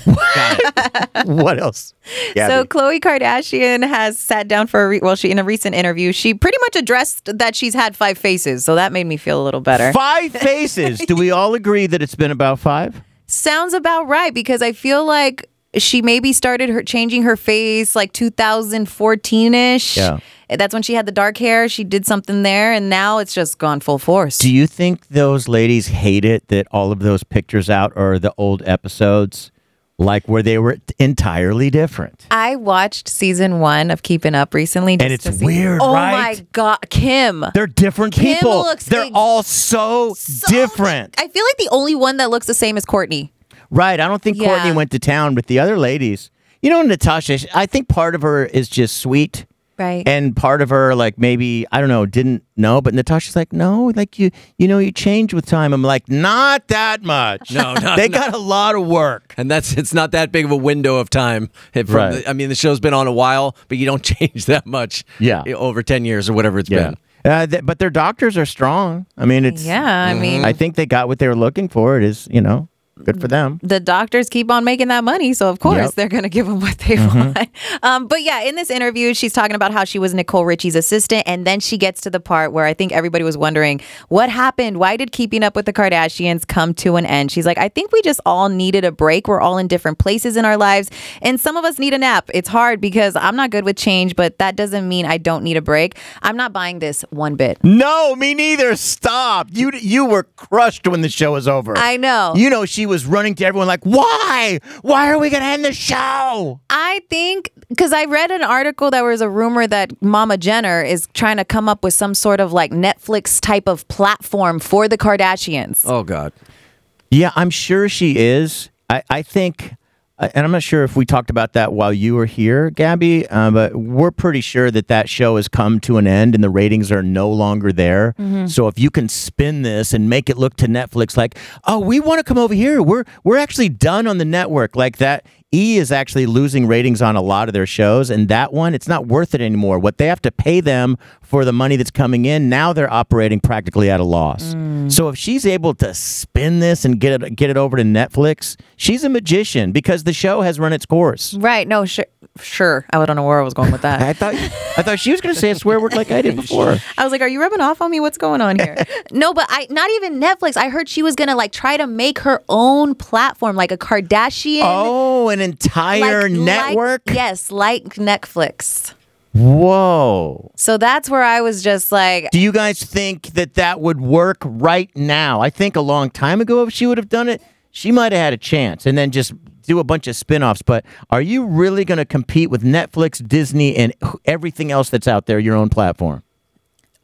[SPEAKER 3] what else?
[SPEAKER 21] so
[SPEAKER 3] Gabby?
[SPEAKER 21] Khloe Kardashian has sat down for a re- well, she in a recent interview, she pretty much addressed that she's had five faces, so that made me feel a little better.
[SPEAKER 3] Five faces. Do we all agree that it's been about five?
[SPEAKER 21] Sounds about right because I feel like she maybe started her changing her face like 2014 ish.
[SPEAKER 3] Yeah.
[SPEAKER 21] That's when she had the dark hair. She did something there, and now it's just gone full force.
[SPEAKER 3] Do you think those ladies hate it that all of those pictures out are the old episodes, like where they were entirely different?
[SPEAKER 7] I watched season one of Keeping Up recently.
[SPEAKER 3] And it's weird,
[SPEAKER 7] oh
[SPEAKER 3] right?
[SPEAKER 7] my God. Kim.
[SPEAKER 3] They're different
[SPEAKER 7] Kim
[SPEAKER 3] people.
[SPEAKER 7] looks
[SPEAKER 3] They're
[SPEAKER 7] ex-
[SPEAKER 3] all so, different.
[SPEAKER 7] I feel like the only one that looks the same is Courtney.
[SPEAKER 3] Right. I don't think Courtney
[SPEAKER 7] Yeah.
[SPEAKER 3] went to town with the other ladies. You know, Natasha, sh- I think part of her is just sweet.
[SPEAKER 7] Right.
[SPEAKER 3] And part of her, like maybe, I don't know, didn't know. But Natasha's like, no, like you, you know, you change with time. I'm like, not that much.
[SPEAKER 4] No, no,
[SPEAKER 3] They
[SPEAKER 4] no.
[SPEAKER 3] got a lot of work.
[SPEAKER 4] And that's it's not that big of a window of time. It- from
[SPEAKER 3] Right.
[SPEAKER 4] the- I mean, the show's been on a while, but you don't change that much.
[SPEAKER 3] Yeah.
[SPEAKER 4] Over ten years or whatever it's been.
[SPEAKER 3] Uh, th- but their doctors are strong. I mean, it's.
[SPEAKER 7] Yeah, I mean-
[SPEAKER 3] I think they got what they were looking for. It is, you know, good for them.
[SPEAKER 7] the doctors keep on making that money, so of course
[SPEAKER 3] Yep. Mm-hmm.
[SPEAKER 7] they're going to give them what they want. Um, but yeah, in this interview, she's talking about how she was Nicole Richie's assistant, and then she gets to the part where I think everybody was wondering what happened. Why did Keeping Up with the Kardashians come to an end? She's like, I think we just all needed a break. We're all in different places in our lives, and some of us need a nap. It's hard because I'm not good with change, but that doesn't mean I don't need a break. I'm not buying this one bit.
[SPEAKER 3] No, me neither. Stop. You you were crushed when the show was over.
[SPEAKER 7] I know.
[SPEAKER 3] You know she was running to everyone like, "Why? Why are we going to end the show?"
[SPEAKER 7] I think because I read an article that was a rumor that Mama Jenner is trying to come up with some sort of like Netflix type of platform for the Kardashians.
[SPEAKER 4] Oh God.
[SPEAKER 3] Yeah, I'm sure she is. I I think I- and I'm not sure if we talked about that while you were here, Gabby, uh, but we're pretty sure that that show has come to an end and the ratings are no longer there.
[SPEAKER 7] Mm-hmm.
[SPEAKER 22] Mhm.
[SPEAKER 3] So if you can spin this and make it look to Netflix like, oh, we want to come over here. We're we're actually done on the network. Like that E is actually losing ratings on a lot of their shows, and that one, it's not worth it anymore. What they have to pay them for the money that's coming in, now they're operating practically at a loss.
[SPEAKER 7] Mm.
[SPEAKER 3] So if she's able to spin this and get it get it over to Netflix, she's a magician because the show has run its course.
[SPEAKER 7] Right. No, sure. Sure. I don't know where I was going with that.
[SPEAKER 3] I thought I thought she was going to say a swear word like I did before.
[SPEAKER 7] I was like, are you rubbing off on me? What's going on here? no, but I not even Netflix. I heard she was going to like try to make her own platform, like a Kardashian.
[SPEAKER 3] Oh, an entire
[SPEAKER 7] like-
[SPEAKER 3] network?
[SPEAKER 7] like- yes, like Netflix.
[SPEAKER 3] Whoa.
[SPEAKER 7] So that's where I was just like,
[SPEAKER 3] Do you guys think that that would work right now? I think a long time ago, if she would have done it, she might have had a chance and then just do a bunch of spin offs. But are you really going to compete with Netflix, Disney, and wh- everything else that's out there, your own platform?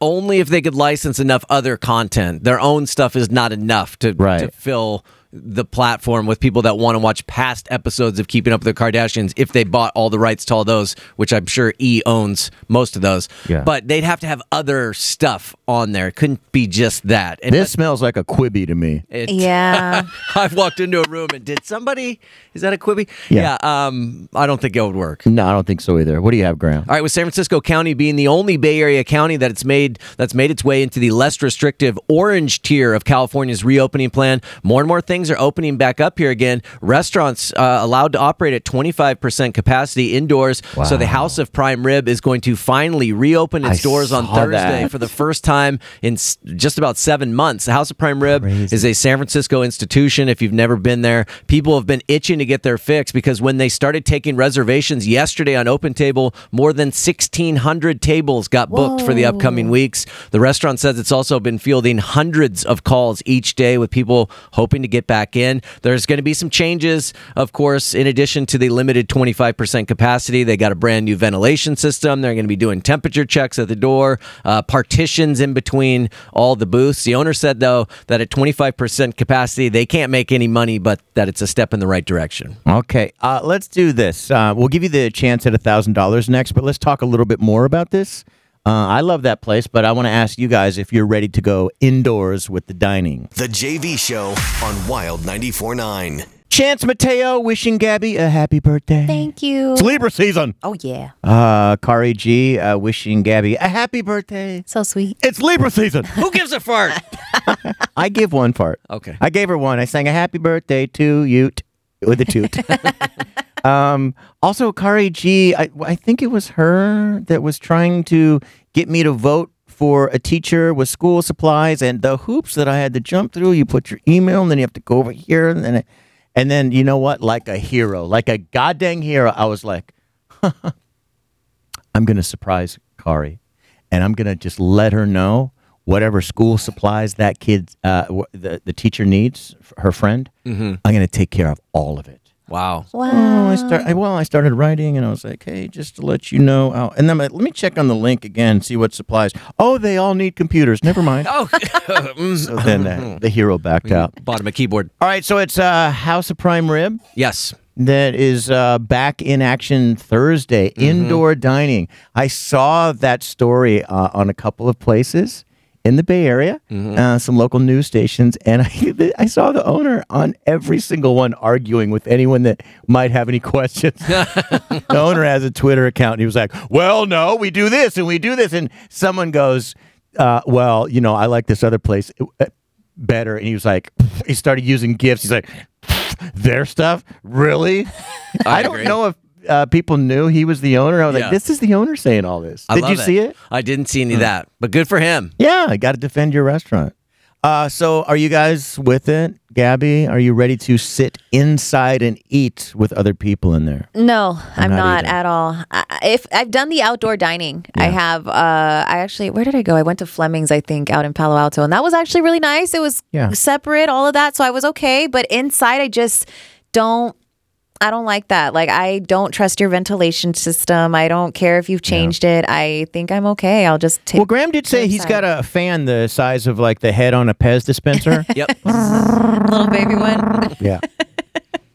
[SPEAKER 4] Only if they could license enough other content. Their own stuff is not enough to, to fill the platform with people that want to watch past episodes of Keeping Up with the Kardashians if they bought all the rights to all those, which I'm sure E owns most of those.
[SPEAKER 3] Yeah.
[SPEAKER 4] But they'd have to have other stuff on there. It couldn't be just that. And
[SPEAKER 3] This smells like a Quibi to me.
[SPEAKER 4] It,
[SPEAKER 7] Yeah.
[SPEAKER 4] I've walked into a room and did somebody is that a Quibi?
[SPEAKER 3] Yeah.
[SPEAKER 4] um, I don't think it would work.
[SPEAKER 3] No, I don't think so either. What do you have, Graham?
[SPEAKER 4] All right, with San Francisco County being the only Bay Area county that it's made that's made its way into the less restrictive orange tier of California's reopening plan, more and more things are opening back up here again. Restaurants uh, allowed to operate at 25% capacity indoors, so the House of Prime Rib is going to finally reopen its
[SPEAKER 3] I
[SPEAKER 4] doors on
[SPEAKER 3] saw
[SPEAKER 4] Thursday
[SPEAKER 3] that.
[SPEAKER 4] for the first time in s- just about 7 months. The House of Prime Rib is a San Francisco institution if you've never been there. People have been itching to get their fix because when they started taking reservations yesterday on Open Table, more than 1600 tables got booked for the upcoming weeks. The restaurant says it's also been fielding hundreds of calls each day with people hoping to get back in. There's going to be some changes, of course, in addition to the limited 25% capacity. They got a brand new ventilation system. They're going to be doing temperature checks at the door, uh, partitions in between all the booths. The owner said, though, that at 25% capacity, they can't make any money, but that it's a step in the right direction.
[SPEAKER 3] Okay, uh, let's do this. Uh, we'll give you the chance at thousand dollars next, but let's talk a little bit more about this. Uh, I love that place, but I want to ask you guys if you're ready to go indoors with the dining.
[SPEAKER 2] The JV Show on Wild 94.9.
[SPEAKER 3] Chance Mateo wishing Gabby a happy birthday.
[SPEAKER 5] Thank you.
[SPEAKER 3] It's Libra season.
[SPEAKER 5] Oh, yeah.
[SPEAKER 3] Uh, Kari G uh, wishing Gabby a happy birthday.
[SPEAKER 5] So sweet.
[SPEAKER 3] It's Libra season.
[SPEAKER 4] Who gives a fart?
[SPEAKER 3] I give one fart.
[SPEAKER 4] Okay.
[SPEAKER 3] I gave her one. I sang a happy birthday to you t- with a toot. um, also, Kari G, I, I think it was her that was trying to get me to vote for a teacher with school supplies and the hoops that I had to jump through. You put your email and then you have to go over here and then, and then you know what? Like a hero, like a goddamn hero, I was like, I'm going to surprise Kari and I'm going to just let her know whatever school supplies that kid, uh, wh- the, the teacher needs, f- her friend, I'm going to take care of all of it.
[SPEAKER 4] Mm-hmm. Wow.
[SPEAKER 3] Oh, I start, I, well, I started writing and I was like, hey, just to let you know. I'll, and then I'm like, let me check on the link again, see what supplies. Oh, they all need computers. Never mind.
[SPEAKER 4] oh,
[SPEAKER 3] so then
[SPEAKER 4] Mm-hmm.
[SPEAKER 3] uh, the hero backed out.
[SPEAKER 4] Bought him a keyboard.
[SPEAKER 3] All right, so it's uh, House of Prime Rib.
[SPEAKER 4] Yes.
[SPEAKER 3] That is uh, back in action Thursday, indoor dining. I saw that story uh, on a couple of places in the Bay Area, uh, some local news stations, and I, I saw the owner on every single one arguing with anyone that might have any questions. the owner has a Twitter account, and he was like, Well, no, we do this and we do this. And someone goes, uh, Well, you know, I like this other place uh, better. And he was like, He started using gifts. He's like, their stuff? Really? I, don't
[SPEAKER 4] agree.
[SPEAKER 3] know if uh, people knew he was the owner. I was
[SPEAKER 4] Yeah.
[SPEAKER 3] like, this is the owner saying all this.
[SPEAKER 4] I
[SPEAKER 3] Did
[SPEAKER 4] love
[SPEAKER 3] you see it? Hmm.
[SPEAKER 4] I didn't see any of that, but good for him.
[SPEAKER 3] Yeah, I got to defend your restaurant. Uh, so, are you guys with it, Gabby? Are you ready to sit inside and eat with other people in there?
[SPEAKER 5] No,
[SPEAKER 3] I'm
[SPEAKER 5] I'm,
[SPEAKER 3] not
[SPEAKER 5] not, at all. I, I- if I've done the outdoor dining, I have. Uh, I actually, where did I go? I went to Fleming's, I think, out in Palo Alto, and that was actually really nice. It was
[SPEAKER 3] Yeah.
[SPEAKER 5] separate, all of that, so I was okay. But inside, I just don't. I don't like that. Like, I don't trust your ventilation system. I don't care if you've changed it. I think I'm okay. I'll just take.
[SPEAKER 3] Well, Graham did say he's got a fan the size of like the head on a Pez dispenser.
[SPEAKER 4] yep.
[SPEAKER 5] little baby one.
[SPEAKER 3] yeah.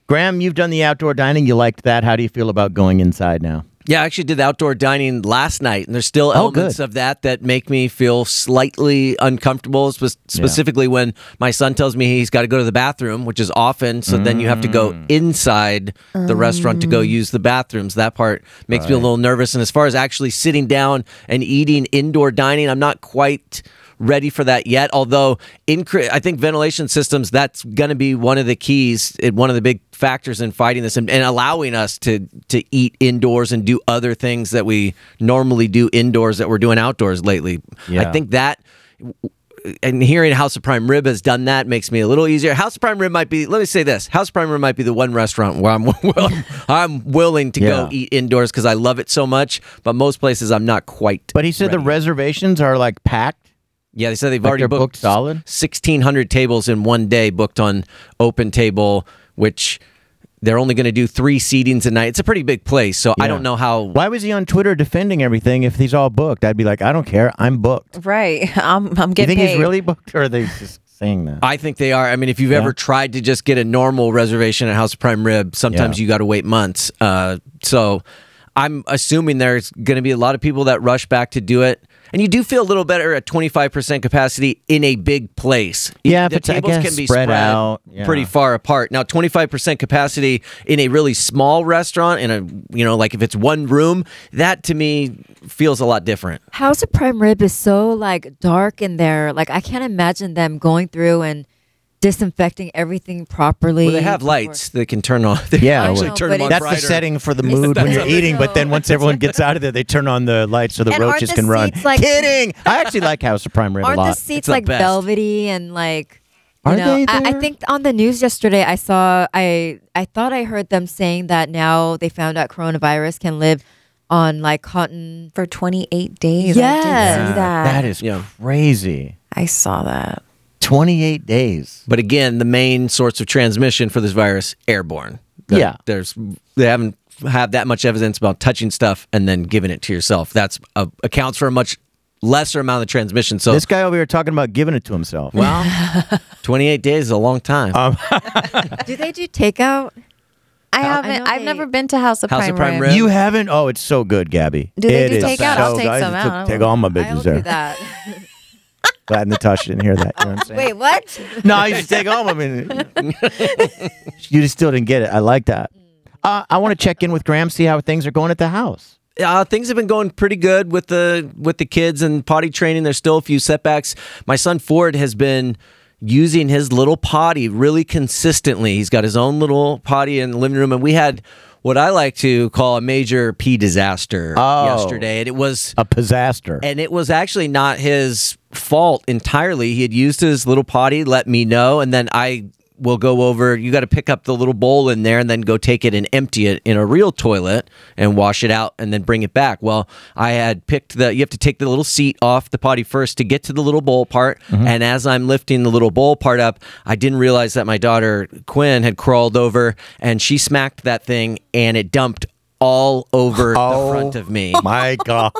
[SPEAKER 3] Graham, you've done the outdoor dining. You liked that. How do you feel about going inside now?
[SPEAKER 4] Yeah, I actually did the outdoor dining last night, and there's still elements of that that make me feel slightly uncomfortable. spe- Specifically, when my son tells me he's got to go to the bathroom, which is often, so then you have to go inside the restaurant to go use the bathrooms. That part makes me a little nervous. And as far as actually sitting down and eating indoor dining, I'm not quite ready for that yet. Although, incre- I think ventilation systems that's going to be one of the keys, it- one of the big factors in fighting this and, and allowing us to to eat indoors and do other things that we normally do indoors that we're doing outdoors lately.
[SPEAKER 3] Yeah.
[SPEAKER 4] I think that. And hearing House of Prime Rib has done that makes me a little easier. House of Prime Rib might be. Let me say this: House of Prime Rib might be the one restaurant where I'm I'm willing to
[SPEAKER 3] Yeah.
[SPEAKER 4] go eat indoors because I love it so much. But most places I'm not quite.
[SPEAKER 3] But he said the reservations are like packed.
[SPEAKER 4] Yeah, they said they've
[SPEAKER 3] Like
[SPEAKER 4] already
[SPEAKER 3] they're
[SPEAKER 4] booked,
[SPEAKER 3] booked solid?
[SPEAKER 4] Sixteen hundred tables in one day booked on Open Table, which they're only going to do three seatings a night. It's a pretty big place, so I
[SPEAKER 3] Yeah.
[SPEAKER 4] don't know how.
[SPEAKER 3] Why was he on Twitter defending everything if he's all booked? I'd be like, I don't care. I'm booked.
[SPEAKER 5] Right. I'm. I'm
[SPEAKER 3] Do you
[SPEAKER 5] getting.
[SPEAKER 3] think he's
[SPEAKER 5] paid.
[SPEAKER 3] really booked or are they just saying that?
[SPEAKER 4] I think they are. I mean, if you've ever tried to just get a normal reservation at House of Prime Rib, sometimes you got to wait months. Uh, so I'm assuming there's going to be a lot of people that rush back to do it. And you do feel a little better at 25% capacity in a big place.
[SPEAKER 3] Yeah, if
[SPEAKER 4] the
[SPEAKER 3] it's, I
[SPEAKER 4] tables
[SPEAKER 3] guess,
[SPEAKER 4] can be
[SPEAKER 3] spread out, yeah.
[SPEAKER 4] pretty far apart. Now, 25% capacity in a really small restaurant, in a, you know, like if it's one room, that to me feels a lot different.
[SPEAKER 5] House of Prime Rib is so like dark in there. Like I can't imagine them going through and disinfecting everything properly.
[SPEAKER 4] Well, they have lights that can turn on. They
[SPEAKER 3] Yeah,
[SPEAKER 4] actually
[SPEAKER 3] well,
[SPEAKER 4] turn 'em on
[SPEAKER 3] that's the
[SPEAKER 4] brighter.
[SPEAKER 3] setting for the mood when you're eating. But then once everyone gets out of there, they turn on the lights so the
[SPEAKER 5] And aren't
[SPEAKER 3] roaches
[SPEAKER 5] the
[SPEAKER 3] can run.
[SPEAKER 5] seats, like-
[SPEAKER 3] Kidding! I actually like House of Prime Rib a
[SPEAKER 5] Aren't
[SPEAKER 3] lot.
[SPEAKER 5] the seats like velvety and like? You
[SPEAKER 3] Are
[SPEAKER 5] know,
[SPEAKER 3] they
[SPEAKER 5] I, I think on the news yesterday, I saw I I thought I heard them saying that now they found out coronavirus can live on like cotton
[SPEAKER 18] for 28 days.
[SPEAKER 5] Yes,
[SPEAKER 3] Yeah, that is crazy.
[SPEAKER 5] I saw that.
[SPEAKER 3] 28 days.
[SPEAKER 4] But again, the main source of transmission for this virus airborne.
[SPEAKER 3] Yeah.
[SPEAKER 4] there's they haven't have that much evidence about touching stuff and then giving it to yourself. That's uh, accounts for a much lesser amount of transmission. So
[SPEAKER 3] this guy over here talking about giving it to himself. Um,
[SPEAKER 4] Well, 28 days is a long time.
[SPEAKER 5] do they do takeout?
[SPEAKER 18] I haven't. I've never been to House of
[SPEAKER 4] House
[SPEAKER 18] Prime,
[SPEAKER 4] of Prime
[SPEAKER 18] Rib.
[SPEAKER 4] Rib.
[SPEAKER 3] You haven't? Oh, it's so good, Gabby.
[SPEAKER 18] Do they
[SPEAKER 3] It
[SPEAKER 18] do
[SPEAKER 3] is
[SPEAKER 18] takeout? I'll
[SPEAKER 3] so
[SPEAKER 18] take
[SPEAKER 3] good.
[SPEAKER 18] some
[SPEAKER 3] I took-
[SPEAKER 18] out.
[SPEAKER 3] Take all my bitches there.
[SPEAKER 5] that.
[SPEAKER 3] Glad Natasha didn't hear that. You know what I'm saying?
[SPEAKER 5] Wait, what? Um,
[SPEAKER 3] No, I used to take all my bitches. you just still didn't get it. I like that.
[SPEAKER 4] Mm.
[SPEAKER 3] Uh, I want to check in with Graham, see how things are going at the house.
[SPEAKER 4] Uh, things have been going pretty good with the with the kids and potty training. There's still a few setbacks. My son Ford has been using his little potty really consistently. He's got his own little potty in the living room, and we had what I like to call a major pee disaster
[SPEAKER 3] Oh.
[SPEAKER 4] yesterday, and it was
[SPEAKER 3] A disaster.
[SPEAKER 4] and it was actually not his fault entirely. He had used his little potty, let me know, and then I will go over. You got to pick up the little bowl in there and then go take it and empty it in a real toilet and wash it out and then bring it back. Well, I had picked the, you have to take the little seat off the potty first to get to the little bowl part.
[SPEAKER 3] Mm-hmm.
[SPEAKER 4] And as I'm lifting the little bowl part up, I didn't realize that my daughter Quinn had crawled over and she smacked that thing and it dumped all over the front of me.
[SPEAKER 3] Oh My God.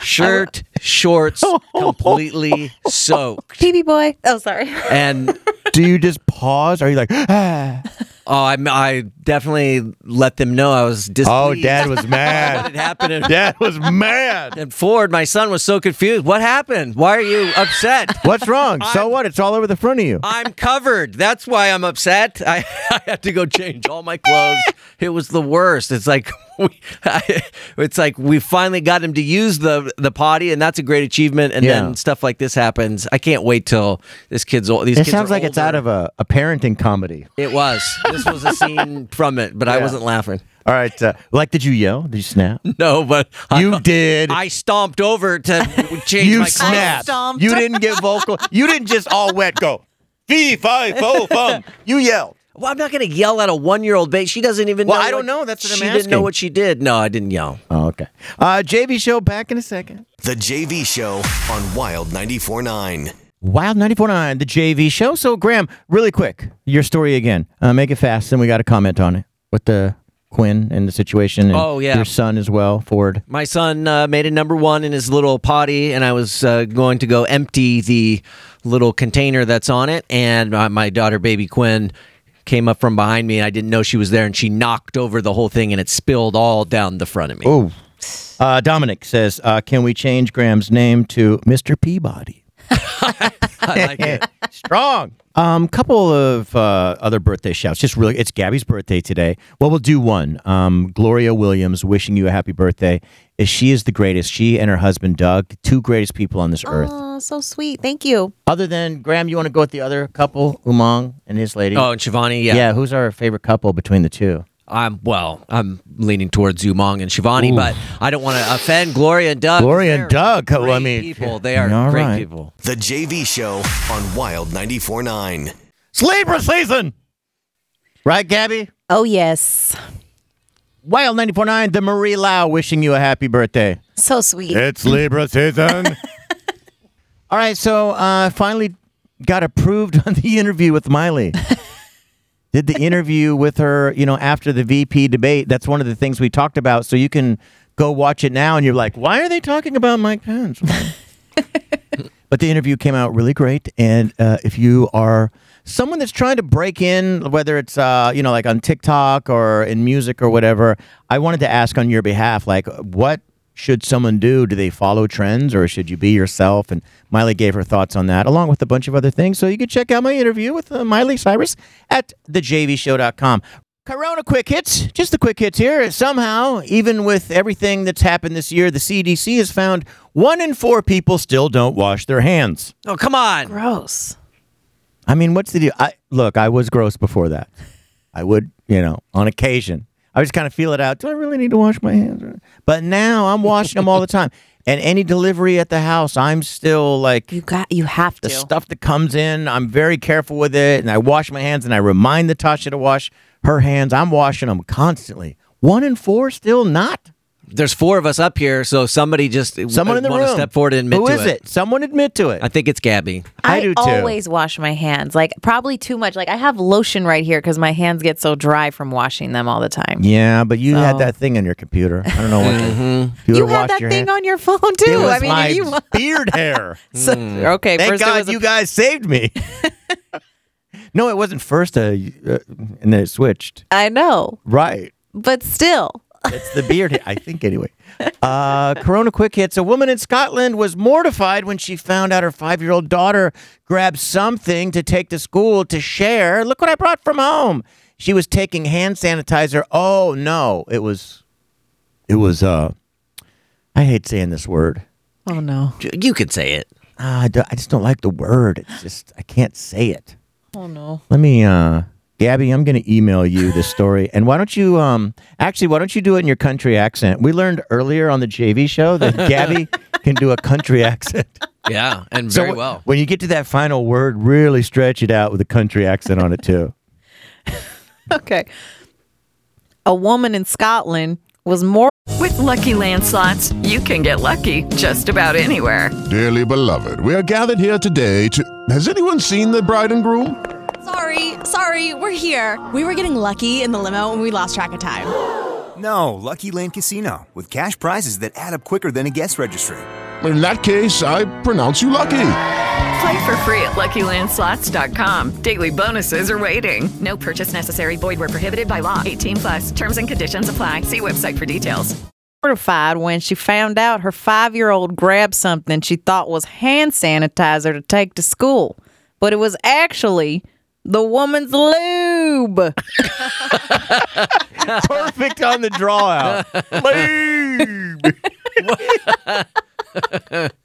[SPEAKER 4] Shirt, shorts, completely soaked.
[SPEAKER 18] PB boy. Oh, sorry.
[SPEAKER 4] And
[SPEAKER 3] do you just pause? Are you like, ah?
[SPEAKER 4] oh, I, I definitely let them know I was displeased.
[SPEAKER 3] Oh, Dad was mad.
[SPEAKER 4] what had happened?
[SPEAKER 3] Dad was mad.
[SPEAKER 4] And Ford, my son, was so confused. What happened? Why are you upset?
[SPEAKER 3] What's wrong? so what? It's all over the front of you.
[SPEAKER 4] I'm covered. That's why I'm upset. I, I had to go change all my clothes. It was the worst. It's like we, I, it's like we finally got him to use the the potty, and that's a great achievement. And
[SPEAKER 3] Yeah.
[SPEAKER 4] then stuff like this happens. I can't wait till this kid's old. These
[SPEAKER 3] It
[SPEAKER 4] kids
[SPEAKER 3] sounds
[SPEAKER 4] are
[SPEAKER 3] like it's
[SPEAKER 4] older.
[SPEAKER 3] out of a, a parenting comedy.
[SPEAKER 4] It was. This was a scene from it, but I
[SPEAKER 3] Yeah.
[SPEAKER 4] wasn't laughing.
[SPEAKER 3] All right. Uh, like, did you yell? Did you snap?
[SPEAKER 4] No, but
[SPEAKER 3] you did.
[SPEAKER 4] I stomped over to change
[SPEAKER 3] you
[SPEAKER 4] my clothes.
[SPEAKER 3] snapped. You didn't get vocal. You didn't just all wet go. Fee, fi, fo, fum. You yelled.
[SPEAKER 4] Well, I'm not going to yell at a one year old baby. She doesn't even
[SPEAKER 3] Well,
[SPEAKER 4] know.
[SPEAKER 3] I don't
[SPEAKER 4] what-
[SPEAKER 3] know. That's what I'm
[SPEAKER 4] She didn't know
[SPEAKER 3] asking.
[SPEAKER 4] what she did. No, I didn't yell.
[SPEAKER 3] Oh, okay. Uh, JV show back in a second.
[SPEAKER 2] The JV Show on Wild 94.9.
[SPEAKER 3] Wild 94.9, the JV show. So, Graham, really quick, your story again. Uh, make it fast, and we got to comment on it with the Quinn and the situation. And
[SPEAKER 4] Oh, yeah.
[SPEAKER 3] Your son as well, Ford.
[SPEAKER 4] My son uh, made a number one in his little potty, and I was uh, going to go empty the little container that's on it. And my, my daughter, baby Quinn, came up from behind me. I didn't know she was there, and she knocked over the whole thing, and it spilled all down the front of me.
[SPEAKER 3] Oh. Uh, Dominic says, uh, can we change Graham's name to Mr. Peabody?
[SPEAKER 4] I like it.
[SPEAKER 3] Strong. Um, couple of uh, other birthday shouts. Just really, it's Gabby's birthday today. Well, we'll do one. Um, Gloria Williams wishing you a happy birthday. She is the greatest. She and her husband Doug, the two greatest people on this earth.
[SPEAKER 18] Oh, so sweet. Thank you.
[SPEAKER 3] Other than Graham, you want to go with the other couple, Umang and his lady?
[SPEAKER 4] Oh, and Shivani, yeah.
[SPEAKER 3] yeah. Who's our favorite couple between the two?
[SPEAKER 4] I'm well. I'm leaning towards Umong and Shivani,
[SPEAKER 3] Ooh.
[SPEAKER 4] but I don't want to offend Gloria and Doug.
[SPEAKER 3] Gloria and
[SPEAKER 4] They're
[SPEAKER 3] Doug,
[SPEAKER 4] Great
[SPEAKER 3] well, I mean,
[SPEAKER 4] people. They are
[SPEAKER 3] all
[SPEAKER 4] great
[SPEAKER 3] right.
[SPEAKER 4] people.
[SPEAKER 2] The JV Show on Wild 94.9.
[SPEAKER 3] It's Libra season, right, Gabby?
[SPEAKER 18] Oh yes.
[SPEAKER 3] Wild 94.9, the Marie Lau wishing you a happy birthday.
[SPEAKER 18] So sweet.
[SPEAKER 3] Libra season. All right, so uh, finally got approved on the interview with Miley. Did the interview with her, you know, after the VP debate. That's one of the things we talked about. So you can go watch it now, and you're like, why are they talking about Mike Pence? but the interview came out really great. And uh, if you are someone that's trying to break in, whether it's uh, you know like on TikTok or in music or whatever, I wanted to ask on your behalf, like what should someone do? Do they follow trends or should you be yourself? And Miley gave her thoughts on that, along with a bunch of other things. So you can check out my interview with uh, Miley Cyrus at thejvshow.com. Corona quick hits, just the quick hits here. Somehow, even with everything that's happened this year, the CDC has found one in four people still don't wash their hands.
[SPEAKER 4] Oh, come on.
[SPEAKER 18] Gross.
[SPEAKER 3] I mean, what's the deal? I, look, I was gross before that. I would, you know, on occasion. I just kind of feel it out. Do I really need to wash my hands? But now I'm washing them all the time. And any delivery at the house, I'm still like
[SPEAKER 18] You got. You have
[SPEAKER 3] the
[SPEAKER 18] to.
[SPEAKER 3] stuff that comes in. I'm very careful with it, and I wash my hands, and I remind Natasha to wash her hands. I'm washing them constantly. One in four still not.
[SPEAKER 4] There's four of us up here, so somebody just uh,
[SPEAKER 3] Someone in the
[SPEAKER 4] wanna
[SPEAKER 3] room.
[SPEAKER 4] step forward and admit
[SPEAKER 3] Who
[SPEAKER 4] to
[SPEAKER 3] is
[SPEAKER 4] it.
[SPEAKER 3] it? Someone admit to it.
[SPEAKER 4] I think it's Gabby.
[SPEAKER 7] I, always wash my hands, like probably too much. Like I have lotion right here because my hands get so dry from washing them all the time.
[SPEAKER 3] Yeah, but you had
[SPEAKER 7] So-
[SPEAKER 3] that thing on your computer. I don't know what.
[SPEAKER 4] Mhm.
[SPEAKER 3] You,
[SPEAKER 7] You
[SPEAKER 3] would've
[SPEAKER 7] had
[SPEAKER 3] washed
[SPEAKER 7] that
[SPEAKER 3] your
[SPEAKER 7] thing
[SPEAKER 3] hand.
[SPEAKER 7] on your phone too.
[SPEAKER 3] It was
[SPEAKER 7] I mean,
[SPEAKER 3] my
[SPEAKER 7] if you
[SPEAKER 3] beard hair. Mm.
[SPEAKER 7] So- okay,
[SPEAKER 3] Hmm. Thank
[SPEAKER 7] first it
[SPEAKER 3] God
[SPEAKER 7] was a-
[SPEAKER 3] you guys saved me. no, it wasn't first, uh, uh, and then it switched.
[SPEAKER 7] I know,
[SPEAKER 3] Right.
[SPEAKER 7] but still,
[SPEAKER 3] It's the beard hair, I think, anyway. Uh, Corona quick hits. A woman in Scotland was mortified when she found out her five year old daughter grabbed something to take to school to share. Look what I brought from home. She was taking hand sanitizer. Oh, no. It was, it was, uh, I hate saying this word.
[SPEAKER 7] oh no,
[SPEAKER 4] You could say it.
[SPEAKER 3] Ah, I, do- I just don't like the word. It's just, I can't say it.
[SPEAKER 7] oh no.
[SPEAKER 3] Let me, uh, Gabby, I'm going to email you this story. And why don't you, um, actually, why don't you do it in your country accent? We learned earlier on the JV show that Gabby can do a country accent.
[SPEAKER 4] Yeah, and
[SPEAKER 3] So
[SPEAKER 4] very
[SPEAKER 3] wh-
[SPEAKER 4] well.
[SPEAKER 3] When you get to that final word, really stretch it out with a country accent on it, too.
[SPEAKER 7] Okay, a woman in Scotland was more.
[SPEAKER 11] With Lucky Land slots, you can get lucky just about anywhere.
[SPEAKER 23] Dearly beloved, we are gathered here today to. Has anyone seen the bride and groom?
[SPEAKER 24] Sorry, sorry, we're here. We were getting lucky in the limo and we lost track of time.
[SPEAKER 2] No, Lucky Land Casino, with cash prizes that add up quicker than a guest registry.
[SPEAKER 23] In that case, I pronounce you lucky.
[SPEAKER 11] Play for free at LuckyLandSlots.com. Daily bonuses are waiting. No purchase necessary. Void where prohibited by law. 18 plus. Terms and conditions apply. See website for details.
[SPEAKER 7] mortified when she found out her five year old grabbed something she thought was hand sanitizer to take to school, but it was actually the woman's lube.
[SPEAKER 3] Perfect on the draw out.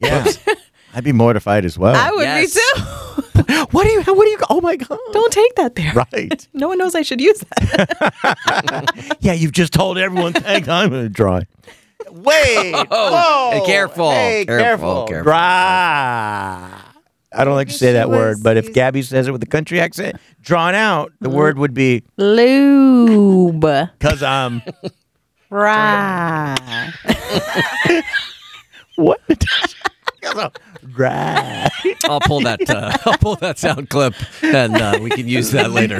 [SPEAKER 3] Yeah. I'd be mortified as well.
[SPEAKER 7] I would be too.
[SPEAKER 3] what do you? What do you? Oh my god!
[SPEAKER 7] Don't take that there.
[SPEAKER 3] Right.
[SPEAKER 7] No one knows I should use that.
[SPEAKER 3] yeah, you've just told everyone, thank I'm going to draw. Wait.
[SPEAKER 4] Oh,
[SPEAKER 3] whoa.
[SPEAKER 4] careful,
[SPEAKER 3] Hey, careful.
[SPEAKER 4] careful, careful.
[SPEAKER 3] Brah. I don't like to say that word, but if Gabby says it with a country accent, drawn out, the
[SPEAKER 5] Mm-hmm.
[SPEAKER 3] word would be um,
[SPEAKER 7] Lube.
[SPEAKER 3] because I'm.
[SPEAKER 7] Right.
[SPEAKER 3] what? Right.
[SPEAKER 4] I'll pull that. Uh, I'll pull that sound clip, and uh, we can use that later.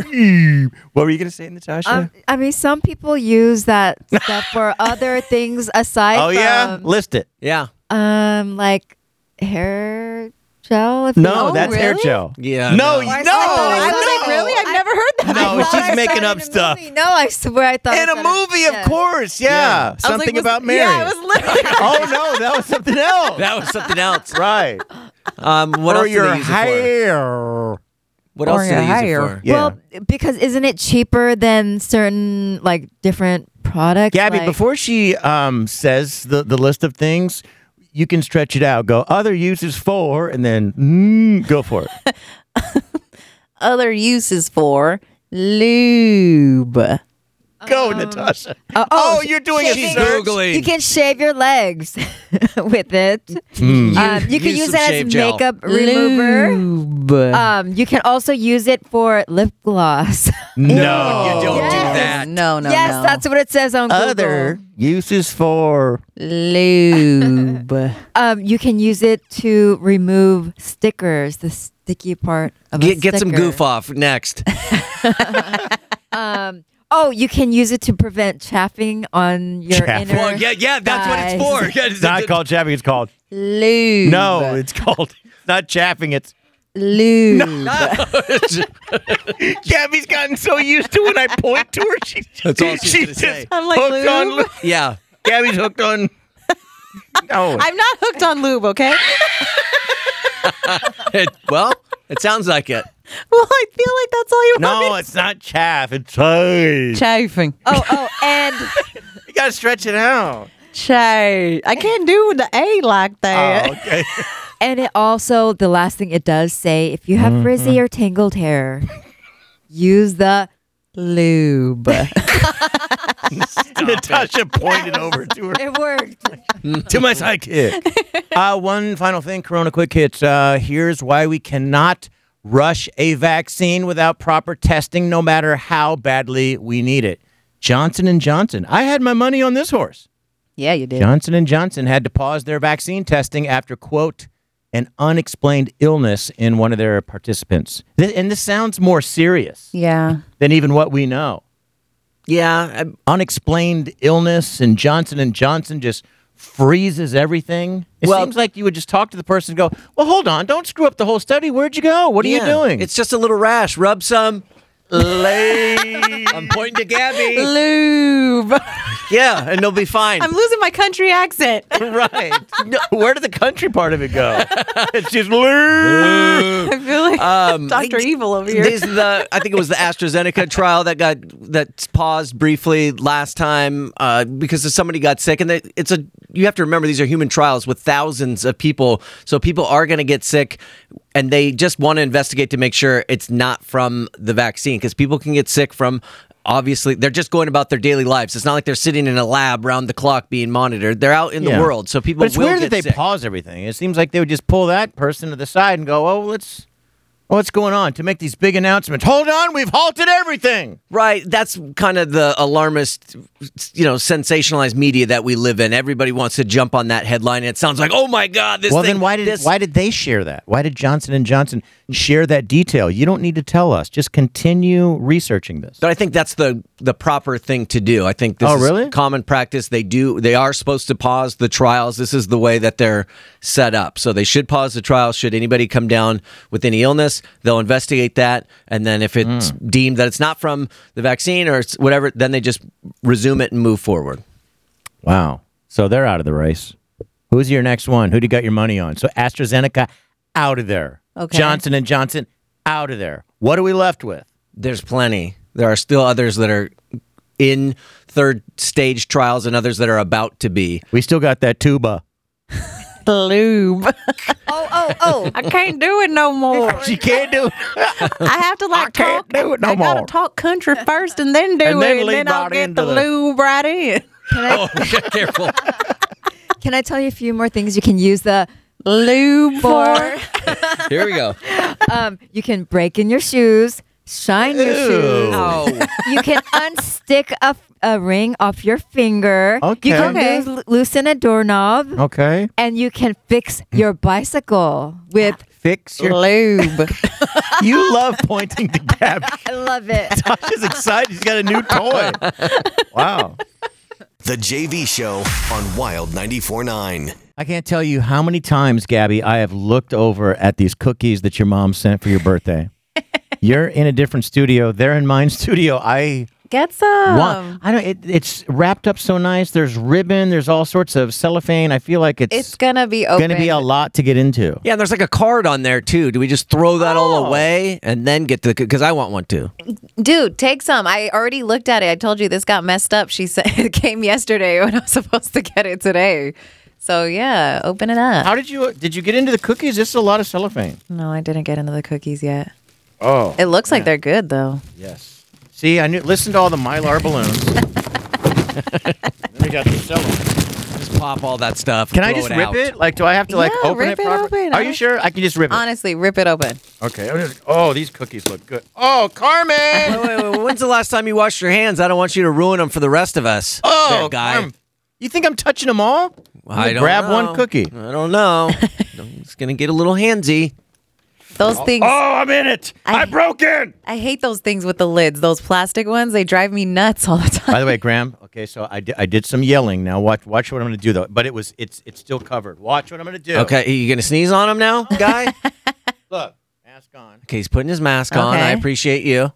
[SPEAKER 3] What were you going to say, Natasha?
[SPEAKER 5] Um, I mean, some people use that stuff for other things aside
[SPEAKER 3] oh,
[SPEAKER 5] from,
[SPEAKER 3] yeah. List it.
[SPEAKER 4] Yeah.
[SPEAKER 5] um, like hair gel. if you
[SPEAKER 3] No,
[SPEAKER 5] will.
[SPEAKER 3] that's hair gel.
[SPEAKER 4] Yeah.
[SPEAKER 3] No,
[SPEAKER 5] Or
[SPEAKER 3] no.
[SPEAKER 5] I thought I saw that-
[SPEAKER 7] really? I've never heard that.
[SPEAKER 3] No, she's making up stuff.
[SPEAKER 5] No, I swear I thought
[SPEAKER 3] In a movie, of course, yeah. Something about Mary.
[SPEAKER 7] Yeah, I was literally.
[SPEAKER 3] oh no, that was something else.
[SPEAKER 4] That was something else.
[SPEAKER 3] right.
[SPEAKER 4] Um, what
[SPEAKER 3] or
[SPEAKER 4] else do
[SPEAKER 3] your
[SPEAKER 4] they use it for?
[SPEAKER 3] hair.
[SPEAKER 4] What else do they use it for?
[SPEAKER 3] Yeah.
[SPEAKER 5] Well, because isn't it cheaper than certain like different products?
[SPEAKER 3] Gabby,
[SPEAKER 5] Like-
[SPEAKER 3] before she um, says the, the list of things, you can stretch it out. Go other uses for, and then mm, go for it.
[SPEAKER 7] Other uses for lube.
[SPEAKER 3] Oh. go, Natasha.
[SPEAKER 5] Oh,
[SPEAKER 3] Oh, you're doing a
[SPEAKER 5] shaving-
[SPEAKER 3] search?
[SPEAKER 5] You can shave your legs with it. Um, you can
[SPEAKER 4] Use
[SPEAKER 5] use,
[SPEAKER 4] some
[SPEAKER 5] that
[SPEAKER 4] shave
[SPEAKER 5] as
[SPEAKER 4] gel.
[SPEAKER 5] makeup remover.
[SPEAKER 7] Lube.
[SPEAKER 5] Um, you can also use it for lip gloss.
[SPEAKER 3] No,
[SPEAKER 4] you don't
[SPEAKER 5] Yes.
[SPEAKER 4] do that.
[SPEAKER 7] No, no,
[SPEAKER 5] yes,
[SPEAKER 7] no.
[SPEAKER 5] that's what it says on Google.
[SPEAKER 3] Other uses for.
[SPEAKER 7] lube.
[SPEAKER 5] Um, you can use it to remove stickers, the sticky part of a
[SPEAKER 4] Get, get some
[SPEAKER 5] sticker.
[SPEAKER 4] goof off next.
[SPEAKER 5] Um, oh, you can use it to prevent chaffing on your
[SPEAKER 3] Chaff-
[SPEAKER 5] inner.
[SPEAKER 4] Well, yeah, yeah, that's what it's for. Yeah,
[SPEAKER 3] It's not called chaffing. It's called
[SPEAKER 7] Lube.
[SPEAKER 3] no. It's called not chaffing. It's
[SPEAKER 7] Lube.
[SPEAKER 3] Gabby's gotten so used to when I point to her, she,
[SPEAKER 4] That's all she's
[SPEAKER 3] she
[SPEAKER 4] gonna
[SPEAKER 3] just
[SPEAKER 4] say.
[SPEAKER 7] I'm like,
[SPEAKER 3] hooked on.
[SPEAKER 7] lube?
[SPEAKER 4] yeah.
[SPEAKER 3] Gabby's hooked on.
[SPEAKER 4] Oh.
[SPEAKER 3] No,
[SPEAKER 7] I'm not hooked on lube, okay?
[SPEAKER 4] It- well, it sounds like it.
[SPEAKER 7] Well, I feel like that's all you
[SPEAKER 3] no,
[SPEAKER 7] want.
[SPEAKER 3] it's not chaff. It's chaff.
[SPEAKER 7] chafing.
[SPEAKER 5] Oh, oh, and
[SPEAKER 3] You gotta stretch it out.
[SPEAKER 7] Chay. I can't do the A like
[SPEAKER 3] Oh,
[SPEAKER 7] that.
[SPEAKER 3] okay.
[SPEAKER 5] And it also, the last thing it does say, if you have
[SPEAKER 3] Mm-hmm.
[SPEAKER 5] frizzy or tangled hair, use the
[SPEAKER 7] Lube.
[SPEAKER 3] Natasha pointed over to her
[SPEAKER 5] It worked.
[SPEAKER 3] to my sidekick. uh, one final thing, Corona quick hits. Uh, here's why we cannot rush a vaccine without proper testing, no matter how badly we need it. Johnson and Johnson. I had my money on this horse.
[SPEAKER 7] Yeah, you did.
[SPEAKER 3] Johnson and Johnson had to pause their vaccine testing after quote an unexplained illness in one of their participants. Th- and this sounds more serious
[SPEAKER 7] Yeah.
[SPEAKER 3] than even what we know.
[SPEAKER 4] Yeah,
[SPEAKER 3] unexplained illness and Johnson and Johnson just freezes everything. It
[SPEAKER 4] Well-
[SPEAKER 3] seems like you would just talk to the person and go, "Well, hold on, don't screw up the whole study. Where'd you go? What are you
[SPEAKER 4] Yeah.
[SPEAKER 3] doing?"
[SPEAKER 4] It's just a little rash. Rub some. Lay. I'm pointing to Gabby.
[SPEAKER 7] Lube.
[SPEAKER 4] Yeah, and they'll be fine.
[SPEAKER 7] I'm losing my country accent.
[SPEAKER 3] right. No, where did the country part of it go? it's just
[SPEAKER 7] I feel like
[SPEAKER 4] Um,
[SPEAKER 7] Dr. Evil over here.
[SPEAKER 4] These are the I think it was the AstraZeneca trial that got that paused briefly last time uh, because somebody got sick, and they, it's a you have to remember these are human trials with thousands of people, so people are going to get sick, and they just want to investigate to make sure it's not from the vaccine because people can get sick from. Obviously, they're just going about their daily lives. It's not like they're sitting in a lab round the clock being monitored. They're out in
[SPEAKER 3] Yeah.
[SPEAKER 4] the world, so people.
[SPEAKER 3] But it's
[SPEAKER 4] will
[SPEAKER 3] weird
[SPEAKER 4] get
[SPEAKER 3] that they
[SPEAKER 4] sick.
[SPEAKER 3] pause everything. It seems like they would just pull that person to the side and go, "Oh, let's, oh, what's going on?" To make these big announcements. Hold on, we've halted everything.
[SPEAKER 4] Right. That's kind of the alarmist, you know, sensationalized media that we live in. Everybody wants to jump on that headline. And it sounds like, oh my God, this
[SPEAKER 3] well,
[SPEAKER 4] thing.
[SPEAKER 3] then why did
[SPEAKER 4] this-
[SPEAKER 3] why did they share that? Why did Johnson and Johnson share that detail? You don't need to tell us. Just continue researching this.
[SPEAKER 4] But I think that's the the proper thing to do. I think this
[SPEAKER 3] Oh,
[SPEAKER 4] is
[SPEAKER 3] really?
[SPEAKER 4] common practice. They do they are supposed to pause the trials. This is the way that they're set up. So they should pause the trials. Should anybody come down with any illness, they'll investigate that, and then if it's deemed that it's not from the vaccine or it's whatever, then they just resume it and move forward.
[SPEAKER 3] Wow. So they're out of the race. Who's your next one? Who do you got your money on? So AstraZeneca out of there.
[SPEAKER 4] Okay.
[SPEAKER 3] Johnson and Johnson out of there. What are we left with?
[SPEAKER 4] There's plenty. There are still others that are in third stage trials and others that are about to be.
[SPEAKER 3] We still got that tuba.
[SPEAKER 7] lube. oh, oh, oh. I can't do it no more.
[SPEAKER 3] She can't do it.
[SPEAKER 7] I have to like talk.
[SPEAKER 3] do it no
[SPEAKER 7] I gotta
[SPEAKER 3] more.
[SPEAKER 7] talk country first and then do
[SPEAKER 3] And then
[SPEAKER 7] it. And
[SPEAKER 3] lead
[SPEAKER 7] then I'll
[SPEAKER 3] right
[SPEAKER 7] get
[SPEAKER 3] into
[SPEAKER 7] the,
[SPEAKER 3] the-
[SPEAKER 7] lube right in.
[SPEAKER 4] Oh, careful.
[SPEAKER 5] Can I tell you a few more things you can use the lube for?
[SPEAKER 4] Here we go.
[SPEAKER 5] um, you can break in your shoes, shine your shoes.
[SPEAKER 4] Oh.
[SPEAKER 5] You can unstick a, a ring off your finger.
[SPEAKER 3] Okay.
[SPEAKER 5] You can
[SPEAKER 3] Okay.
[SPEAKER 5] loo- loosen a doorknob.
[SPEAKER 3] Okay.
[SPEAKER 5] And you can fix your bicycle with
[SPEAKER 3] Fix your
[SPEAKER 7] lube.
[SPEAKER 3] you love pointing to Gabby.
[SPEAKER 5] I love it.
[SPEAKER 3] Tasha's excited. She's got a new toy. Wow.
[SPEAKER 1] The JV Show on Wild 94.9.
[SPEAKER 3] I can't tell you how many times, Gabby, I have looked over at these cookies that your mom sent for your birthday. You're in a different studio. They're in mine studio. I
[SPEAKER 7] Get some.
[SPEAKER 3] want. I don't. It, it's wrapped up so nice. There's ribbon. There's all sorts of cellophane. I feel like it's,
[SPEAKER 7] It's gonna be open.
[SPEAKER 3] going to be a lot to get into.
[SPEAKER 4] Yeah, and there's like a card on there too. Do we just throw that all away and then get to the because I want one too.
[SPEAKER 18] Dude, take some. I already looked at it. I told you this got messed up. She said it came yesterday when I was supposed to get it today. So yeah, open it up.
[SPEAKER 3] How did you uh, did you get into the cookies? This is a lot of cellophane.
[SPEAKER 18] No, I didn't get into the cookies yet.
[SPEAKER 3] Oh,
[SPEAKER 18] It looks like they're good though.
[SPEAKER 3] Yes. See, I knew. Listen to all the mylar balloons. we got the cellophane.
[SPEAKER 4] Just pop all that stuff.
[SPEAKER 3] Can I
[SPEAKER 4] throw
[SPEAKER 3] just
[SPEAKER 4] it
[SPEAKER 3] rip
[SPEAKER 4] out.
[SPEAKER 3] it? Like, do I have to like
[SPEAKER 18] Yeah,
[SPEAKER 3] open
[SPEAKER 18] rip
[SPEAKER 3] it
[SPEAKER 18] it
[SPEAKER 3] properly?
[SPEAKER 18] open.
[SPEAKER 3] Are you sure? I can just rip it.
[SPEAKER 18] Honestly, rip it open.
[SPEAKER 3] Okay. Oh, these cookies look good. Oh, Carmen.
[SPEAKER 4] Wait, wait, wait. When's the last time you washed your hands? I don't want you to ruin them for the rest of us.
[SPEAKER 3] Oh,
[SPEAKER 4] There, guy.
[SPEAKER 3] Carm. You think I'm touching them all? I'm
[SPEAKER 4] I
[SPEAKER 3] gonna
[SPEAKER 4] don't
[SPEAKER 3] grab
[SPEAKER 4] know.
[SPEAKER 3] one cookie.
[SPEAKER 4] I don't know. it's gonna get a little handsy.
[SPEAKER 18] Those things.
[SPEAKER 3] Oh, I'm in it.
[SPEAKER 18] I-
[SPEAKER 3] broke in.
[SPEAKER 18] I hate those things with the lids. Those plastic ones, they drive me nuts all the time.
[SPEAKER 3] By the way, Graham. Okay, so I did, I did some yelling. Now watch watch what I'm going to do though. But it was it's it's still covered. Watch what I'm going to do.
[SPEAKER 4] Okay, are you gonna sneeze on him now, guy?
[SPEAKER 3] Look, mask on.
[SPEAKER 4] Okay, he's putting his mask on.
[SPEAKER 3] Okay.
[SPEAKER 4] I appreciate you.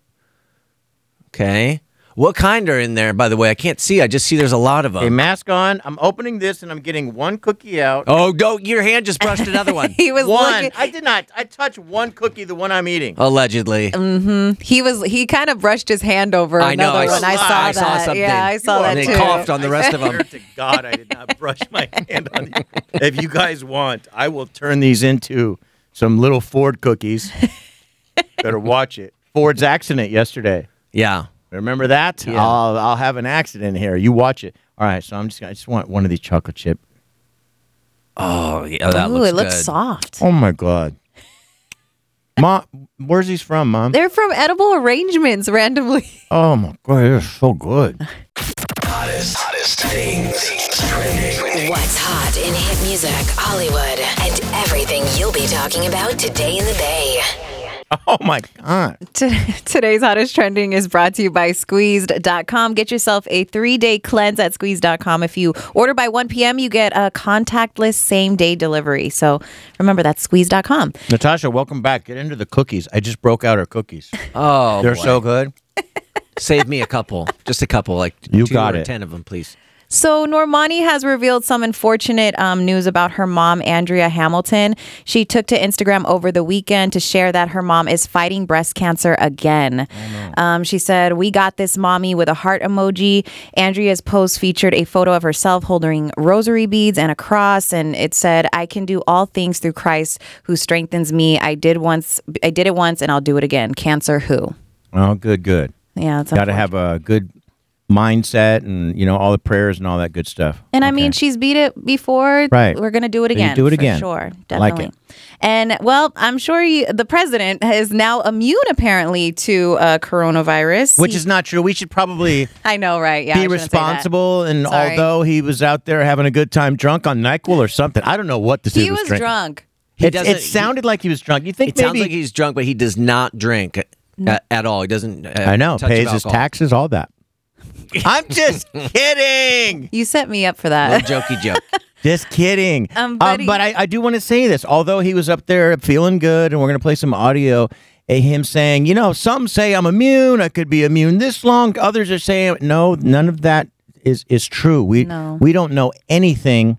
[SPEAKER 4] Okay. What kind are in there, by the way? I can't see. I just see there's a lot of them.
[SPEAKER 3] Okay, mask on. I'm opening this and I'm getting one cookie out.
[SPEAKER 4] Oh, go! Your hand just brushed another one.
[SPEAKER 18] he was
[SPEAKER 3] one.
[SPEAKER 18] looking-
[SPEAKER 3] I did not. I touched one cookie, the one I'm eating.
[SPEAKER 4] Allegedly.
[SPEAKER 18] hmm He was. He kind of brushed his hand over
[SPEAKER 4] I know,
[SPEAKER 18] another
[SPEAKER 4] I
[SPEAKER 18] one. I
[SPEAKER 4] saw-
[SPEAKER 18] saw
[SPEAKER 4] I
[SPEAKER 18] that.
[SPEAKER 4] saw something.
[SPEAKER 18] Yeah, I saw
[SPEAKER 4] You
[SPEAKER 18] that
[SPEAKER 4] are- And
[SPEAKER 18] too.
[SPEAKER 4] they coughed on the rest of 'em.
[SPEAKER 3] I swear to God, I did not brush my hand on you. If you guys want, I will turn these into some little Ford cookies. Better watch it. Ford's accident yesterday.
[SPEAKER 4] Yeah.
[SPEAKER 3] Remember that? I'll, I'll have an accident here. You watch it. All right, so I'm just gonna, I just want one of these chocolate chip.
[SPEAKER 4] Oh, yeah, that
[SPEAKER 18] Ooh,
[SPEAKER 4] looks
[SPEAKER 18] it looks
[SPEAKER 4] good.
[SPEAKER 18] soft.
[SPEAKER 3] Oh my god. Mom, where's these from, Mom?
[SPEAKER 7] They're from Edible Arrangements randomly.
[SPEAKER 3] Oh my god, they're so good.
[SPEAKER 25] Hottest, hottest things, things trending.
[SPEAKER 12] What's hot in hit music, Hollywood, and everything you'll be talking about today in the Bay.
[SPEAKER 3] Oh my god.
[SPEAKER 7] T- Today's hottest trending is brought to you by squeezed.com. Get yourself a three day cleanse at squeezed.com. If you order by 1 p.m., you get a contactless same day delivery. So remember, that's squeeze.com.
[SPEAKER 3] Natasha, welcome back. Get into the cookies. I just broke out her cookies.
[SPEAKER 4] Oh,
[SPEAKER 3] They're
[SPEAKER 4] boy.
[SPEAKER 3] so good.
[SPEAKER 4] Save me a couple, just a couple, like
[SPEAKER 3] You
[SPEAKER 4] two
[SPEAKER 3] got
[SPEAKER 4] or
[SPEAKER 3] it.
[SPEAKER 4] ten of them, please.
[SPEAKER 7] So Normani has revealed some unfortunate um, news about her mom, Andrea Hamilton. She took to Instagram over the weekend to share that her mom is fighting breast cancer again. um, she said, "We got this, mommy," with a heart emoji. Andrea's post featured a photo of herself holding rosary beads and a cross, and it said, "I can do all things through Christ who strengthens me. I did once, I did it once, and I'll do it again. Cancer who?
[SPEAKER 3] Oh, good, good.
[SPEAKER 7] Yeah, it's
[SPEAKER 3] Got to have a good mindset and, you know, all the prayers and all that good stuff.
[SPEAKER 7] And I mean, she's beat it before.
[SPEAKER 3] Right.
[SPEAKER 7] We're going to do it
[SPEAKER 3] So you
[SPEAKER 7] again.
[SPEAKER 3] do it
[SPEAKER 7] for
[SPEAKER 3] again.
[SPEAKER 7] Sure.
[SPEAKER 3] I like
[SPEAKER 7] Definitely. And well, I'm sure you, the president is now immune apparently to uh, coronavirus.
[SPEAKER 3] Which
[SPEAKER 7] He-
[SPEAKER 3] is not true. We should probably
[SPEAKER 7] I know, right? Yeah. I
[SPEAKER 3] be
[SPEAKER 7] shouldn't say that.
[SPEAKER 3] responsible. And
[SPEAKER 7] Sorry.
[SPEAKER 3] although he was out there having a good time drunk on NyQuil or something, I don't know what this
[SPEAKER 7] he
[SPEAKER 3] dude
[SPEAKER 7] was
[SPEAKER 3] drinking.
[SPEAKER 7] drunk.
[SPEAKER 4] He
[SPEAKER 3] It,
[SPEAKER 4] doesn't-
[SPEAKER 3] it sounded like he was drunk. You think
[SPEAKER 4] It
[SPEAKER 3] maybe
[SPEAKER 4] sounds like he's drunk, but he does not drink a-
[SPEAKER 7] Mm.
[SPEAKER 4] at, at all. He doesn't. Uh,
[SPEAKER 3] I know
[SPEAKER 4] touch
[SPEAKER 3] pays
[SPEAKER 4] of
[SPEAKER 3] his
[SPEAKER 4] alcohol.
[SPEAKER 3] taxes, all that. I'm just kidding.
[SPEAKER 7] You set me up for that.
[SPEAKER 4] Little jokey joke.
[SPEAKER 3] Just kidding.
[SPEAKER 7] Um, but he-
[SPEAKER 3] but I, I do want to say this. Although he was up there feeling good, and we're going to play some audio of him saying, you know, some say I'm immune. I could be immune this long. Others are saying, no, none of that is is true. We
[SPEAKER 7] No.
[SPEAKER 3] we don't know anything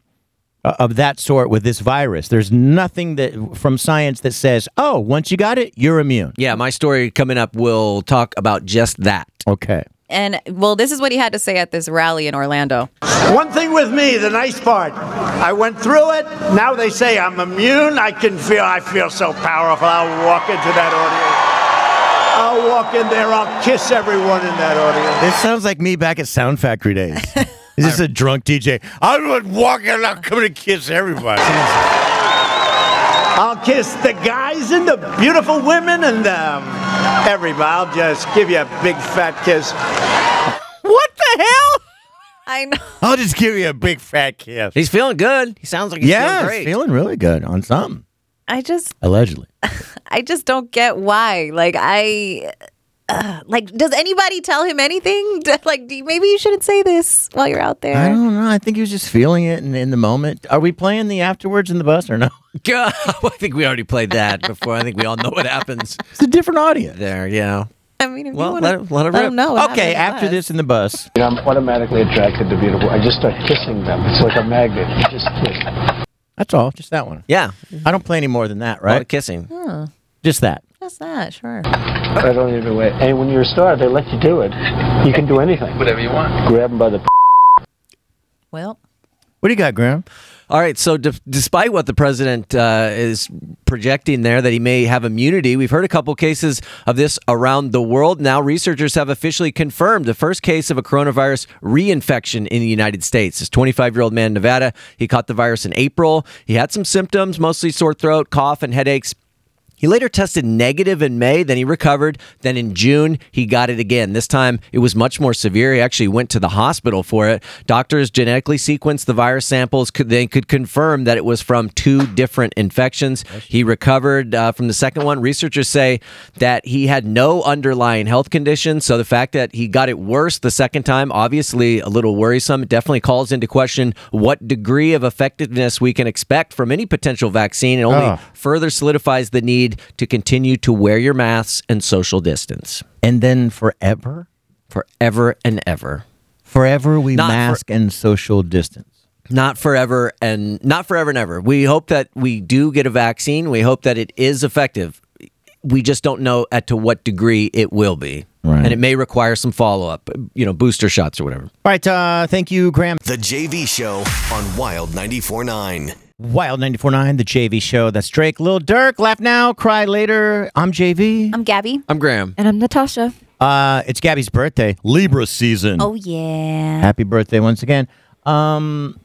[SPEAKER 3] uh, of that sort with this virus. There's nothing that from science that says, oh, once you got it, you're immune.
[SPEAKER 4] Yeah, my story coming up will talk about just that.
[SPEAKER 3] Okay.
[SPEAKER 7] And well, this is what he had to say at this rally in Orlando.
[SPEAKER 26] One thing with me, the nice part, I went through it. Now they say I'm immune. I can feel, I feel so powerful. I'll walk into that audience. I'll walk in there. I'll kiss everyone in that audience.
[SPEAKER 3] This sounds like me back at Sound Factory days. Is this a drunk DJ? I would walk in, I'm coming to kiss everybody.
[SPEAKER 26] I'll kiss the guys and the beautiful women and um, everybody. I'll just give you a big fat kiss.
[SPEAKER 7] What the hell? I know.
[SPEAKER 3] I'll just give you a big fat kiss.
[SPEAKER 4] He's feeling good. He sounds like he's
[SPEAKER 3] Yeah,
[SPEAKER 4] feeling
[SPEAKER 3] feeling,
[SPEAKER 4] great.
[SPEAKER 3] really good on something.
[SPEAKER 7] I just,
[SPEAKER 3] Allegedly.
[SPEAKER 7] I just don't get why. Like I. Uh, like, does anybody tell him anything? Like, do, maybe you shouldn't say this while you're out there.
[SPEAKER 3] I don't know. I think he was just feeling it in, in the moment. Are we playing the afterwards in the bus or no?
[SPEAKER 4] I think we already played that before. I think we all know what happens
[SPEAKER 3] It's a different audience.
[SPEAKER 4] there. Yeah.
[SPEAKER 7] I mean, if
[SPEAKER 4] Well,
[SPEAKER 7] you wanna,
[SPEAKER 4] let it- let it rip.
[SPEAKER 7] them know. what
[SPEAKER 3] okay,
[SPEAKER 7] happened
[SPEAKER 3] after
[SPEAKER 7] to us.
[SPEAKER 3] this in the bus.
[SPEAKER 10] You know, I'm automatically attracted to beautiful. I just start kissing them. It's like a magnet. You just kiss.
[SPEAKER 3] That's all. Just that one.
[SPEAKER 4] Yeah.
[SPEAKER 3] I don't play any more than that,
[SPEAKER 4] A lot
[SPEAKER 3] right?
[SPEAKER 4] of kissing.
[SPEAKER 7] Huh,
[SPEAKER 3] Just that.
[SPEAKER 7] that's that, sure.
[SPEAKER 10] I don't even wait. And when you're a star, they let you do it. You can do anything. Whatever you want. Grab them by the.
[SPEAKER 7] Well,
[SPEAKER 3] What do you got, Graham?
[SPEAKER 4] All right. So, d- despite what the president uh, is projecting there, that he may have immunity, we've heard a couple cases of this around the world. Now, researchers have officially confirmed the first case of a coronavirus reinfection in the United States. This 25 year old man in Nevada, he caught the virus in April. He had some symptoms, mostly sore throat, cough, and headaches. He later tested negative in May, then he recovered. Then in June, he got it again. This time, it was much more severe. He actually went to the hospital for it. Doctors genetically sequenced the virus samples. Could, they could confirm that it was from two different infections. He recovered uh, from the second one. Researchers say that he had no underlying health conditions. So the fact that he got it worse the second time, obviously a little worrisome. It definitely calls into question what degree of effectiveness we can expect from any potential vaccine. It only
[SPEAKER 3] Ah.
[SPEAKER 4] further solidifies the need to continue to wear your masks and social distance
[SPEAKER 3] And then forever,
[SPEAKER 4] forever and ever.
[SPEAKER 3] forever we
[SPEAKER 4] Not for-
[SPEAKER 3] mask and social distance.
[SPEAKER 4] Not forever and not forever and ever. We hope that we do get a vaccine. We hope that it is effective. We just don't know at to what degree it will be.
[SPEAKER 3] Right.
[SPEAKER 4] And it may require some follow up, you know, booster shots or whatever.
[SPEAKER 3] All right. Uh, thank you, Graham.
[SPEAKER 27] The JV Show on Wild 94.9.
[SPEAKER 3] Wild 94.9, The JV Show. That's Drake, Lil Dirk. Laugh now, cry later. I'm JV.
[SPEAKER 7] I'm Gabby.
[SPEAKER 4] I'm Graham.
[SPEAKER 5] And I'm Natasha.
[SPEAKER 3] Uh, it's Gabby's birthday. Libra season.
[SPEAKER 5] Oh, yeah.
[SPEAKER 3] Happy birthday once again. Um,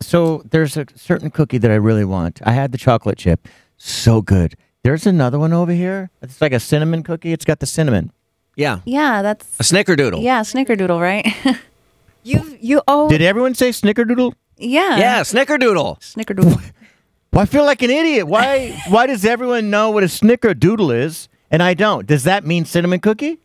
[SPEAKER 3] so there's a certain cookie that I really want. I had the chocolate chip. So good. There's another one over here. It's like a cinnamon cookie. It's got the cinnamon.
[SPEAKER 4] Yeah.
[SPEAKER 7] Yeah, that's
[SPEAKER 4] A snickerdoodle.
[SPEAKER 7] yeah, snickerdoodle, right? you you oh
[SPEAKER 3] Did everyone say snickerdoodle?
[SPEAKER 7] yeah.
[SPEAKER 4] Yeah, snickerdoodle.
[SPEAKER 7] Snickerdoodle.
[SPEAKER 3] Well, I feel like an idiot. Why why does everyone know what a snickerdoodle is and I don't? Does that mean cinnamon cookie?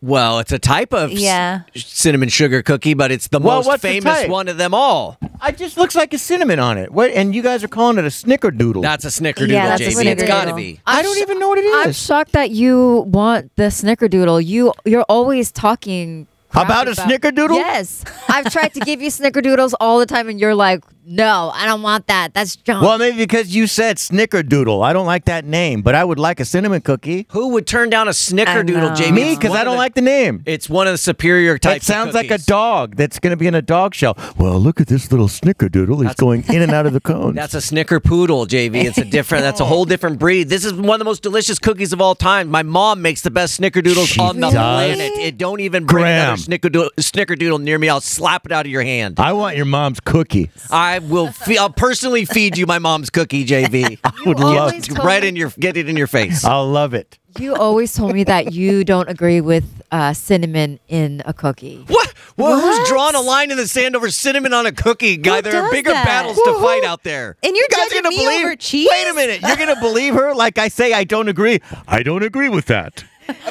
[SPEAKER 4] Well, it's a type of s-
[SPEAKER 7] Yeah.
[SPEAKER 4] cinnamon sugar cookie, but it's the
[SPEAKER 3] Well,
[SPEAKER 4] most
[SPEAKER 3] what's the
[SPEAKER 4] famous
[SPEAKER 3] type?
[SPEAKER 4] one of them all.
[SPEAKER 3] It just looks like a cinnamon on it. What and you guys are calling it a snickerdoodle.
[SPEAKER 4] That's a snickerdoodle,
[SPEAKER 5] Yeah, that's a
[SPEAKER 4] JB. It's got to
[SPEAKER 5] snickerdoodle.
[SPEAKER 4] be.
[SPEAKER 3] I don't even know what it is.
[SPEAKER 5] I'm shocked that you want the snickerdoodle. You you're always talking crap
[SPEAKER 3] About a snickerdoodle?
[SPEAKER 5] Yes, I've tried to give you snickerdoodles all the time, and you're like, no, I don't want that. That's junk.
[SPEAKER 3] Well, maybe because you said snickerdoodle. I don't like that name, but I would like a cinnamon cookie.
[SPEAKER 4] Who would turn down a snickerdoodle, JB?
[SPEAKER 3] Me,
[SPEAKER 4] It's
[SPEAKER 3] because
[SPEAKER 4] one
[SPEAKER 3] I
[SPEAKER 4] of
[SPEAKER 3] don't like the name.
[SPEAKER 4] It's one of the superior
[SPEAKER 3] It
[SPEAKER 4] types.
[SPEAKER 3] sounds
[SPEAKER 4] of
[SPEAKER 3] like a
[SPEAKER 4] cookies.
[SPEAKER 3] dog that's going to be in a dog show. Well, look at this little snickerdoodle. He's going in and out of the cone.
[SPEAKER 4] That's a snicker poodle, JV. It's a different. that's a whole different breed. This is one of the most delicious cookies of all time. My mom makes the best snickerdoodles
[SPEAKER 3] She
[SPEAKER 4] on the
[SPEAKER 3] does?
[SPEAKER 4] planet. It don't even bring
[SPEAKER 3] Graham.
[SPEAKER 4] another snickerdoodle, snickerdoodle near me. I'll slap it out of your hand.
[SPEAKER 3] I want your mom's cookie.
[SPEAKER 4] I will. Fe- I'll personally feed you my mom's cookie, JV. I
[SPEAKER 3] would love
[SPEAKER 5] always
[SPEAKER 3] to.
[SPEAKER 5] told
[SPEAKER 4] right
[SPEAKER 5] me-
[SPEAKER 4] in your get it in your face.
[SPEAKER 3] I'll love it.
[SPEAKER 5] you always told me that you don't agree with uh, cinnamon in a cookie.
[SPEAKER 4] What? Well, who's drawn a line in the sand over cinnamon on a cookie, guy? there are
[SPEAKER 7] does
[SPEAKER 4] bigger
[SPEAKER 7] that?
[SPEAKER 4] battles to fight out there.
[SPEAKER 7] And you're
[SPEAKER 3] You guys
[SPEAKER 7] judging
[SPEAKER 3] gonna
[SPEAKER 7] me
[SPEAKER 3] believe-
[SPEAKER 7] over cheese?
[SPEAKER 3] Wait a minute. You're going to believe her? Like I say, I don't agree. I don't agree with that.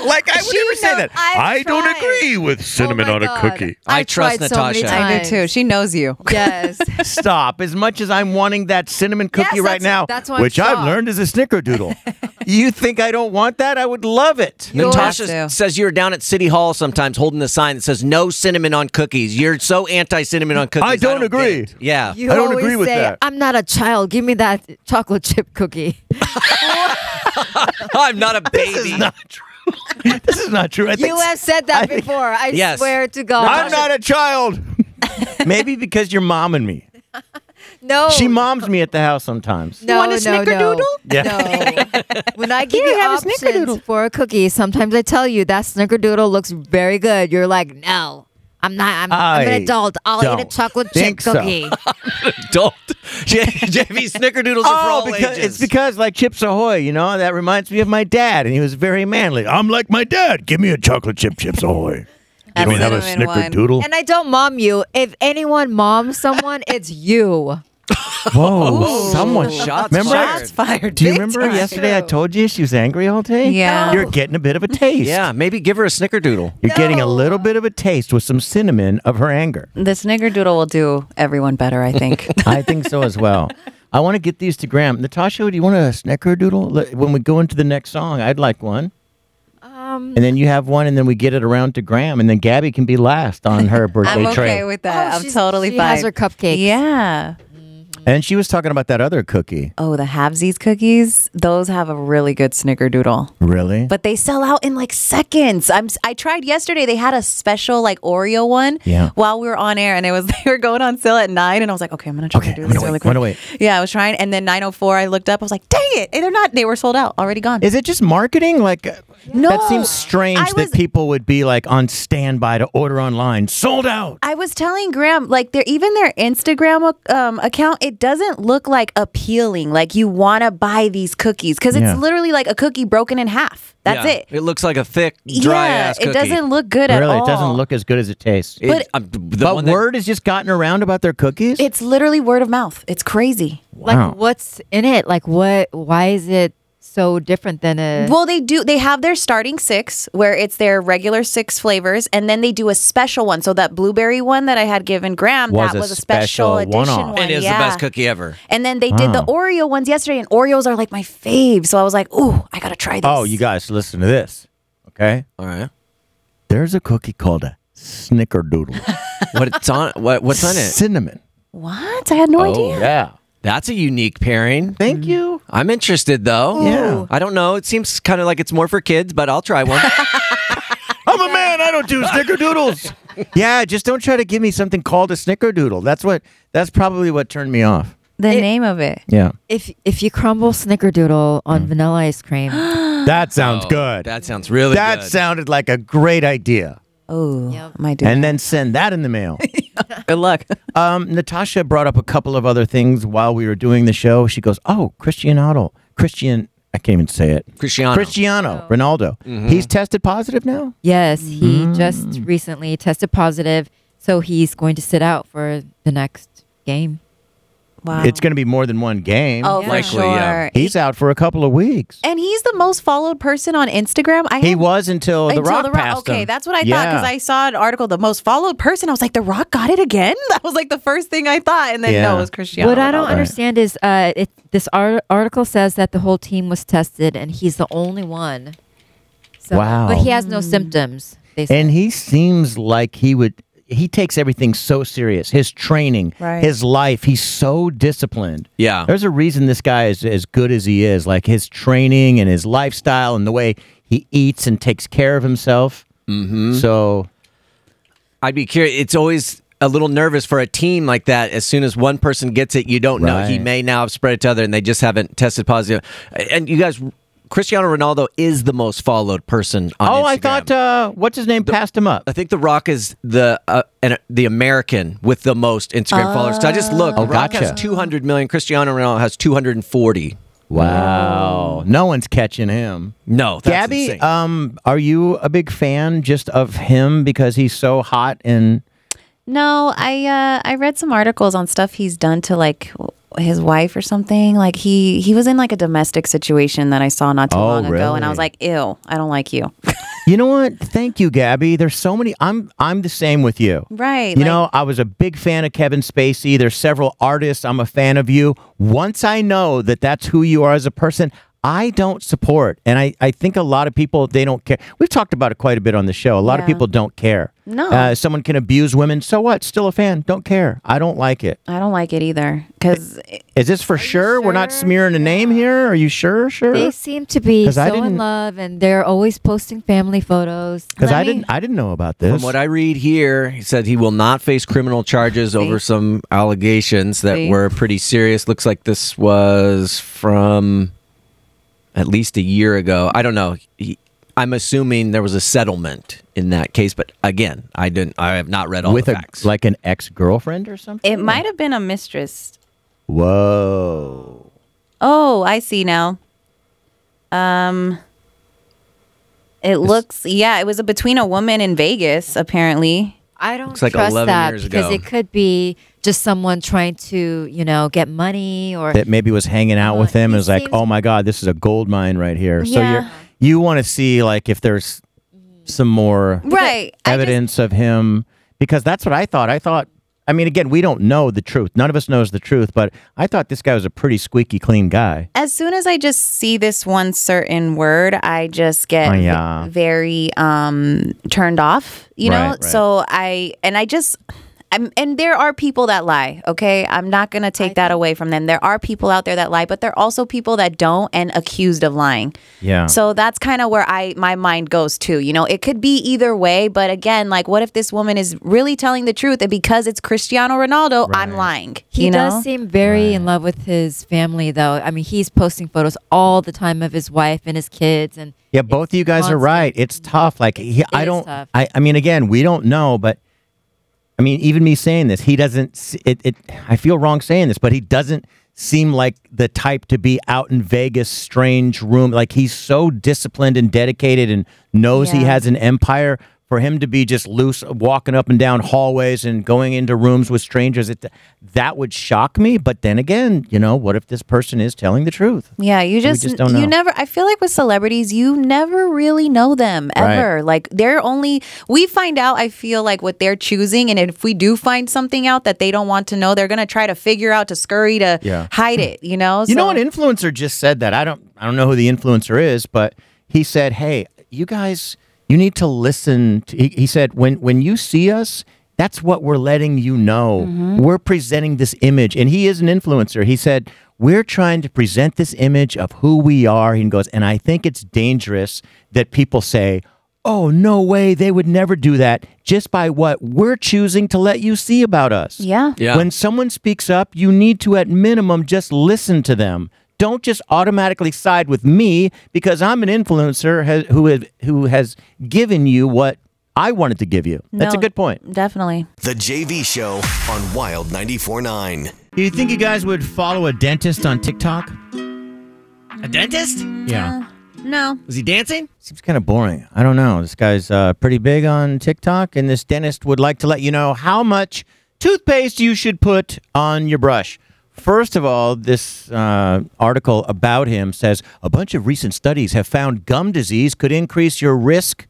[SPEAKER 3] Like I would
[SPEAKER 5] She
[SPEAKER 3] never say
[SPEAKER 5] knows-
[SPEAKER 3] that.
[SPEAKER 5] I've
[SPEAKER 3] I don't
[SPEAKER 5] tried. Oh
[SPEAKER 3] agree with cinnamon
[SPEAKER 5] my
[SPEAKER 3] on a
[SPEAKER 5] God.
[SPEAKER 3] cookie.
[SPEAKER 4] I
[SPEAKER 5] I've
[SPEAKER 4] trust
[SPEAKER 5] tried so many
[SPEAKER 4] Natasha.
[SPEAKER 5] times.
[SPEAKER 4] I
[SPEAKER 7] I do too. She knows you.
[SPEAKER 5] Yes.
[SPEAKER 3] Stop. As much as I'm wanting that cinnamon cookie
[SPEAKER 5] Yes,
[SPEAKER 3] right
[SPEAKER 5] that's-
[SPEAKER 3] now,
[SPEAKER 5] that's why I'm
[SPEAKER 3] which I've
[SPEAKER 5] shocked.
[SPEAKER 3] learned is a snickerdoodle. you think I don't want that? I would love it.
[SPEAKER 7] You always
[SPEAKER 4] Natasha
[SPEAKER 7] do.
[SPEAKER 4] says you're down at City Hall sometimes holding a sign that says no cinnamon on cookies. You're so anti cinnamon on cookies.
[SPEAKER 3] I don't
[SPEAKER 4] get
[SPEAKER 3] agree.
[SPEAKER 4] it. Yeah.
[SPEAKER 5] You
[SPEAKER 3] I don't
[SPEAKER 5] always
[SPEAKER 3] agree with
[SPEAKER 5] say,
[SPEAKER 3] that.
[SPEAKER 5] I'm not a child. Give me that chocolate chip cookie.
[SPEAKER 4] I'm not a baby.
[SPEAKER 3] This is not true. this is not true. I think
[SPEAKER 5] You have said that
[SPEAKER 3] I think-
[SPEAKER 5] before. I
[SPEAKER 4] Yes.
[SPEAKER 5] swear to God.
[SPEAKER 3] I'm not a child. Maybe because you're momming me.
[SPEAKER 5] No.
[SPEAKER 3] She moms me at the house sometimes.
[SPEAKER 5] no,
[SPEAKER 4] want a
[SPEAKER 5] no, no.
[SPEAKER 3] snickerdoodle? Yeah.
[SPEAKER 5] No. When I give you
[SPEAKER 7] have a
[SPEAKER 5] options
[SPEAKER 7] snickerdoodle.
[SPEAKER 5] for a cookie, sometimes I tell you that snickerdoodle looks very good. You're like, no, I'm not. I'm, I'm
[SPEAKER 3] I
[SPEAKER 5] an adult. I'll eat a
[SPEAKER 3] don't
[SPEAKER 5] chocolate chip
[SPEAKER 3] think so.
[SPEAKER 5] cookie.
[SPEAKER 4] Don't. J- JV snickerdoodles are
[SPEAKER 7] Oh,
[SPEAKER 4] for all
[SPEAKER 3] because
[SPEAKER 4] ages.
[SPEAKER 3] Oh, it's because like Chips Ahoy, you know that reminds me of my dad, and he was very manly. I'm like my dad. Give me a chocolate chip, Chips Ahoy. You don't have a
[SPEAKER 7] cinnamon one.
[SPEAKER 3] snickerdoodle.
[SPEAKER 5] And I don't mom you. If anyone moms someone, it's you.
[SPEAKER 3] Whoa! Someone
[SPEAKER 4] Shots
[SPEAKER 3] Remember, I-
[SPEAKER 4] fired.
[SPEAKER 7] Fired.
[SPEAKER 3] Do you
[SPEAKER 7] big
[SPEAKER 3] remember
[SPEAKER 7] time.
[SPEAKER 3] yesterday I told you she was angry all day?
[SPEAKER 7] Yeah.
[SPEAKER 3] You're getting a bit of a taste.
[SPEAKER 4] Yeah, maybe give her a snickerdoodle.
[SPEAKER 3] You're getting a little bit of a taste with some cinnamon of her anger.
[SPEAKER 7] The snickerdoodle will do everyone better, I think.
[SPEAKER 3] I think so as well. I want to get these to Graham. Natasha, do you want a snickerdoodle? Let- When we go into the next song, I'd like one.
[SPEAKER 7] Mm.
[SPEAKER 3] Um, and then you have one, and then we get it around to Graham, and then Gabby can be last on her birthday
[SPEAKER 7] I'm okay
[SPEAKER 3] tray.
[SPEAKER 7] with that.
[SPEAKER 5] Oh,
[SPEAKER 7] I'm
[SPEAKER 5] she's-
[SPEAKER 7] totally
[SPEAKER 5] she
[SPEAKER 7] fine.
[SPEAKER 5] has her cupcakes.
[SPEAKER 7] Yeah.
[SPEAKER 3] and she was talking about that other cookie.
[SPEAKER 7] Oh, the Havsies cookies. Those have a really good snickerdoodle.
[SPEAKER 3] Really?
[SPEAKER 7] But they sell out in like seconds. I'm s- I tried yesterday. They had a special like Oreo one
[SPEAKER 3] Yeah.
[SPEAKER 7] while we were on air and it was they were going on sale at 9 and I was like, "Okay, I'm going to try
[SPEAKER 3] Okay,
[SPEAKER 7] to do
[SPEAKER 3] I'm
[SPEAKER 7] this
[SPEAKER 3] gonna
[SPEAKER 7] really
[SPEAKER 3] wait,
[SPEAKER 7] quick."
[SPEAKER 3] I'm gonna wait.
[SPEAKER 7] Yeah, I was trying and then 904 I looked up. I was like, "Dang it. They're not they were sold out. Already gone."
[SPEAKER 3] Is it just marketing? Like, uh, that
[SPEAKER 7] No,
[SPEAKER 3] seems strange
[SPEAKER 7] Oh, I was-
[SPEAKER 3] that people would be like on standby to order online, sold out.
[SPEAKER 7] I was telling Graham, like, their even their Instagram um, account, it doesn't look like appealing. Like you want to buy these cookies because it's
[SPEAKER 3] Yeah.
[SPEAKER 7] literally like a cookie broken in half. That's
[SPEAKER 4] Yeah,
[SPEAKER 7] it.
[SPEAKER 4] It looks like a thick, dry
[SPEAKER 7] yeah,
[SPEAKER 4] ass cookie.
[SPEAKER 7] it doesn't look good at
[SPEAKER 3] really,
[SPEAKER 7] all.
[SPEAKER 3] it doesn't look as good as it tastes.
[SPEAKER 4] It-
[SPEAKER 7] Oh. but-
[SPEAKER 4] I'm- the
[SPEAKER 3] but
[SPEAKER 4] one that-
[SPEAKER 3] word has just gotten around about their cookies.
[SPEAKER 7] It's literally word of mouth. It's crazy.
[SPEAKER 3] Wow.
[SPEAKER 5] Like what's in it? Like what? Why is it so different than a?
[SPEAKER 7] Well, they do. They have their starting six, where it's their regular six flavors, and then they do a special one. So that blueberry one that I had given Graham,
[SPEAKER 3] Was
[SPEAKER 7] that
[SPEAKER 3] a
[SPEAKER 7] was a
[SPEAKER 3] special
[SPEAKER 7] special, edition
[SPEAKER 3] one-off.
[SPEAKER 7] one.
[SPEAKER 4] It is
[SPEAKER 7] yeah.
[SPEAKER 4] the best cookie ever.
[SPEAKER 7] And then they did the
[SPEAKER 3] Wow.
[SPEAKER 7] Oreo ones yesterday, and Oreos are like my fave. So I was like, ooh, I gotta try this.
[SPEAKER 3] Oh, you guys, listen to this. Okay.
[SPEAKER 4] All right.
[SPEAKER 3] There's a cookie called a snickerdoodle.
[SPEAKER 4] What it's on? What, what's on it? Oh,
[SPEAKER 3] Cinnamon.
[SPEAKER 7] What? I had no idea.
[SPEAKER 3] yeah.
[SPEAKER 4] That's a unique pairing.
[SPEAKER 3] Thank you.
[SPEAKER 4] I'm interested though.
[SPEAKER 3] Yeah.
[SPEAKER 4] I don't know. It seems kind of like it's more for kids, but I'll try one.
[SPEAKER 3] I'm a man. I don't do snickerdoodles. yeah, just don't try to give me something called a snickerdoodle. That's what. That's probably what turned me off.
[SPEAKER 7] The name of it.
[SPEAKER 3] Yeah. Mm.
[SPEAKER 5] if if you crumble snickerdoodle on vanilla ice cream,
[SPEAKER 3] That sounds
[SPEAKER 4] Oh,
[SPEAKER 3] good.
[SPEAKER 4] That sounds really
[SPEAKER 3] that
[SPEAKER 4] good.
[SPEAKER 3] sounded like a great idea.
[SPEAKER 7] Oh,
[SPEAKER 5] Yep.
[SPEAKER 7] I might do.
[SPEAKER 3] And then send that in the mail.
[SPEAKER 7] Good luck.
[SPEAKER 3] Um, Natasha brought up a couple of other things while we were doing the show. She goes, "Oh, Christian Otto, Christian I can't even say it.
[SPEAKER 4] Cristiano.
[SPEAKER 3] Cristiano
[SPEAKER 7] Oh.
[SPEAKER 3] Ronaldo.
[SPEAKER 7] Mm-hmm.
[SPEAKER 3] He's tested positive now.
[SPEAKER 5] Yes, he
[SPEAKER 3] Hmm.
[SPEAKER 5] just recently tested positive, so he's going to sit out for the next game. Wow.
[SPEAKER 3] It's going to be more than one game.
[SPEAKER 7] Oh, for Likely, yeah. sure.
[SPEAKER 3] He's out for a couple of weeks.
[SPEAKER 7] And he's the most followed person on Instagram. I
[SPEAKER 3] He
[SPEAKER 7] had-
[SPEAKER 3] was until The Rock passed
[SPEAKER 7] okay,
[SPEAKER 3] him.
[SPEAKER 7] that's what I thought
[SPEAKER 3] Yeah.
[SPEAKER 7] because I saw an article, the most followed person. I was like, The Rock got it again. That was like the first thing I thought, and then no,
[SPEAKER 3] Yeah.
[SPEAKER 7] it was Cristiano.
[SPEAKER 5] what I don't
[SPEAKER 7] Ronaldo.
[SPEAKER 5] understand is uh, it, this ar- article says that the whole team was tested and he's the only one. So,
[SPEAKER 3] Wow.
[SPEAKER 5] But he has no symptoms. They said.
[SPEAKER 3] And he seems like he would. He takes everything so serious. His training,
[SPEAKER 5] Right.
[SPEAKER 3] his life. He's so disciplined.
[SPEAKER 4] Yeah.
[SPEAKER 3] There's a reason this guy is as good as he is. Like his training and his lifestyle and the way he eats and takes care of himself. Mm-hmm. So
[SPEAKER 4] I'd be curious. It's always a little nervous for a team like that. As soon as one person gets it, you don't know. He
[SPEAKER 3] Right.
[SPEAKER 4] may now have spread it to other, and they just haven't tested positive. And you guys, Cristiano Ronaldo is the most followed person. on
[SPEAKER 3] oh, I
[SPEAKER 4] Instagram.
[SPEAKER 3] thought uh, what's his name passed him up.
[SPEAKER 4] I think The Rock is the uh, an, the American with the most Instagram followers. 'Cause I just looked.
[SPEAKER 3] Oh,
[SPEAKER 4] the Rock
[SPEAKER 3] gotcha.
[SPEAKER 4] has 200 million. Cristiano Ronaldo has 240.
[SPEAKER 3] Wow, no one's catching him.
[SPEAKER 4] No, that's
[SPEAKER 3] Gabby,
[SPEAKER 4] insane.
[SPEAKER 3] um, are you a big fan just of him because he's so hot and?
[SPEAKER 7] No, I uh, I read some articles on stuff he's done to like w- his wife or something. Like he he was in like a domestic situation that I saw not too
[SPEAKER 3] Oh,
[SPEAKER 7] long ago, and I was
[SPEAKER 3] really?
[SPEAKER 7] like, ew, I don't like you.
[SPEAKER 3] You know what? Thank you, Gabby. There's so many. I'm I'm the same with you.
[SPEAKER 7] Right,
[SPEAKER 3] You
[SPEAKER 7] like-
[SPEAKER 3] know, I was a big fan of Kevin Spacey. There's several artists. I'm a fan of you. Once I know that that's who you are as a person, I don't support. And I I think a lot of people they don't care. We've talked about it quite a bit on the show. A lot of
[SPEAKER 7] Yeah.
[SPEAKER 3] people don't care.
[SPEAKER 7] No.
[SPEAKER 3] Uh, someone can abuse women. So what? Still a fan. Don't care. I don't like it.
[SPEAKER 7] I don't like it either because
[SPEAKER 3] Is this for sure? We're not smearing a name here. Are you sure? Sure.
[SPEAKER 5] They seem to be
[SPEAKER 3] 'Cause I
[SPEAKER 5] so in
[SPEAKER 3] didn't-
[SPEAKER 5] love, and they're always posting family photos.
[SPEAKER 3] Because
[SPEAKER 5] Let
[SPEAKER 3] I
[SPEAKER 5] me-
[SPEAKER 3] didn't I didn't know about this.
[SPEAKER 4] From what I read here, he said he will not face criminal charges over some allegations that
[SPEAKER 7] See?
[SPEAKER 4] were pretty serious. Looks like this was from at least a year ago. I don't know. He, I'm assuming there was a settlement in that case, but again, I didn't. I have not read all
[SPEAKER 3] with
[SPEAKER 4] the
[SPEAKER 3] a,
[SPEAKER 4] facts.
[SPEAKER 3] like an ex girlfriend or something.
[SPEAKER 7] it might have been a mistress.
[SPEAKER 3] Whoa.
[SPEAKER 7] Oh, I see now. Um, it looks yeah, it was a, between a woman in Vegas apparently.
[SPEAKER 5] I don't
[SPEAKER 4] Looks like
[SPEAKER 5] trust
[SPEAKER 4] 11
[SPEAKER 5] that
[SPEAKER 4] years
[SPEAKER 5] because
[SPEAKER 4] ago.
[SPEAKER 5] it could be just someone trying to, you know, get money or
[SPEAKER 3] That maybe was hanging out with him and was like, oh my God, this is a gold mine right here. So
[SPEAKER 5] Yeah.
[SPEAKER 3] you're, you want to see like if there's some more
[SPEAKER 7] Right.
[SPEAKER 3] evidence of him because that's what I thought. I thought, I mean, again, we don't know the truth. None of us knows the truth, but I thought this guy was a pretty squeaky clean guy.
[SPEAKER 7] As soon as I just see this one certain word, I just get
[SPEAKER 3] Oh, yeah.
[SPEAKER 7] v- very um turned off, you know?
[SPEAKER 3] Right, right.
[SPEAKER 7] So I and I just I'm, and there are people that lie, okay? I'm not going to take that away from them. There are people out there that lie, but there are also people that don't and accused of lying.
[SPEAKER 3] Yeah.
[SPEAKER 7] So that's kind of where I my mind goes to. You know, it could be either way, but again, like what if this woman is really telling the truth and because it's Cristiano Ronaldo, I'm lying.
[SPEAKER 5] He
[SPEAKER 7] you know?
[SPEAKER 5] does seem very in love with his family, though. I mean, he's posting photos all the time of his wife and his kids, and
[SPEAKER 3] Yeah, both of you guys are
[SPEAKER 5] constant.
[SPEAKER 3] right. It's tough. Like he, I
[SPEAKER 5] is
[SPEAKER 3] don't.
[SPEAKER 5] tough.
[SPEAKER 3] I, I mean, again, we don't know, but I mean, even me saying this, he doesn't. s- It, it. I feel wrong saying this, but he doesn't seem like the type to be out in Vegas, strange room. Like he's so disciplined and dedicated, and knows he
[SPEAKER 5] Yeah.
[SPEAKER 3] has an empire. For him to be just loose, walking up and down hallways and going into rooms with strangers, it, that would shock me. But then again, you know, what if this person is telling the truth?
[SPEAKER 7] Yeah, you
[SPEAKER 3] We
[SPEAKER 7] just,
[SPEAKER 3] just don't know.
[SPEAKER 7] you never I feel like with celebrities you never really know them
[SPEAKER 3] Right.
[SPEAKER 7] ever. Like they're only we find out I feel like what they're choosing and if we do find something out that they don't want to know, they're going to try to figure out to scurry to
[SPEAKER 3] Yeah.
[SPEAKER 7] hide it, you know?
[SPEAKER 3] You know, an influencer just said that. I don't, I don't know who the influencer is, but he said, "Hey, you guys, you need to listen." To, he, he said, "When when you see us, that's what we're letting you know. We're presenting this image, and he is an influencer." He said, "We're trying to present this image of who we are." He goes, "And I think it's dangerous that people say." Oh, no way. They would never do that just by what we're choosing to let you see about us.
[SPEAKER 7] Yeah.
[SPEAKER 4] Yeah.
[SPEAKER 3] When someone speaks up, you need to, at minimum, just listen to them. Don't just automatically side with me because I'm an influencer has, who has, who has given you what I wanted to give you. That's a
[SPEAKER 7] No.
[SPEAKER 3] good point.
[SPEAKER 7] Definitely.
[SPEAKER 1] The JV Show on Wild 94.9.
[SPEAKER 3] Do you think you guys would follow a dentist on TikTok?
[SPEAKER 4] A dentist?
[SPEAKER 3] Yeah.
[SPEAKER 18] No.
[SPEAKER 4] Was he dancing?
[SPEAKER 3] Seems kind of boring. I don't know. This guy's uh, pretty big on TikTok, and this dentist would like to let you know how much toothpaste you should put on your brush. First of all, this uh, article about him says a bunch of recent studies have found gum disease could increase your risk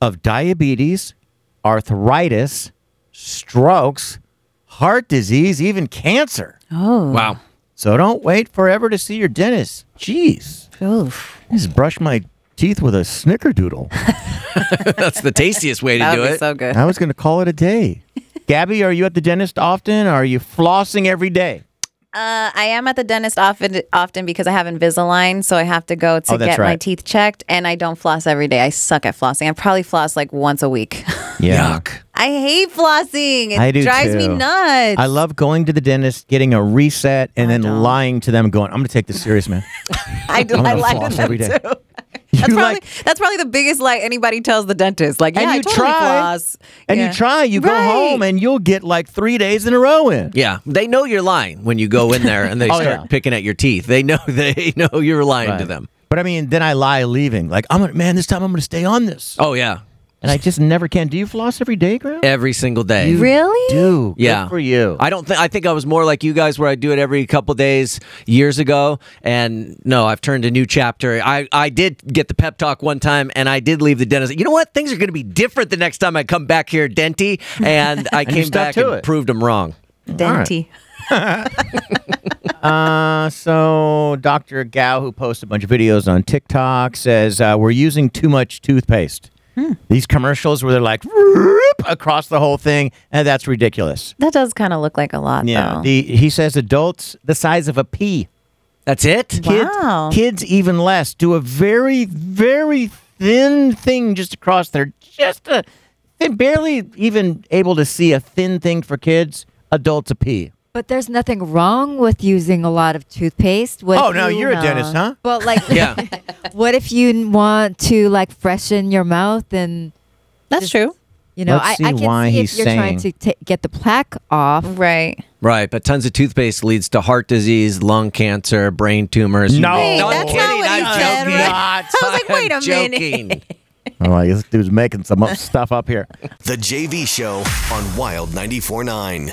[SPEAKER 3] of diabetes, arthritis, strokes, heart disease, even cancer.
[SPEAKER 18] Oh.
[SPEAKER 4] Wow.
[SPEAKER 3] So don't wait forever to see your dentist. Jeez.
[SPEAKER 18] Oof.
[SPEAKER 3] I just brush my teeth with a snickerdoodle.
[SPEAKER 4] That's the tastiest way to
[SPEAKER 18] That
[SPEAKER 4] do
[SPEAKER 18] would be
[SPEAKER 4] it.
[SPEAKER 18] so good.
[SPEAKER 3] I was going to call it a day. Gabby, are you at the dentist often? Or are you flossing every day?
[SPEAKER 18] Uh, I am at the dentist often often because I have Invisalign, so I have to go to
[SPEAKER 3] Oh, that's
[SPEAKER 18] get my
[SPEAKER 3] right.
[SPEAKER 18] teeth checked, and I don't floss every day. I suck at flossing. I probably floss like once a week.
[SPEAKER 3] Yeah. Yuck.
[SPEAKER 18] I hate flossing. It
[SPEAKER 3] I do
[SPEAKER 18] drives me
[SPEAKER 3] too.
[SPEAKER 18] nuts.
[SPEAKER 3] I love going to the dentist, getting a reset, and then lying to them, going, I'm going to take this serious, man.
[SPEAKER 18] I do.
[SPEAKER 3] I'm
[SPEAKER 18] I
[SPEAKER 3] gonna
[SPEAKER 18] lie
[SPEAKER 3] floss
[SPEAKER 18] to them
[SPEAKER 3] every
[SPEAKER 18] too.
[SPEAKER 3] day.
[SPEAKER 18] that's probably that's probably the biggest lie anybody tells the dentist. Like, yeah,
[SPEAKER 3] and
[SPEAKER 18] I
[SPEAKER 3] you
[SPEAKER 18] totally
[SPEAKER 3] try.
[SPEAKER 18] floss.
[SPEAKER 3] And
[SPEAKER 18] Yeah.
[SPEAKER 3] you try. You go
[SPEAKER 18] Right.
[SPEAKER 3] home and you'll get like three days in a row in.
[SPEAKER 4] Yeah, they know you're lying when you go in there and they
[SPEAKER 3] Oh,
[SPEAKER 4] start
[SPEAKER 3] yeah.
[SPEAKER 4] picking at your teeth. They know they know you're lying to them.
[SPEAKER 3] But I mean, then I lie leaving. Like, I'm gonna, man, this time I'm going to stay on this.
[SPEAKER 4] Oh yeah,
[SPEAKER 3] And I just never can. Do you floss every day, Graham?
[SPEAKER 4] every single day.
[SPEAKER 18] Really?
[SPEAKER 3] Do. Good
[SPEAKER 4] Yeah,
[SPEAKER 3] for you.
[SPEAKER 4] I don't think I think I was more like you guys, where I do it every couple days years ago. And no, I've turned a new chapter. I I did get the pep talk one time, and I did leave the dentist. You know what? Things are going to be different the next time I come back here, Denty. And I
[SPEAKER 3] you
[SPEAKER 4] came
[SPEAKER 3] stuck
[SPEAKER 4] back
[SPEAKER 3] to
[SPEAKER 4] and
[SPEAKER 3] it.
[SPEAKER 4] proved them wrong.
[SPEAKER 18] Denty.
[SPEAKER 3] Uh, so Dr. Gao, who posts a bunch of videos on TikTok, says uh, we're using too much toothpaste.
[SPEAKER 18] Hmm.
[SPEAKER 3] These commercials where they're like "Roop," across the whole thing, and that's ridiculous.
[SPEAKER 18] That does kind of look like a lot,
[SPEAKER 3] Yeah,
[SPEAKER 18] though.
[SPEAKER 3] the, he says adults the size of a pea,
[SPEAKER 4] That's it.
[SPEAKER 3] kids,
[SPEAKER 18] Wow.
[SPEAKER 3] kids even less, do a very very thin thing just across their just a they're barely even able to see a thin thing for kids. Adults a pea.
[SPEAKER 5] But there's nothing wrong with using a lot of toothpaste. What
[SPEAKER 3] Oh,
[SPEAKER 5] if
[SPEAKER 3] now
[SPEAKER 5] you- uh,
[SPEAKER 3] you're a dentist, huh?
[SPEAKER 5] But like,
[SPEAKER 4] Yeah.
[SPEAKER 5] what if you n- want to like freshen your mouth and
[SPEAKER 18] That's true.
[SPEAKER 5] you know?
[SPEAKER 3] Let's
[SPEAKER 5] I,
[SPEAKER 3] see
[SPEAKER 5] I can
[SPEAKER 3] why
[SPEAKER 5] see
[SPEAKER 3] he's
[SPEAKER 5] if you're trying to
[SPEAKER 3] saying-
[SPEAKER 5] ta get the plaque off.
[SPEAKER 18] Right.
[SPEAKER 4] Right, but tons of toothpaste leads to heart disease, lung cancer, brain tumors.
[SPEAKER 3] No. Wait,
[SPEAKER 4] No,
[SPEAKER 3] that's
[SPEAKER 4] kidding,
[SPEAKER 3] not
[SPEAKER 18] what he
[SPEAKER 4] I'm
[SPEAKER 18] said,
[SPEAKER 4] joking.
[SPEAKER 18] right? I was like,
[SPEAKER 4] I'm
[SPEAKER 18] wait a minute.
[SPEAKER 4] joking.
[SPEAKER 3] I'm like, this dude's making some up stuff up here.
[SPEAKER 1] The JV Show on Wild 94.9.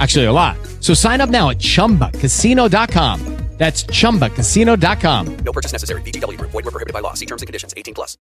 [SPEAKER 6] Actually, a lot. So sign up now at chumbacasino.com. That's chumbacasino.com.
[SPEAKER 8] No purchase necessary. VGW Group. Void were prohibited by law. See terms and conditions. 18 plus.